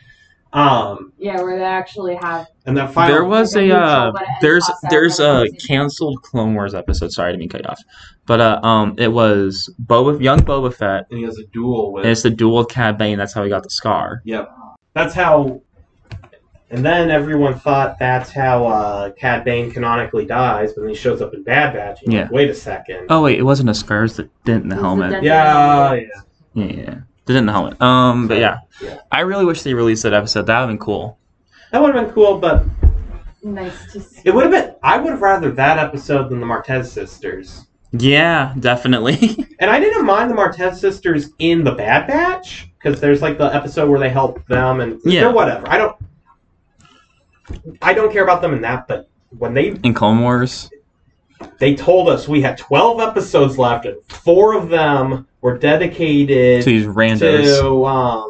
Speaker 1: um,
Speaker 3: Yeah, where they actually have.
Speaker 1: and that final,
Speaker 4: There was a uh,
Speaker 3: But it ends
Speaker 4: there's
Speaker 3: off so
Speaker 4: there's a
Speaker 3: everyone sees it.
Speaker 4: canceled Clone Wars episode. Sorry to be cut you off, but uh, um, it was Boba young Boba Fett,
Speaker 1: and he has a duel with.
Speaker 4: and it's the duel with Cad Bane. That's how he got the scar.
Speaker 1: that's how. And then everyone thought that's how uh, Cad Bane canonically dies, but then he shows up in Bad Batch. and you're like, Wait a second.
Speaker 4: Oh wait, it wasn't a scar. It was the dent in the
Speaker 3: It's the
Speaker 4: helmet.
Speaker 3: dent.
Speaker 1: Yeah, yeah.
Speaker 4: Yeah, yeah, yeah. Did it in the helmet. Um, but yeah.
Speaker 1: Yeah.
Speaker 4: I really wish they released that episode. That would have been cool.
Speaker 1: That would have been cool, but
Speaker 3: Nice to see.
Speaker 1: it would have been. I would have rather that episode than the Martez sisters.
Speaker 4: Yeah, definitely. [laughs]
Speaker 1: And I didn't mind the Martez sisters in the Bad Batch because there's like the episode where they help them and
Speaker 4: Yeah.
Speaker 1: they're whatever. I don't, I don't care about them in that. But when they
Speaker 4: in Clone Wars.
Speaker 1: they told us we had 12 episodes left and four of them were
Speaker 4: To
Speaker 1: dedicated
Speaker 4: these randos.
Speaker 1: to um,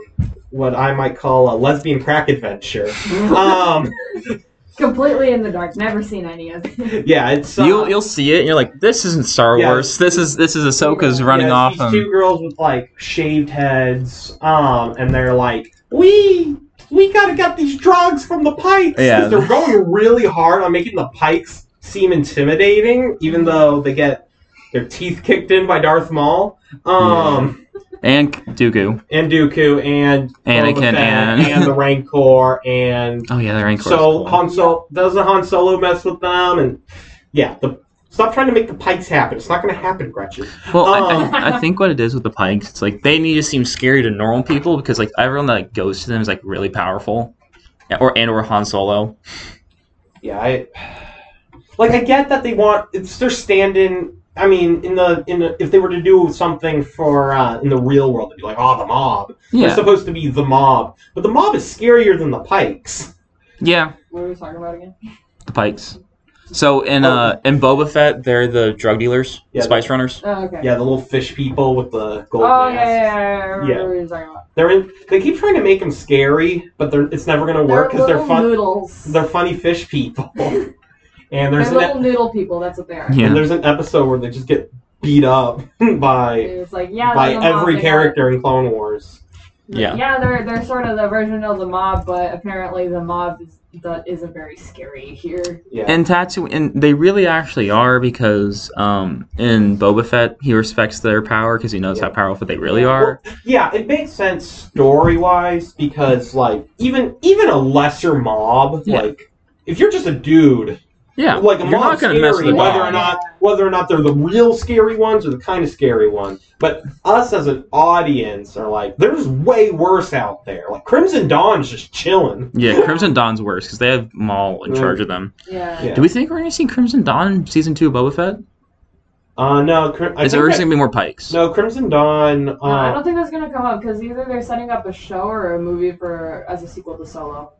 Speaker 1: what I might call a lesbian
Speaker 4: [laughs]
Speaker 1: crack adventure. um,
Speaker 3: [laughs] Completely in the dark. Never seen any of it. [laughs]
Speaker 1: yeah, it's uh,
Speaker 4: You'll you'll see it and you're like, this isn't Star
Speaker 1: Yeah.
Speaker 4: Wars. This is this is Ahsoka's
Speaker 3: Yeah,
Speaker 4: running
Speaker 1: Yeah,
Speaker 4: off
Speaker 1: it's
Speaker 4: and
Speaker 1: These two girls with like shaved heads, um, and they're like, we we gotta get these drugs from the pikes. 'Cause
Speaker 4: Yeah.
Speaker 1: they're going really hard on making the pikes seem intimidating, even though they get their teeth kicked in by Darth Maul. Um,
Speaker 2: and Dooku.
Speaker 1: and Dooku and Boba
Speaker 2: Anakin
Speaker 1: Fett
Speaker 2: and-
Speaker 1: and
Speaker 4: [laughs]
Speaker 1: the Rancor and
Speaker 2: Oh yeah, they're in
Speaker 1: so um, Han Solo doesn't Han Solo mess with them and yeah the stop trying to make the pikes happen. It's not going to happen, Gretchen.
Speaker 2: Well,
Speaker 1: Um.
Speaker 2: I, I, I think what it is with the pikes, it's like they need to seem scary to normal people because like everyone that like, goes to them is like really powerful, Yeah, or and or Han Solo.
Speaker 1: Yeah, I like I get that they want it's their stand-in. I mean, in the in the, if they were to do something for uh, in the real world, they'd be like, "Oh, the mob." They're
Speaker 2: Yeah,
Speaker 1: supposed to be the mob, but the mob is scarier than the pikes.
Speaker 2: yeah,
Speaker 3: What were we talking about again?
Speaker 2: the pikes. So in
Speaker 1: Oh.
Speaker 2: uh in Boba Fett, they're the drug dealers,
Speaker 1: Yeah.
Speaker 2: spice runners.
Speaker 3: Oh, okay.
Speaker 1: Yeah, the little fish people with the gold
Speaker 3: Oh yeah,
Speaker 1: masks.
Speaker 3: yeah, yeah, I remember
Speaker 1: Yeah.
Speaker 3: what you were talking about.
Speaker 1: They're in. They keep trying to make them scary, but they're it's never gonna work because they're
Speaker 3: little
Speaker 1: fun.
Speaker 3: noodles.
Speaker 1: They're funny fish
Speaker 3: [laughs]
Speaker 1: people. and
Speaker 3: They're
Speaker 1: there's an,
Speaker 3: little
Speaker 1: ep-
Speaker 3: noodle people. That's what they are.
Speaker 2: Yeah.
Speaker 1: and there's an episode where they just get beat up [laughs] by
Speaker 3: It's like yeah,
Speaker 1: by
Speaker 3: they're the mob,
Speaker 1: every
Speaker 3: they got-
Speaker 1: character in Clone Wars.
Speaker 2: Yeah.
Speaker 3: yeah, they're they're sort of the version of the mob, but apparently the mob is that isn't very scary here.
Speaker 1: Yeah.
Speaker 2: And Tatooine, and they really actually are because um in Boba Fett, he respects their power because he knows
Speaker 1: Yeah.
Speaker 2: how powerful they really
Speaker 3: Yeah.
Speaker 2: are.
Speaker 1: yeah, it makes sense story wise because like even even a lesser mob
Speaker 2: Yeah.
Speaker 1: like. If you're just a dude,
Speaker 2: Yeah,
Speaker 1: like a
Speaker 2: you're not
Speaker 1: mob's
Speaker 2: gonna mess with
Speaker 1: scary,
Speaker 2: the
Speaker 1: whether
Speaker 2: dog.
Speaker 1: or not whether or not they're the real scary ones or the kind of scary ones. But us as an audience are like, there's way worse out there. Like Crimson Dawn's just chilling.
Speaker 2: Yeah, Crimson Dawn's worse because they have Maul in
Speaker 1: Right.
Speaker 2: charge of them.
Speaker 3: Yeah.
Speaker 1: Yeah.
Speaker 2: Do we think we're going to see Crimson Dawn in season two of Boba Fett?
Speaker 1: Uh, no, Crim- I
Speaker 2: Is
Speaker 1: think
Speaker 2: there
Speaker 1: that-
Speaker 2: going to be more Pikes?
Speaker 1: no Crimson Dawn.
Speaker 3: No, I
Speaker 1: Uh,
Speaker 3: don't think that's gonna come up because either they're setting up a show or a movie for as a sequel to Solo.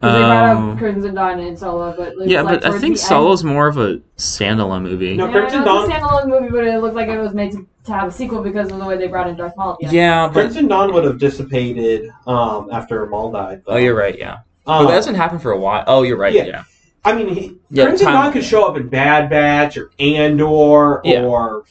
Speaker 3: 'Cause they brought
Speaker 2: Oh.
Speaker 3: up Crimson Dawn and Solo, but like,
Speaker 2: yeah,
Speaker 3: like,
Speaker 2: but I
Speaker 3: towards
Speaker 2: think
Speaker 3: the end-
Speaker 2: Solo's more of a standalone movie.
Speaker 1: No,
Speaker 3: Yeah,
Speaker 1: Crimson
Speaker 3: I know it's a
Speaker 1: Dawn-
Speaker 3: standalone movie, but it looked like it was made to, to have a sequel because of the way they brought in Darth Maul. at the
Speaker 2: yeah.
Speaker 3: end.
Speaker 2: but
Speaker 1: Crimson Dawn would have dissipated um, after Maul died.
Speaker 2: oh, you're right. Yeah,
Speaker 1: Um,
Speaker 2: but that doesn't happen for a while. Oh, you're right.
Speaker 1: yeah.
Speaker 2: Yeah,
Speaker 1: I mean, he,
Speaker 2: Yeah,
Speaker 1: Crimson
Speaker 2: time-
Speaker 1: Dawn could show up in Bad Batch or Andor
Speaker 2: Yeah.
Speaker 1: or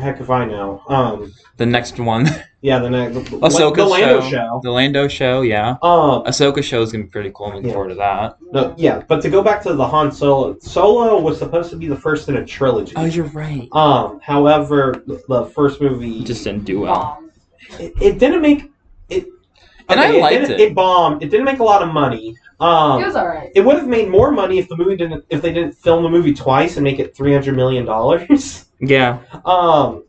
Speaker 1: heck if I know. Um,
Speaker 2: the next
Speaker 1: [laughs]
Speaker 2: one,
Speaker 1: yeah, the next the,
Speaker 2: Ahsoka
Speaker 1: the Lando
Speaker 2: show.
Speaker 1: show.
Speaker 2: the Lando show. Yeah,
Speaker 1: Um,
Speaker 2: Ahsoka show is gonna be pretty cool. I'm looking
Speaker 1: Yeah.
Speaker 2: forward to that.
Speaker 1: No, yeah, but to go back to the Han Solo, Solo was supposed to be the first in a trilogy.
Speaker 2: Oh, you're right.
Speaker 1: Um, however, the, the first movie
Speaker 2: It just didn't do well.
Speaker 3: Bomb.
Speaker 1: it, it didn't make it.
Speaker 2: And I liked
Speaker 1: didn't-
Speaker 2: it.
Speaker 1: It bombed. It didn't make a lot of money. Um,
Speaker 3: It was alright.
Speaker 1: it would have made more money if the movie didn't if they didn't film the movie twice and make it three hundred million dollars. [laughs]
Speaker 2: Yeah,
Speaker 1: Um,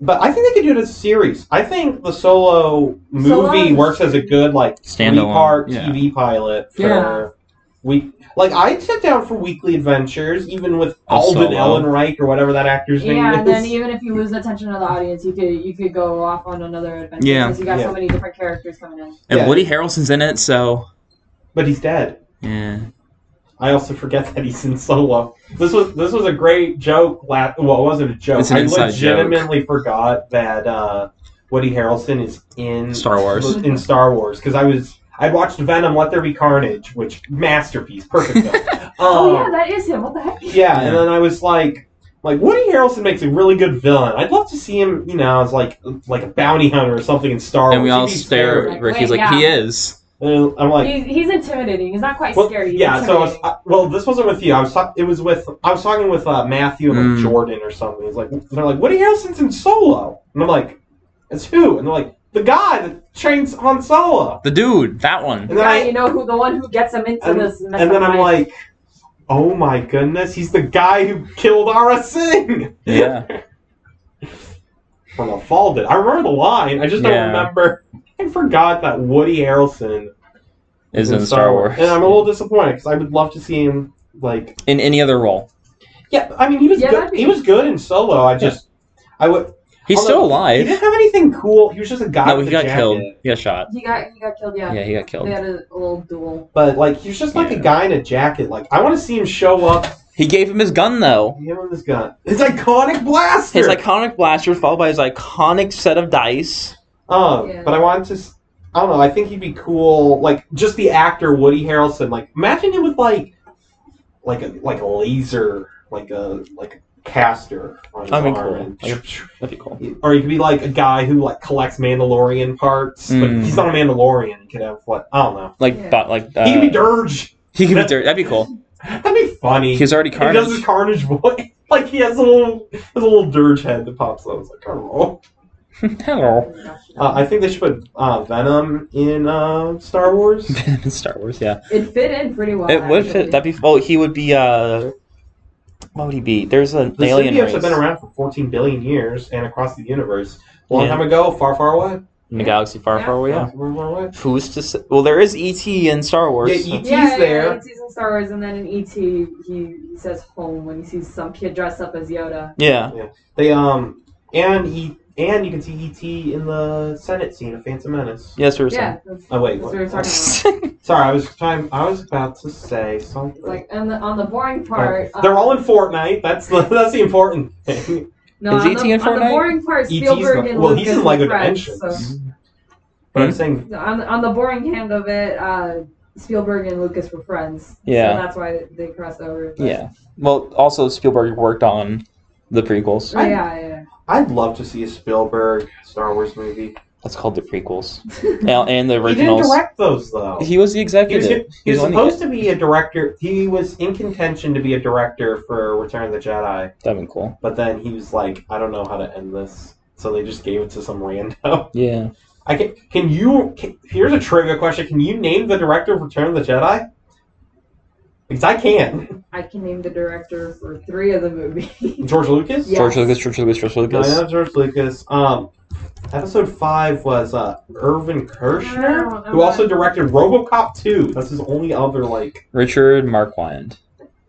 Speaker 1: but I think they could do it as a series. I think the solo movie
Speaker 3: Solo-
Speaker 1: works as a good like three
Speaker 2: Standalone,
Speaker 1: part
Speaker 2: yeah.
Speaker 1: TV pilot for
Speaker 3: Yeah.
Speaker 1: week. Like I'd sit down for weekly adventures, even with Alden
Speaker 2: solo.
Speaker 1: Ehrenreich or whatever that actor's name
Speaker 3: Yeah,
Speaker 1: is.
Speaker 3: and then even if you lose the attention of the audience, you could you could go off on another adventure
Speaker 2: Yeah.
Speaker 3: because you got
Speaker 1: Yeah.
Speaker 3: so many different characters coming in.
Speaker 2: and
Speaker 1: Yeah.
Speaker 2: Woody Harrelson's in it, so
Speaker 1: but he's dead.
Speaker 2: yeah.
Speaker 1: I also forget that he's in solo. This was this was a great joke. La- well, it wasn't a joke.
Speaker 2: It's an
Speaker 1: I
Speaker 2: inside
Speaker 1: legitimately forgot that uh, Woody Harrelson is in
Speaker 2: Star Wars.
Speaker 1: in Star Wars because I was I watched Venom: Let There Be Carnage, which masterpiece, perfect film.
Speaker 2: [laughs]
Speaker 1: um,
Speaker 3: oh yeah, that is him. What the heck?
Speaker 1: yeah, and
Speaker 2: Yeah.
Speaker 1: then I was like, like Woody Harrelson makes a really good villain. I'd love to see him, you know, as like like a bounty hunter or something in Star Wars.
Speaker 2: And we all
Speaker 1: He'd be
Speaker 2: stare
Speaker 1: scary.
Speaker 2: at Ricky's
Speaker 3: Wait,
Speaker 2: like he
Speaker 3: yeah.
Speaker 2: is.
Speaker 1: And I'm like,
Speaker 3: He's, he's intimidating. He's not quite
Speaker 1: Well,
Speaker 3: scary. He's
Speaker 1: yeah, so uh, I was,
Speaker 3: intimidating.
Speaker 1: I, well, this wasn't with you. I was talk, it was with I was talking with uh, Matthew and like,
Speaker 2: Mm.
Speaker 1: Jordan or something. He's like, they're like, Woody Harrelson's in Solo, and I'm like, it's who? And they're like, the guy that trains Han Solo.
Speaker 2: The dude, that one.
Speaker 1: And then
Speaker 3: Guy,
Speaker 1: I-
Speaker 3: you know who the one who gets him into
Speaker 1: And-
Speaker 3: this mess
Speaker 1: and then
Speaker 3: up
Speaker 1: I'm
Speaker 3: life.
Speaker 1: like, oh my goodness, he's the guy who killed Ara Singh [laughs]
Speaker 2: Yeah.
Speaker 1: from a fall did. I remember the line. I just don't
Speaker 2: Yeah.
Speaker 1: remember. I forgot that Woody Harrelson
Speaker 2: Is in Star Wars.
Speaker 1: and I'm a little disappointed because I would love to see him like
Speaker 2: in any other role.
Speaker 1: Yeah, I mean he was
Speaker 3: Yeah,
Speaker 1: good.
Speaker 3: that'd be-
Speaker 1: He was good in Solo. I just, I would.
Speaker 2: He's
Speaker 1: Although,
Speaker 2: still
Speaker 1: He
Speaker 2: alive.
Speaker 1: didn't have anything cool. He was just a guy.
Speaker 2: No,
Speaker 1: with
Speaker 2: he
Speaker 1: a
Speaker 2: got
Speaker 1: jacket.
Speaker 2: killed. He got shot.
Speaker 3: he got he got killed. Yeah,
Speaker 2: Yeah, he got
Speaker 3: they
Speaker 2: killed.
Speaker 3: had a little duel.
Speaker 1: But like, he was just like
Speaker 2: Yeah.
Speaker 1: a guy in a jacket. Like, I want to see him show up.
Speaker 2: He gave him his gun though.
Speaker 1: Give him this gun. His iconic blaster.
Speaker 2: His iconic blaster followed by his iconic set of dice.
Speaker 1: Um,
Speaker 3: Yeah.
Speaker 1: but I wanted to. s- I don't know. I think he'd be cool. Like, just the actor Woody Harrelson. Like, imagine him with like, like a like a laser, like a like a caster on his
Speaker 2: That'd be
Speaker 1: arm.
Speaker 2: cool. Like That'd be cool.
Speaker 1: or he could be like a guy who like collects Mandalorian parts, but
Speaker 2: Mm.
Speaker 1: he's not a Mandalorian. He could have what I don't know.
Speaker 2: Like
Speaker 3: Yeah.
Speaker 2: but like uh,
Speaker 1: he could be Dirge.
Speaker 2: He could be dirt. That'd be cool.
Speaker 1: That'd be funny.
Speaker 2: He's already
Speaker 1: He does his [laughs]
Speaker 2: carnage.
Speaker 1: Carnage voice. Like he has a little, has a little Dirge head that pops up. It's like, oh,
Speaker 2: [laughs] Hello.
Speaker 1: Uh, I think they should put uh, Venom in uh, Star
Speaker 2: [laughs]
Speaker 1: Wars.
Speaker 2: Star Wars, yeah.
Speaker 3: It fit in pretty well.
Speaker 2: it would
Speaker 3: actually.
Speaker 2: fit. That'd be. Well, he would be. uh What would he be? There's an
Speaker 1: The
Speaker 2: alien
Speaker 1: symbiotes
Speaker 2: race.
Speaker 1: have been around for 14 billion years and across the universe. A long
Speaker 2: Yeah.
Speaker 1: time ago, far, far away.
Speaker 2: in the galaxy far, far away. Yeah.
Speaker 1: Far, far away.
Speaker 2: Who's to say? Well, there is ET in Star Wars.
Speaker 1: Yeah, E
Speaker 2: so-
Speaker 1: E.T.
Speaker 3: Yeah, yeah,
Speaker 1: there.
Speaker 3: yeah, ET's in Star Wars, and then in ET, he, he says home when he sees some kid dressed up as Yoda.
Speaker 2: yeah.
Speaker 1: They um and he and you can see ET in the Senate scene of Phantom Menace.
Speaker 2: Yes, or
Speaker 3: Yeah, that's,
Speaker 1: Oh wait,
Speaker 3: that's what we were
Speaker 1: what?
Speaker 3: talking about.
Speaker 1: sorry, I was trying. I was about to say something.
Speaker 3: It's like uh, and the, on the boring part. um,
Speaker 1: Oh, They're all in Fortnite. That's the, that's the important
Speaker 3: [laughs]
Speaker 1: thing.
Speaker 3: No,
Speaker 2: Is
Speaker 3: on
Speaker 2: ET
Speaker 3: the,
Speaker 2: in
Speaker 3: on the
Speaker 2: Fortnite?
Speaker 3: boring part,
Speaker 1: ET's
Speaker 3: Spielberg
Speaker 1: E not-
Speaker 3: and
Speaker 1: well,
Speaker 3: Lucas
Speaker 1: he's in Lego
Speaker 3: were friends,
Speaker 1: Dimensions.
Speaker 3: so-
Speaker 1: But I'm
Speaker 2: Mm-hmm. Hmm?
Speaker 1: saying
Speaker 3: on on the boring hand of it, uh, Spielberg and Lucas were friends.
Speaker 2: Yeah.
Speaker 3: so that's why they crossed over. but-
Speaker 2: [laughs] Yeah. Well, also Spielberg worked on the prequels.
Speaker 3: Oh, yeah, yeah.
Speaker 1: I'd love to see a Spielberg Star Wars movie.
Speaker 2: That's called
Speaker 1: [laughs]
Speaker 2: the prequels. and, and
Speaker 1: He
Speaker 2: the
Speaker 1: didn't
Speaker 2: originals.
Speaker 1: direct those though.
Speaker 2: He was the
Speaker 1: He was,
Speaker 2: executive.
Speaker 1: he was
Speaker 2: on the-
Speaker 1: supposed to be a director. He was in contention to be a director for Return of the Jedi,
Speaker 2: That'd been cool.
Speaker 1: but then he was like, "I don't know how to end this," so they just gave it to some rando. [laughs]
Speaker 2: Yeah.
Speaker 1: I can. Can you? Can, here's a trivia question: Can you name the director of Return of the Jedi? Because I can.
Speaker 3: [laughs]
Speaker 1: [laughs]
Speaker 3: I can name the director for three of the movies.
Speaker 1: George Lucas.
Speaker 3: Yeah.
Speaker 2: George Lucas, George Lucas, George
Speaker 1: No,
Speaker 2: Lucas.
Speaker 1: not George Lucas. Um, episode five was uh, Irvin
Speaker 3: [laughs]
Speaker 1: Kershner, who also directed RoboCop two. That's his only other like
Speaker 2: Richard Marquand.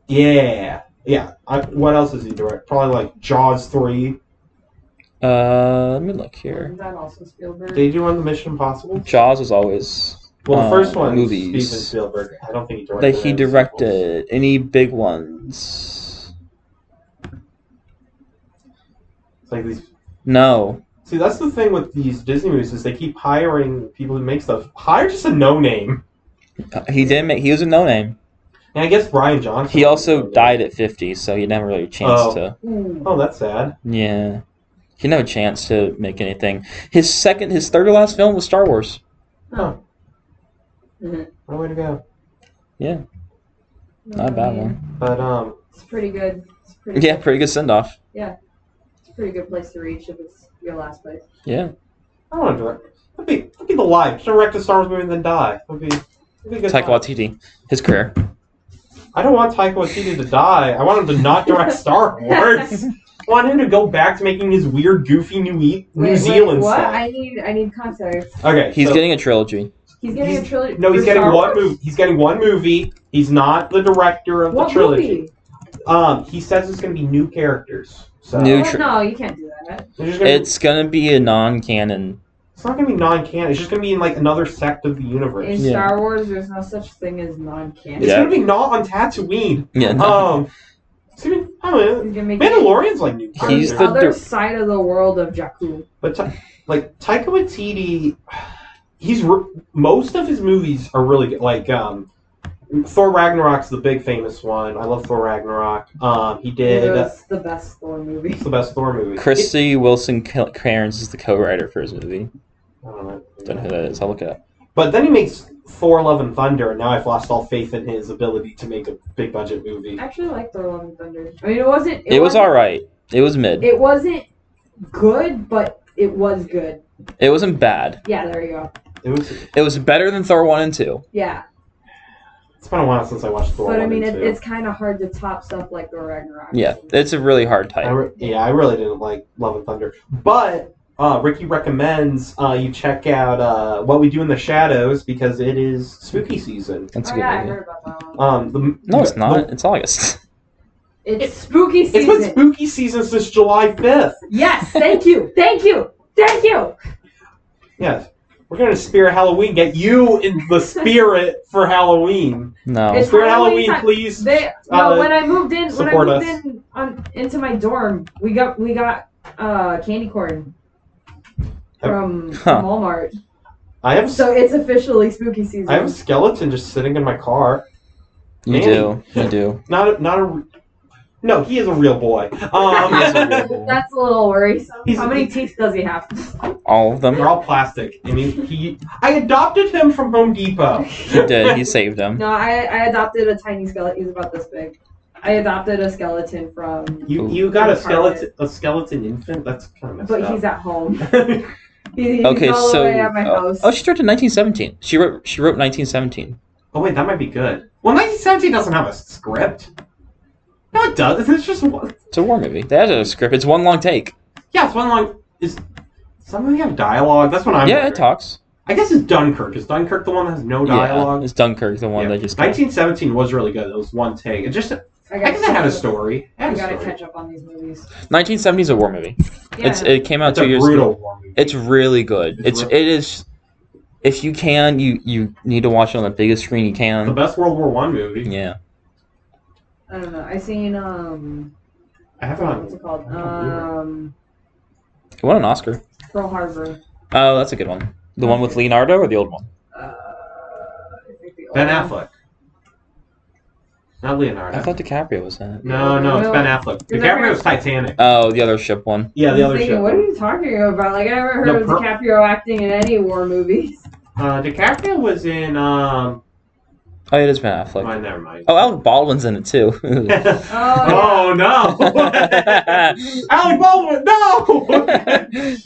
Speaker 1: Yeah, yeah. I, what else is he direct? Probably like Jaws three.
Speaker 2: Uh, let me look here.
Speaker 3: Is that also Spielberg?
Speaker 1: Did he do one of the Mission Impossible?
Speaker 2: Jaws was always
Speaker 1: Well, the
Speaker 2: Uh,
Speaker 1: first one,
Speaker 2: movies.
Speaker 1: Steven Spielberg. I don't think he directed.
Speaker 2: that
Speaker 1: any
Speaker 2: he
Speaker 1: of the sequels.
Speaker 2: directed. Any big ones?
Speaker 1: It's like these.
Speaker 2: No.
Speaker 1: See, that's the thing with these Disney movies is they keep hiring people who make stuff. Hire just a no name.
Speaker 2: He didn't make. He was a no name.
Speaker 1: And I guess Brian Johnson.
Speaker 2: He also
Speaker 1: was a no-name.
Speaker 2: died at fifty, so he never really a chance
Speaker 1: Oh.
Speaker 2: to.
Speaker 3: Ooh.
Speaker 1: Oh, that's sad.
Speaker 2: Yeah. He never chance to make anything. His second, his third to last film was Star Wars.
Speaker 1: No,
Speaker 3: Mhm.
Speaker 1: no way to go.
Speaker 3: [laughs]
Speaker 2: Not a bad one.
Speaker 1: But um,
Speaker 3: It's pretty good. It's pretty
Speaker 2: Yeah,
Speaker 3: Good.
Speaker 2: pretty good send off.
Speaker 3: It's a pretty good place to reach if it's your last place.
Speaker 2: Yeah.
Speaker 1: I don't want to direct. That'd be that'd be the life. Just direct a Star Wars movie and then die. That'd be. that'd be a Good
Speaker 2: Taika
Speaker 1: life.
Speaker 2: Waititi, his career.
Speaker 1: I don't want Taika Waititi to die. I want him to not
Speaker 3: [laughs]
Speaker 1: direct Star Wars. I want him to go back to making his weird, goofy New, e- New
Speaker 3: Wait, wait,
Speaker 1: Zealand
Speaker 3: what?
Speaker 1: stuff.
Speaker 3: I need I need context.
Speaker 1: Okay,
Speaker 2: He's
Speaker 1: so-
Speaker 2: getting a trilogy.
Speaker 3: He's getting
Speaker 1: He's-
Speaker 3: a trilogy.
Speaker 1: no. He's
Speaker 3: for
Speaker 1: getting
Speaker 3: Star
Speaker 1: one
Speaker 3: Wars?
Speaker 1: movie. He's getting one movie. He's not the director of
Speaker 3: What
Speaker 1: the trilogy.
Speaker 3: movie?
Speaker 1: Um, he says it's gonna be new characters. So
Speaker 2: New-
Speaker 3: What?
Speaker 2: tri-
Speaker 3: No, you can't do that.
Speaker 1: They're just gonna be- it's,
Speaker 2: It's gonna be a non-canon.
Speaker 1: not gonna be non-canon. It's just gonna be in like another sect of the universe.
Speaker 3: In
Speaker 1: It's,
Speaker 2: Yeah.
Speaker 3: Star Wars, there's no such thing as non-canon.
Speaker 2: Yeah.
Speaker 1: gonna be not on Tatooine.
Speaker 2: Yeah, no.
Speaker 1: Um, it's gonna be, I don't know.
Speaker 3: You can make it
Speaker 1: Mandalorian's like new
Speaker 3: on
Speaker 1: characters.
Speaker 2: He's
Speaker 3: the,
Speaker 2: the
Speaker 3: other
Speaker 2: dir-
Speaker 3: side of the world of Jakku.
Speaker 1: But Ta- like Taika Waititi, he's re- most of his movies are really good. Like um, Thor Ragnarok's the big famous one. I love Thor Ragnarok. Um, he
Speaker 3: It
Speaker 1: did.
Speaker 3: was the best Thor movie. [laughs]
Speaker 1: It's the best Thor movie. It-
Speaker 2: Christy Wilson Ca- Cairns is the co-writer for his movie.
Speaker 1: I don't know.
Speaker 2: Don't know who that is. I'll look it up.
Speaker 1: But then he makes Thor: Love and Thunder, and now I've lost all faith in his ability to make a big budget movie.
Speaker 3: I actually like Thor: Love and Thunder. I mean, it wasn't.
Speaker 2: It, was
Speaker 3: wasn't-
Speaker 2: all right. It was mid. It,
Speaker 3: It wasn't good, but it was good.
Speaker 2: wasn't bad.
Speaker 3: Yeah, there you go.
Speaker 1: It was.
Speaker 2: It was better than Thor one and two.
Speaker 3: Yeah,
Speaker 1: It's been a while since I watched Thor.
Speaker 3: but I
Speaker 1: one
Speaker 3: mean,
Speaker 1: and
Speaker 3: it,
Speaker 1: two.
Speaker 3: it's kind of hard to top stuff like Thor Ragnarok.
Speaker 2: Yeah, it's a really hard
Speaker 1: I
Speaker 2: type.
Speaker 1: re- yeah, I really didn't like Love and Thunder, but uh, Ricky recommends uh, you check out uh, What We Do in the Shadows because it is spooky season.
Speaker 2: That's a
Speaker 3: oh
Speaker 2: good
Speaker 3: yeah, I
Speaker 2: movie.
Speaker 3: heard about that one.
Speaker 1: Um, the,
Speaker 2: No, it's
Speaker 1: the-
Speaker 2: not. It's August. [laughs]
Speaker 3: It's spooky
Speaker 1: the- it's
Speaker 3: season.
Speaker 1: been spooky season since July fifth.
Speaker 3: yes, thank you, thank you, thank you.
Speaker 1: Yes, we're gonna spirit Halloween. Get you in the spirit for Halloween.
Speaker 2: No.
Speaker 3: It's
Speaker 1: Spirit Halloween,
Speaker 3: Halloween time.
Speaker 1: please.
Speaker 3: They, no,
Speaker 1: Uh,
Speaker 3: when I moved in, when I
Speaker 1: support
Speaker 3: moved
Speaker 1: us.
Speaker 3: in on, into my dorm, we got we got uh, candy corn from,
Speaker 2: Huh.
Speaker 3: from Walmart.
Speaker 1: I have
Speaker 3: So it's officially spooky season.
Speaker 1: I have a skeleton just sitting in my car.
Speaker 2: You do. You do.
Speaker 1: Not a, not a. re- No, he is a real
Speaker 2: [laughs]
Speaker 1: boy.
Speaker 3: [laughs]
Speaker 1: Um,
Speaker 3: That's a little worrisome.
Speaker 1: He's-
Speaker 3: How many teeth does he have?
Speaker 2: All of them.
Speaker 1: they're all plastic. I mean, he. I adopted him from Home Depot.
Speaker 2: He did. He saved them.
Speaker 3: No, I, I adopted a tiny skeleton. He's about this big. I adopted a skeleton from,
Speaker 1: You
Speaker 2: Ooh.
Speaker 1: you got a
Speaker 3: Good
Speaker 1: skeleton a skeleton infant? That's kind of messed
Speaker 3: but
Speaker 1: up.
Speaker 3: he's at
Speaker 1: [laughs]
Speaker 3: home. He- he's
Speaker 2: Okay,
Speaker 3: all
Speaker 2: so
Speaker 3: the way at my
Speaker 2: oh,
Speaker 3: house.
Speaker 2: oh, she started in 1917. She wrote she wrote 1917.
Speaker 1: oh wait, that might be good. Well, 1917 doesn't have a script. No, it does. It's just one.
Speaker 2: It's a war movie. They had a script. It's one long take.
Speaker 1: Yeah, it's one long. Is some of them have dialogue? That's what I'm.
Speaker 2: yeah, it
Speaker 1: wondering.
Speaker 2: talks.
Speaker 1: I guess it's Dunkirk. Is Dunkirk the one that has no
Speaker 2: Yeah,
Speaker 1: dialogue?
Speaker 2: it's Dunkirk, the one
Speaker 1: Yeah.
Speaker 2: that just.
Speaker 1: 1917 was really good. It was one take. It just I
Speaker 3: gotta
Speaker 1: guess it had a
Speaker 3: catch up.
Speaker 1: story. It had
Speaker 3: I
Speaker 1: a
Speaker 3: gotta
Speaker 1: story.
Speaker 3: catch up on these movies.
Speaker 2: 1970 is a war movie.
Speaker 3: Yeah.
Speaker 2: It's it came out
Speaker 1: It's
Speaker 2: two
Speaker 1: a
Speaker 2: years.
Speaker 1: brutal
Speaker 2: ago.
Speaker 1: war movie.
Speaker 2: It's really good.
Speaker 1: It's
Speaker 2: It's it is. If you can, you you need to watch it on the biggest screen you
Speaker 1: the
Speaker 2: can.
Speaker 1: best World War One movie.
Speaker 2: Yeah.
Speaker 3: I don't know. I seen um,
Speaker 1: I have it
Speaker 3: what's
Speaker 1: on.
Speaker 3: it called?
Speaker 1: I don't remember.
Speaker 3: Um,
Speaker 2: It won an Oscar.
Speaker 3: Pearl Harbor.
Speaker 2: Oh, that's a good one. The one with Leonardo or the old one?
Speaker 3: Uh, I think the
Speaker 1: Ben
Speaker 3: old one.
Speaker 1: Affleck. Not Leonardo.
Speaker 2: I thought DiCaprio was in it.
Speaker 1: No, no, it's
Speaker 3: No.
Speaker 1: Ben Affleck.
Speaker 3: Is that
Speaker 1: DiCaprio was Titanic.
Speaker 2: Oh, the other ship one.
Speaker 1: Yeah,
Speaker 3: I
Speaker 1: the
Speaker 3: was
Speaker 1: other
Speaker 3: thinking, What
Speaker 1: show.
Speaker 3: are you talking about? Like I never heard
Speaker 1: No,
Speaker 3: of
Speaker 1: Pearl-
Speaker 3: DiCaprio acting in any war movies. [laughs]
Speaker 1: Uh, DiCaprio was in. Um,
Speaker 2: Oh, it is Ben Affleck.
Speaker 1: oh, never mind. [laughs]
Speaker 2: Oh, Alec Baldwin's in it too.
Speaker 1: oh
Speaker 2: [laughs]
Speaker 1: no! Alec Baldwin, no!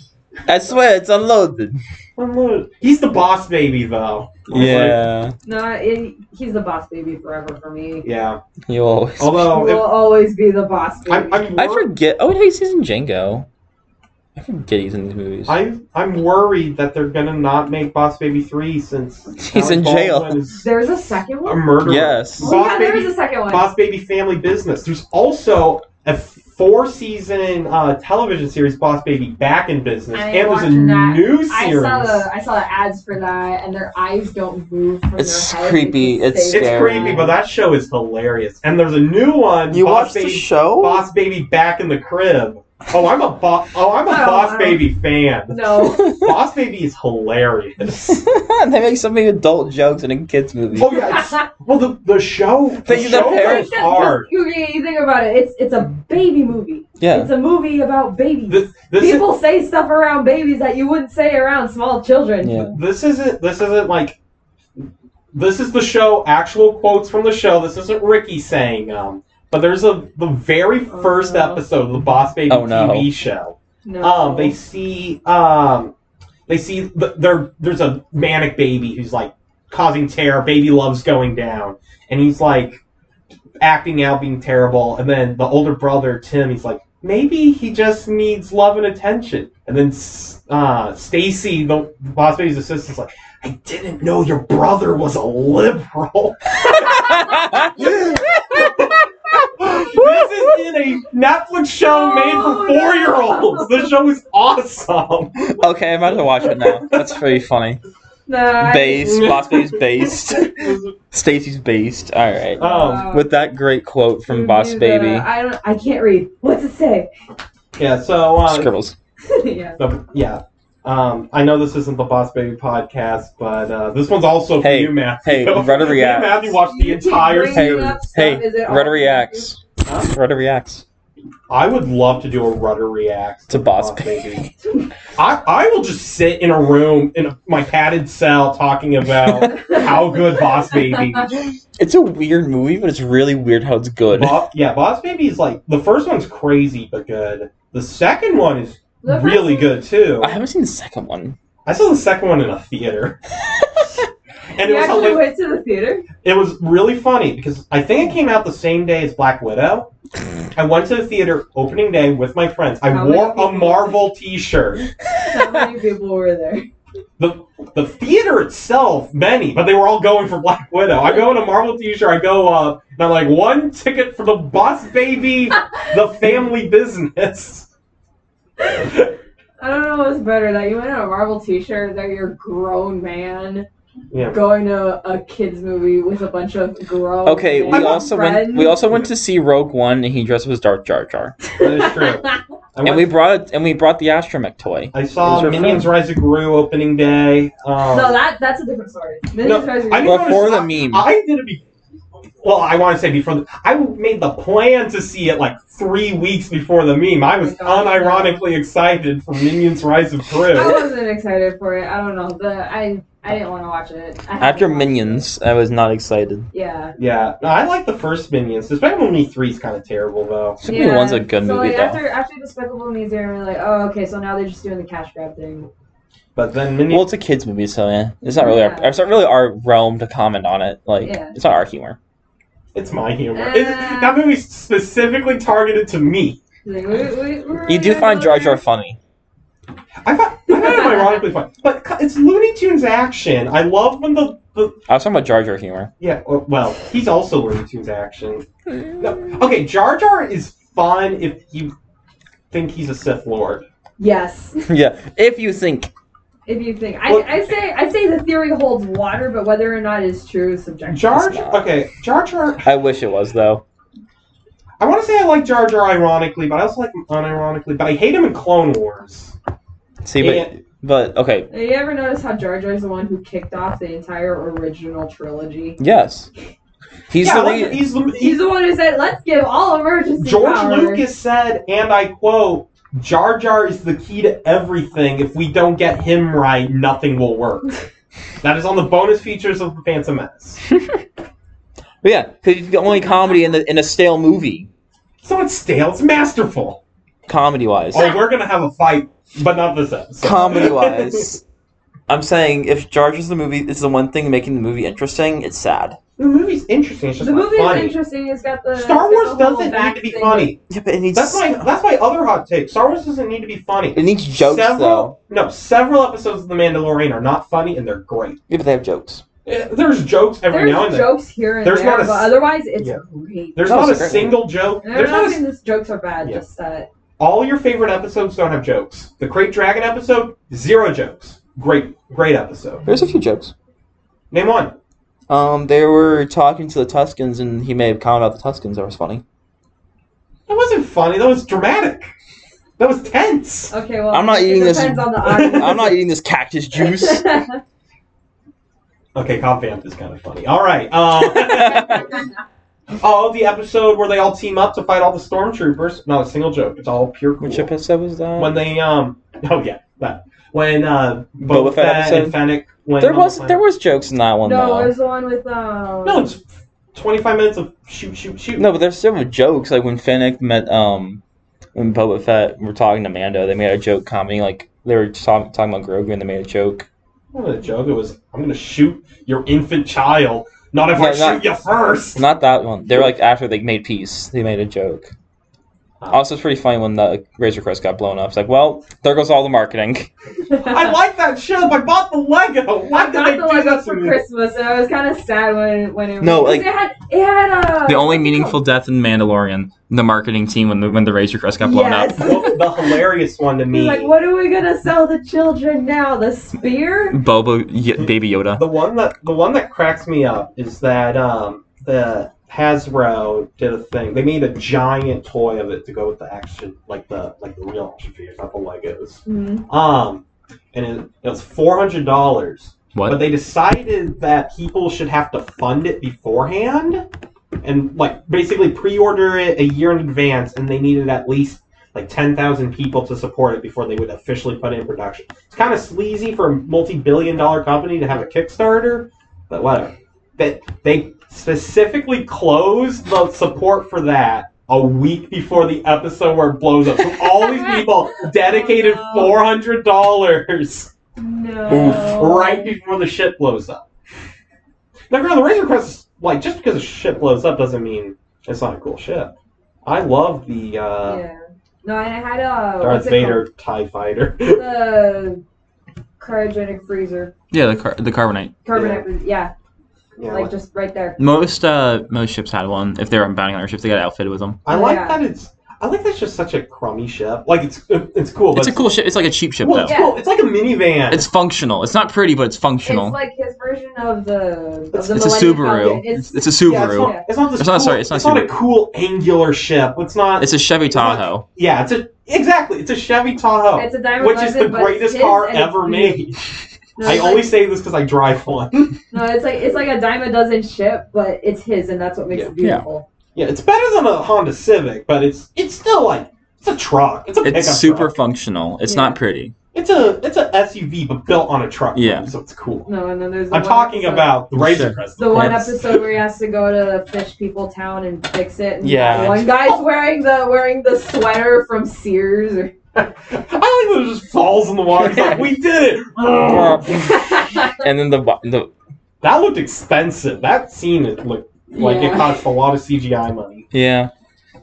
Speaker 2: I swear it's unloaded.
Speaker 1: Unload. [laughs] He's the boss baby, though.
Speaker 2: Yeah,
Speaker 3: No, it, he's the boss baby forever for me.
Speaker 1: Yeah.
Speaker 2: you always.
Speaker 1: Although,
Speaker 3: he will
Speaker 1: if,
Speaker 3: always be the boss baby.
Speaker 1: I'm, I'm,
Speaker 2: I
Speaker 1: wor-
Speaker 2: forget. Oh, no, he's in Django. I forget he's in these movies.
Speaker 1: I'm, I'm worried that they're gonna not make Boss Baby three since
Speaker 2: He's in jail.
Speaker 1: Baldwin is
Speaker 3: There's a second
Speaker 1: a
Speaker 3: one.
Speaker 1: murderer.
Speaker 2: Yes.
Speaker 3: Oh
Speaker 1: Boss
Speaker 3: yeah,
Speaker 1: Baby-
Speaker 3: there's a second one.
Speaker 1: Boss Baby Family Business. There's also a four season uh, television series, Boss Baby Back in Business,
Speaker 3: I ain't
Speaker 1: and there's a
Speaker 3: watching that.
Speaker 1: new series.
Speaker 3: I saw the I saw the ads for that, and their eyes don't move. From
Speaker 2: It's
Speaker 3: their head.
Speaker 2: creepy,
Speaker 3: They just
Speaker 2: it's
Speaker 3: stay
Speaker 1: it's
Speaker 2: scary.
Speaker 1: creepy, but that show is hilarious. And there's a new one. Boss Baby,
Speaker 2: show? [laughs]
Speaker 1: Boss Baby Back in the Crib. Oh, I'm a bo- oh, I'm a
Speaker 3: Oh,
Speaker 1: Boss
Speaker 3: wow.
Speaker 1: Baby fan.
Speaker 3: [laughs] No,
Speaker 1: [laughs] Boss Baby is hilarious.
Speaker 2: [laughs] they make so many adult jokes in a kids movie.
Speaker 1: Oh yeah.
Speaker 3: [laughs]
Speaker 1: it's- Well, the the show the
Speaker 2: They- the
Speaker 1: show
Speaker 2: parents-
Speaker 1: goes hard.
Speaker 3: You, you think about it. It's it's a baby movie.
Speaker 2: Yeah, [laughs]
Speaker 3: It's a movie about babies.
Speaker 1: This, this is-
Speaker 3: People say stuff around babies that you wouldn't say around small children.
Speaker 2: yeah.
Speaker 1: this isn't this isn't like this is the show actual quotes from the show this isn't ricky saying them but there's a the very
Speaker 3: Oh,
Speaker 1: first
Speaker 3: no.
Speaker 1: episode of the boss baby
Speaker 2: Oh, no.
Speaker 1: tv show
Speaker 3: No.
Speaker 1: um they see um they see th- there there's a manic baby who's like causing terror baby loves going down and he's like acting out being terrible and then the older brother tim he's like maybe he just needs love and attention and then S- uh, stacy the the boss baby's assistant's like i didn't know your brother was a liberal [laughs] this is in a netflix show made
Speaker 3: Oh,
Speaker 1: for
Speaker 3: no.
Speaker 1: four-year-olds the show is awesome
Speaker 2: okay, I'm about to watch it now. That's pretty funny.
Speaker 3: Nah, I-
Speaker 2: Based, Boss
Speaker 1: [laughs]
Speaker 2: Baby's based, Stacy's based. All right.
Speaker 1: um,
Speaker 2: With that great quote from
Speaker 3: you
Speaker 2: Boss
Speaker 3: do the-
Speaker 2: Baby,
Speaker 1: uh,
Speaker 3: I don't. I can't read. What's it say? [laughs]
Speaker 1: yeah so uh,
Speaker 2: scribbles.
Speaker 3: yeah.
Speaker 1: The, yeah. Um, I know this isn't the Boss Baby podcast, but uh, this one's also for
Speaker 2: Hey,
Speaker 1: you, Matthew. [laughs]
Speaker 2: hey, Rudder
Speaker 1: Me and
Speaker 2: reacts.
Speaker 1: Matthew watched the
Speaker 3: You keep
Speaker 1: entire
Speaker 3: bringing
Speaker 1: series.
Speaker 3: up stuff.
Speaker 2: Hey,
Speaker 3: Is it all-
Speaker 2: Rudder reacts.
Speaker 1: Huh?
Speaker 2: Rudder reacts.
Speaker 1: I would love to do a Rudder reacts
Speaker 2: To Boss
Speaker 1: Baby. I, I will just sit in a room in my padded cell talking
Speaker 3: [laughs]
Speaker 1: about how good Boss Baby.
Speaker 2: It's a weird movie, but it's really weird how it's good.
Speaker 1: Bo- yeah, Boss Baby is like the first one's crazy but good. The second one is
Speaker 3: The first
Speaker 1: really
Speaker 3: one-
Speaker 1: good too.
Speaker 2: I haven't seen the second one.
Speaker 1: I saw the second one in a
Speaker 2: [laughs]
Speaker 1: theater, and it
Speaker 3: you
Speaker 1: was
Speaker 3: actually
Speaker 1: hilarious.
Speaker 3: went to the theater.
Speaker 1: It was really funny because I think it came out the same day as Black Widow. I went to the theater opening day with my friends. I
Speaker 3: How many
Speaker 1: wore
Speaker 3: people
Speaker 1: a
Speaker 3: were
Speaker 1: Marvel T-shirt.
Speaker 3: How many people were there?
Speaker 1: The the theater itself, many, but they were all going for Black Widow. I go in a Marvel T-shirt. I go up and I'm like one ticket for the Boss Baby, the family business.
Speaker 3: I don't know what's better that you went in a Marvel T-shirt that you're a grown man
Speaker 1: Yeah.
Speaker 3: going to a kids movie with a bunch of grown.
Speaker 2: Okay, we
Speaker 3: men,
Speaker 2: also went.
Speaker 3: friends. [laughs]
Speaker 2: We also went to see Rogue One, and he dressed up as Darth Jar Jar.
Speaker 1: That is true. I,
Speaker 2: And
Speaker 1: went,
Speaker 2: we brought and we brought the astromech toy.
Speaker 1: I saw
Speaker 2: Those are
Speaker 1: Minions
Speaker 2: fun.
Speaker 1: Rise of Gru opening day. Um,
Speaker 3: No, that that's a different story. Minions
Speaker 1: No,
Speaker 3: Rise of
Speaker 1: I
Speaker 3: Gru-
Speaker 1: didn't
Speaker 2: Well, for
Speaker 1: notice-
Speaker 2: the meme.
Speaker 1: I did it. Be- well, I want to say before the, I made the plan to see it like three weeks before the meme. I was
Speaker 3: Oh my God. Oh.
Speaker 1: unironically excited for Minions: Rise of
Speaker 3: I
Speaker 1: Crew.
Speaker 3: wasn't excited for it. I don't know. The I I didn't want to watch it. I haven't
Speaker 2: After
Speaker 3: watched it.
Speaker 2: Minions, I was not excited.
Speaker 3: Yeah.
Speaker 1: Yeah, no, I like the first Minions. Despicable Me three is kind of terrible though.
Speaker 2: Despicable
Speaker 3: Yeah.
Speaker 2: One's a good
Speaker 3: so
Speaker 2: movie
Speaker 3: like
Speaker 2: though.
Speaker 3: after after Despicable Me, they're really like, oh okay, so now they're just doing the cash grab thing.
Speaker 1: But then
Speaker 2: well,
Speaker 1: Minions.
Speaker 2: it's a kids movie, so yeah, it's not really
Speaker 3: Yeah.
Speaker 2: our, it's not really our realm to comment on it. Like,
Speaker 3: Yeah.
Speaker 2: it's not our humor.
Speaker 1: it's my humor.
Speaker 3: Uh,
Speaker 1: It's- that movie's specifically targeted to me.
Speaker 3: Like, we, we, we're
Speaker 2: You do
Speaker 3: gonna
Speaker 2: find
Speaker 3: go
Speaker 2: Jar
Speaker 3: there.
Speaker 2: Jar funny.
Speaker 1: I thought I found it ironically
Speaker 3: [laughs]
Speaker 1: fun, but c- it's Looney Tunes action. I love when the, the
Speaker 2: I was talking about Jar Jar
Speaker 3: [laughs]
Speaker 2: humor.
Speaker 1: yeah. or- Well, he's also Looney Tunes action. No, okay, Jar Jar is fun if you think he's a Sith Lord.
Speaker 3: Yes. [laughs]
Speaker 2: yeah, if you think
Speaker 3: If you think I,
Speaker 1: Well-
Speaker 3: I say I say the theory holds water, but whether or not it's true is subjective.
Speaker 1: Jar
Speaker 2: It's not.
Speaker 1: okay, Jar Jar.
Speaker 2: I wish it was though.
Speaker 1: I want to say I like Jar Jar ironically, but I also like him unironically. But I hate him in Clone Wars.
Speaker 2: See, but but okay,
Speaker 3: You ever notice how Jar Jar's the one who kicked off the entire original trilogy?
Speaker 2: yes, he's
Speaker 1: yeah,
Speaker 2: the
Speaker 1: like,
Speaker 2: lead.
Speaker 1: he's the
Speaker 3: He's the one who said, "Let's give all emergency
Speaker 1: George
Speaker 3: powers."
Speaker 1: Lucas said, and I quote, Jar Jar is the key to everything. If we don't get him right, nothing will work. that is on the bonus features of The Phantom Menace.
Speaker 2: But yeah, because he's the only comedy in the in a stale movie,
Speaker 1: It's not stale, it's masterful.
Speaker 2: comedy wise.
Speaker 1: [laughs] Oh, we're going to have a fight, but not this episode.
Speaker 2: comedy wise. [laughs] I'm saying if Jar Jar's the movie is the one thing making the movie interesting, it's sad.
Speaker 1: the movie's interesting. It's just
Speaker 3: The
Speaker 1: not
Speaker 3: movie
Speaker 1: funny.
Speaker 3: is interesting. It's got the
Speaker 1: Star Wars
Speaker 3: it's got the whole
Speaker 1: doesn't need
Speaker 3: back
Speaker 1: to be
Speaker 3: thing.
Speaker 1: funny.
Speaker 2: Yeah, but it needs
Speaker 1: That's my that's my other hot take. Star Wars doesn't need to be funny.
Speaker 2: it needs jokes though.
Speaker 1: several no, several episodes of The Mandalorian are not funny and they're great.
Speaker 2: Yeah, but they have jokes.
Speaker 1: Eh, There's jokes every
Speaker 3: There's
Speaker 1: now and then.
Speaker 3: jokes here and
Speaker 1: There's
Speaker 3: there,
Speaker 1: not a
Speaker 3: but
Speaker 1: s-
Speaker 3: otherwise it's
Speaker 1: Yeah.
Speaker 3: great.
Speaker 1: There's
Speaker 2: That
Speaker 1: not a
Speaker 2: was a great
Speaker 1: single joke.
Speaker 3: And I'm
Speaker 1: There's
Speaker 3: not
Speaker 1: not a,
Speaker 3: saying these jokes are bad.
Speaker 1: Yeah.
Speaker 3: Just that
Speaker 1: all your favorite episodes don't have jokes. The Crate Dragon episode, zero jokes. Great, great episode.
Speaker 2: There's a few jokes.
Speaker 1: Name one.
Speaker 2: Um, they were talking to the Tuscans, and he may have commented about the Tuscans. That was funny.
Speaker 1: That wasn't funny. That was dramatic. That was tense.
Speaker 3: okay. Well,
Speaker 2: I'm not
Speaker 3: it
Speaker 2: eating this-
Speaker 3: depends on the audience.
Speaker 2: [laughs] I'm not eating this
Speaker 1: [laughs]
Speaker 2: cactus
Speaker 3: [laughs]
Speaker 2: juice.
Speaker 1: Okay, Cobb Vamp is kind of funny. All right. [laughs] Uh, oh, the episode where they all team up to fight all the stormtroopers. Not a single joke. It's all pure cool.
Speaker 2: Which episode was that?
Speaker 1: When they um. Oh yeah, that. When uh, Boba,
Speaker 2: Boba Fett
Speaker 1: Fett and
Speaker 2: episode?
Speaker 1: Fennec. Went
Speaker 2: there
Speaker 1: on
Speaker 2: was
Speaker 1: the
Speaker 2: there was jokes in that one
Speaker 3: no,
Speaker 2: though.
Speaker 3: it was the one with um.
Speaker 1: planet.
Speaker 3: [laughs]
Speaker 1: No, it's twenty-five minutes of shoot, shoot, shoot.
Speaker 2: No, but there's several jokes. Like when Fennec met um when Boba Fett were talking to Mando, they made a joke comedy. Like they were talk- talking about Grogu, and they made a joke.
Speaker 1: One of the joke it was, I'm gonna shoot your infant child, not if I
Speaker 2: Yeah,
Speaker 1: shoot
Speaker 2: not-
Speaker 1: you first.
Speaker 2: Not that one. They're like after they made peace, they made a joke.
Speaker 1: Oh.
Speaker 2: Also, it's pretty funny when the Razor Crest got blown up. It's like, well, there goes all the marketing.
Speaker 1: I like that show. I bought the Lego. Why
Speaker 3: I
Speaker 1: did they
Speaker 3: got
Speaker 1: do
Speaker 3: the Lego
Speaker 1: that to
Speaker 3: for
Speaker 1: me?
Speaker 3: Christmas, and I was kind of sad when when it
Speaker 2: No,
Speaker 3: 'cause
Speaker 2: like-
Speaker 3: it had it had
Speaker 4: [laughs]
Speaker 3: uh,
Speaker 4: The only meaningful death in Mandalorian, the marketing team when the when the Razor Crest got blown
Speaker 3: yes.
Speaker 4: up. [laughs]
Speaker 1: Well, the hilarious one to
Speaker 3: He's
Speaker 1: me,
Speaker 3: like, what are we gonna sell the children now? The spear?
Speaker 4: Boba, y- Baby Yoda.
Speaker 1: the one that the one that cracks me up is that um the Hasbro did a thing. They made a giant toy of it to go with the action, like the like the real action figures, not the Legos.
Speaker 3: Mhm.
Speaker 1: Um, and it, it was four hundred dollars.
Speaker 4: What?
Speaker 1: But they decided that people should have to fund it beforehand and like basically pre-order it a year in advance and they needed at least like 10,000 people to support it before they would officially put it in production. It's kind of sleazy for a multi-billion dollar company to have a Kickstarter, but whatever. That they specifically closed the support for that a week before the episode where it blows up. So all
Speaker 3: [laughs]
Speaker 1: these people dedicated
Speaker 3: Oh, no.
Speaker 1: $400
Speaker 3: No.
Speaker 1: right before the shit blows up. Now, granted, the Razor Crest is like just because the shit blows up doesn't mean it's not a cool ship. I love the uh,
Speaker 3: Yeah. No, and I had a
Speaker 1: Darth
Speaker 3: what's it
Speaker 1: Vader Tie Fighter. [laughs]
Speaker 3: called? the cryogenic freezer,
Speaker 4: Yeah, the car- the carbonite.
Speaker 3: carbonite
Speaker 1: Yeah.
Speaker 3: freezer. Yeah,
Speaker 1: Yeah,
Speaker 3: like
Speaker 1: like-
Speaker 3: just right there.
Speaker 4: Most uh most ships had one. If they were bounty on their ships, they got outfitted with them.
Speaker 1: I like
Speaker 3: Yeah.
Speaker 1: that it's. I like that's just such a crummy ship. Like it's it's cool.
Speaker 4: It's
Speaker 1: But
Speaker 4: a cool ship. It's like a cheap ship
Speaker 1: Well,
Speaker 4: though.
Speaker 1: it's cool. It's like a minivan.
Speaker 4: It's functional. It's not pretty, but it's functional.
Speaker 3: It's like his version of the of the
Speaker 4: It's a
Speaker 3: Millennium
Speaker 4: Subaru.
Speaker 3: Falcon.
Speaker 4: It's,
Speaker 3: It's,
Speaker 4: it's a
Speaker 1: Yeah, it's
Speaker 4: Subaru.
Speaker 1: not. It's not, this
Speaker 4: It's not-
Speaker 1: cool-
Speaker 4: sorry, it's not
Speaker 1: a cool angular ship. It's not.
Speaker 4: It's a Chevy
Speaker 1: It's not-
Speaker 4: Tahoe.
Speaker 1: yeah. It's a exactly. It's a Chevy Tahoe,
Speaker 3: it's a diamond
Speaker 1: which is the
Speaker 3: Lexus, but it's
Speaker 1: greatest
Speaker 3: his
Speaker 1: car
Speaker 3: and it's
Speaker 1: ever
Speaker 3: huge.
Speaker 1: made.
Speaker 3: No,
Speaker 1: I
Speaker 3: it's
Speaker 1: always say this because I drive one.
Speaker 3: like, no, it's like it's like a dime a dozen ship, but it's his, and that's what makes
Speaker 1: Yeah.
Speaker 3: it beautiful.
Speaker 1: yeah, it's better than a Honda Civic, but it's it's still like it's a truck. It's a pickup
Speaker 2: It's super
Speaker 1: Truck.
Speaker 2: functional. It's
Speaker 3: Yeah.
Speaker 2: not pretty.
Speaker 1: It's a it's a SUV, but built on a truck.
Speaker 2: Yeah.
Speaker 1: so it's cool.
Speaker 3: No, and then there's. the
Speaker 1: I'm
Speaker 3: one
Speaker 1: talking
Speaker 3: episode-
Speaker 1: about the Razor
Speaker 2: Sure.
Speaker 1: Crest.
Speaker 3: The one
Speaker 2: Yes.
Speaker 3: episode where he has to go to the fish people town and fix it. And
Speaker 2: Yeah.
Speaker 3: that One guy's wearing the wearing the sweater from Sears. Or...
Speaker 1: [laughs] I like that it just falls in the water. It's
Speaker 3: [laughs]
Speaker 1: like, we did it.
Speaker 2: and
Speaker 3: yeah.
Speaker 2: then the bo- the
Speaker 1: that looked expensive. That scene it looked like it cost a lot of CGI money.
Speaker 2: yeah,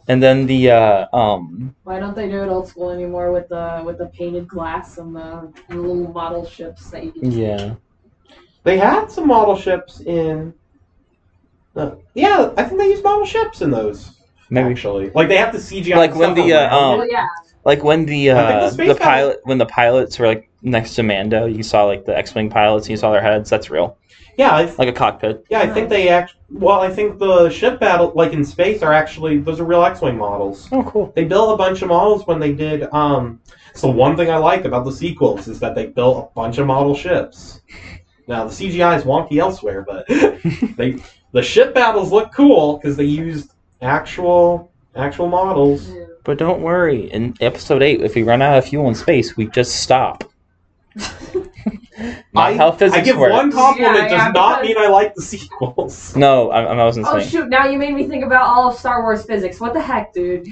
Speaker 2: and then the uh, um
Speaker 3: [laughs] Why don't they do it old school anymore with the with the painted glass and the, and the little model ships that you can
Speaker 2: yeah
Speaker 1: They had some model ships in. Uh, yeah, I think they used model ships in those.
Speaker 2: maybe
Speaker 1: actually, like they have to CGI.
Speaker 2: Like when
Speaker 1: stuff
Speaker 2: the, uh,
Speaker 1: around
Speaker 2: um,
Speaker 1: it.
Speaker 3: Well, Oh, yeah.
Speaker 2: like when the
Speaker 1: I think the
Speaker 2: uh,
Speaker 1: space
Speaker 2: the
Speaker 1: guy-
Speaker 2: pilot when the pilots were like next to Mando, you saw like the X-wing pilots, you saw their heads. That's real,
Speaker 1: yeah, I,
Speaker 2: like a cockpit.
Speaker 1: yeah, I think they act. Well, I think the ship battle, like in space, are actually those are real X-wing models.
Speaker 2: Oh, cool.
Speaker 1: They built a bunch of models when they did. Um, it's the one thing I like about the sequels is that they built a bunch of model ships. Now the CGI is wonky elsewhere,
Speaker 2: [laughs]
Speaker 1: but they the ship battles look cool because they used actual actual models.
Speaker 3: Yeah.
Speaker 2: But don't worry, in episode eight, if we run out of fuel in space, we just stop. Not
Speaker 1: I-
Speaker 2: how physics
Speaker 1: I give
Speaker 2: work.
Speaker 1: one compliment
Speaker 3: Yeah,
Speaker 1: does
Speaker 3: yeah,
Speaker 1: not
Speaker 3: because-
Speaker 1: mean I like the sequels.
Speaker 2: No, I, I wasn't
Speaker 3: Oh
Speaker 2: saying.
Speaker 3: shoot! Now you made me think about all of Star Wars physics. What the heck, dude?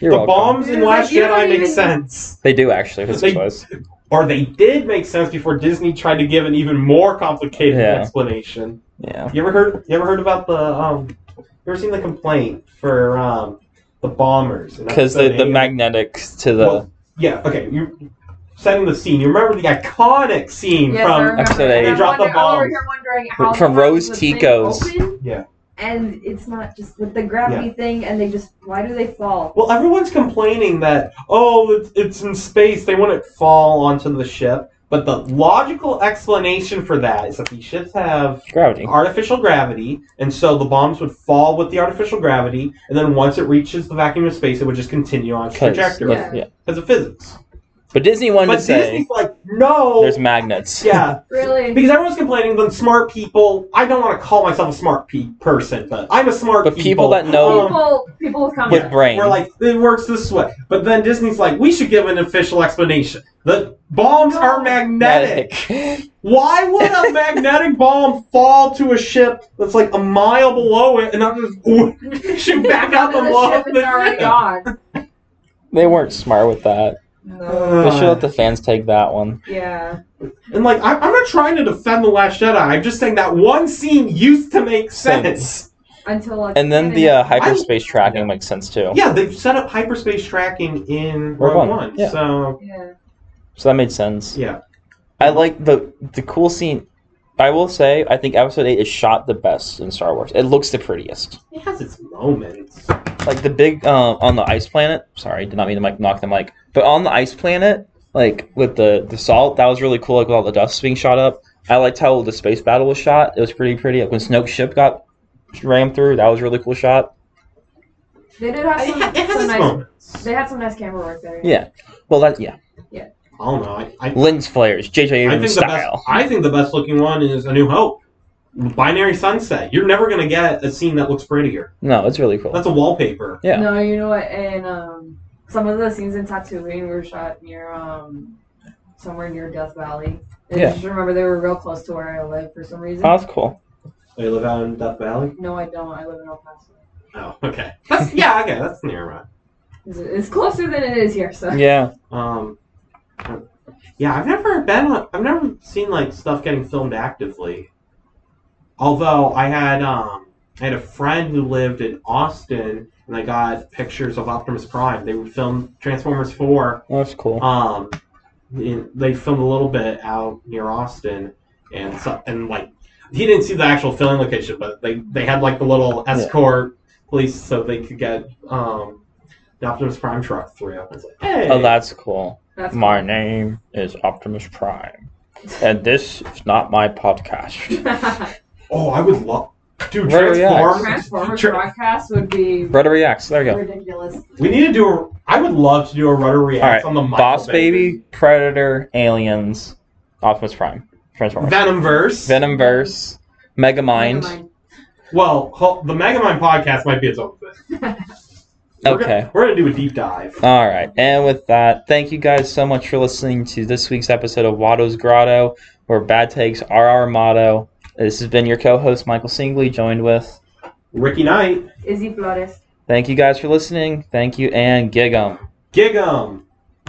Speaker 2: You're
Speaker 1: the
Speaker 2: welcome.
Speaker 1: bombs in
Speaker 3: Dude,
Speaker 1: Last
Speaker 3: like, you
Speaker 1: Jedi
Speaker 3: don't
Speaker 1: make
Speaker 3: even-
Speaker 1: sense.
Speaker 2: They do actually. Physics
Speaker 1: They-
Speaker 2: was.
Speaker 1: Or they did make sense before Disney tried to give an even more complicated
Speaker 2: Yeah.
Speaker 1: explanation.
Speaker 2: Yeah.
Speaker 1: You ever heard you ever heard about the um you ever seen the complaint for um the bombers? in
Speaker 2: Because the,
Speaker 1: episode
Speaker 2: the
Speaker 1: eight?
Speaker 2: magnetics to the
Speaker 1: Well, yeah, okay, you setting the scene. You remember the iconic scene
Speaker 3: Yes, I
Speaker 1: from
Speaker 3: remember.
Speaker 2: episode eight.
Speaker 3: And
Speaker 2: They
Speaker 3: I'm
Speaker 1: dropped the
Speaker 3: wondering- I'm over
Speaker 1: bombs.
Speaker 3: here wondering how
Speaker 2: From
Speaker 3: the
Speaker 2: Rose
Speaker 3: fuck the thing
Speaker 2: Tico's.
Speaker 3: opened,
Speaker 1: Yeah.
Speaker 3: And it's not just with the gravity thing, and they just why do they fall?
Speaker 1: Well, everyone's complaining that oh, it's, it's in space. They wouldn't fall onto the ship. But the logical explanation for that is that these ships have
Speaker 2: gravity.
Speaker 1: artificial gravity, and so the bombs would fall with the artificial gravity, and then once it reaches the vacuum of space, it would just continue on its
Speaker 2: 'Cause-
Speaker 1: trajectory
Speaker 3: Yeah.
Speaker 1: because
Speaker 2: yeah.
Speaker 1: of physics.
Speaker 2: But Disney wanted
Speaker 1: But
Speaker 2: to say
Speaker 1: Disney's like, no,
Speaker 2: there's magnets.
Speaker 1: yeah,
Speaker 3: Really?
Speaker 1: because everyone's complaining. Then smart people. I don't want to call myself a smart pe- person, but I'm a smart.
Speaker 2: But people that know-
Speaker 1: Um,
Speaker 3: people, people with
Speaker 2: With
Speaker 3: comments.
Speaker 2: brain.
Speaker 1: we're like, it works this way. But then Disney's like, we should give an official explanation. The bombs are magnetic.
Speaker 2: Magnetic.
Speaker 1: Why would a magnetic bomb fall to a ship that's like a mile below it and not just [laughs] shoot back up and
Speaker 3: the
Speaker 1: blow up
Speaker 3: ship is already
Speaker 1: the
Speaker 3: gone.
Speaker 2: [laughs] They weren't smart with that.
Speaker 1: Uh,
Speaker 3: No.
Speaker 2: they should let the fans take that one.
Speaker 3: Yeah.
Speaker 1: And like, I- I'm not trying to defend The Last Jedi. I'm just saying that one scene used to make sense.
Speaker 3: Until like,
Speaker 2: And then the uh, hyperspace tracking
Speaker 1: Yeah.
Speaker 2: makes sense too.
Speaker 1: Yeah, they've set up hyperspace tracking in
Speaker 2: Rogue
Speaker 1: Rogue
Speaker 2: One,
Speaker 1: One.
Speaker 2: yeah.
Speaker 1: So,
Speaker 3: Yeah.
Speaker 2: So that made sense.
Speaker 1: yeah.
Speaker 2: I like the the cool scene. I will say, I think episode eight is shot the best in Star Wars. It looks the prettiest.
Speaker 1: It has its moments.
Speaker 2: Like the big uh, on the ice planet. Sorry, did not mean to mic- knock the mic. But on the ice planet, like with the the salt, that was really cool. Like with all the dust being shot up. I liked how the space battle was shot. It was pretty pretty. Like when Snoke's ship got rammed through, that was a really cool shot.
Speaker 3: They did have
Speaker 1: It,
Speaker 3: some,
Speaker 1: ha- it has
Speaker 3: some
Speaker 1: its
Speaker 3: nice.
Speaker 1: moments.
Speaker 3: They had some nice camera work there.
Speaker 2: Yeah. Well, that yeah,
Speaker 1: I don't know. I, I,
Speaker 2: lens flares, J.J.
Speaker 1: I think
Speaker 2: Abrams
Speaker 1: the best.
Speaker 2: style.
Speaker 1: I think the best looking one is A New Hope. Binary Sunset. You're never gonna get a scene that looks prettier.
Speaker 2: No, it's really cool.
Speaker 1: That's a wallpaper.
Speaker 2: Yeah.
Speaker 3: No, you know what? And um, some of the scenes in Tatooine were shot near um, somewhere near Death Valley. And
Speaker 2: Yeah.
Speaker 3: I just remember they were real close to where I live for some reason.
Speaker 2: Oh, that's cool.
Speaker 1: They live out in Death Valley.
Speaker 3: no, I don't. I live in El Paso.
Speaker 1: Oh, okay. That's yeah. Okay, that's near right.
Speaker 3: It's, it's closer than it is here, so.
Speaker 2: Yeah.
Speaker 1: Um, yeah, I've never been. on- I've never seen like stuff getting filmed actively. Although I had um, I had a friend who lived in Austin, and I got pictures of Optimus Prime. They would film Transformers Four
Speaker 2: That's cool.
Speaker 1: Um, in- they filmed a little bit out near Austin, and so, and like he didn't see the actual filming location, but they they had like the little escort police so they could get um the Optimus Prime truck through. I was like, hey,
Speaker 2: Oh, that's cool.
Speaker 3: That's
Speaker 2: My name is Optimus Prime, and this is not my podcast.
Speaker 3: [laughs]
Speaker 1: oh, I would love, dude.
Speaker 2: Where are we at?
Speaker 1: Transform.
Speaker 3: Transformers
Speaker 1: Tra-
Speaker 3: broadcast would be
Speaker 2: Rudder reacts. There we go.
Speaker 3: ridiculous.
Speaker 1: We need to do. A, I would love to do a rudder react
Speaker 2: All right,
Speaker 1: on the Michael
Speaker 2: Boss Baby, Predator, Aliens, Optimus Prime, Transformers,
Speaker 1: Venomverse.
Speaker 2: Venomverse, Megamind.
Speaker 3: Never mind.
Speaker 1: Well, Hul- the Megamind podcast might be its own thing. We're
Speaker 2: Okay.
Speaker 1: Gonna, we're gonna do a deep dive.
Speaker 2: All right. And with that, thank you guys so much for listening to this week's episode of Watto's Grotto, where bad takes are our motto. This has been your co host, Michael Singley, joined with.
Speaker 1: Ricky Knight,
Speaker 3: Izzy Flores.
Speaker 2: Thank you guys for listening. Thank you, and gig 'em.
Speaker 1: Gig'em.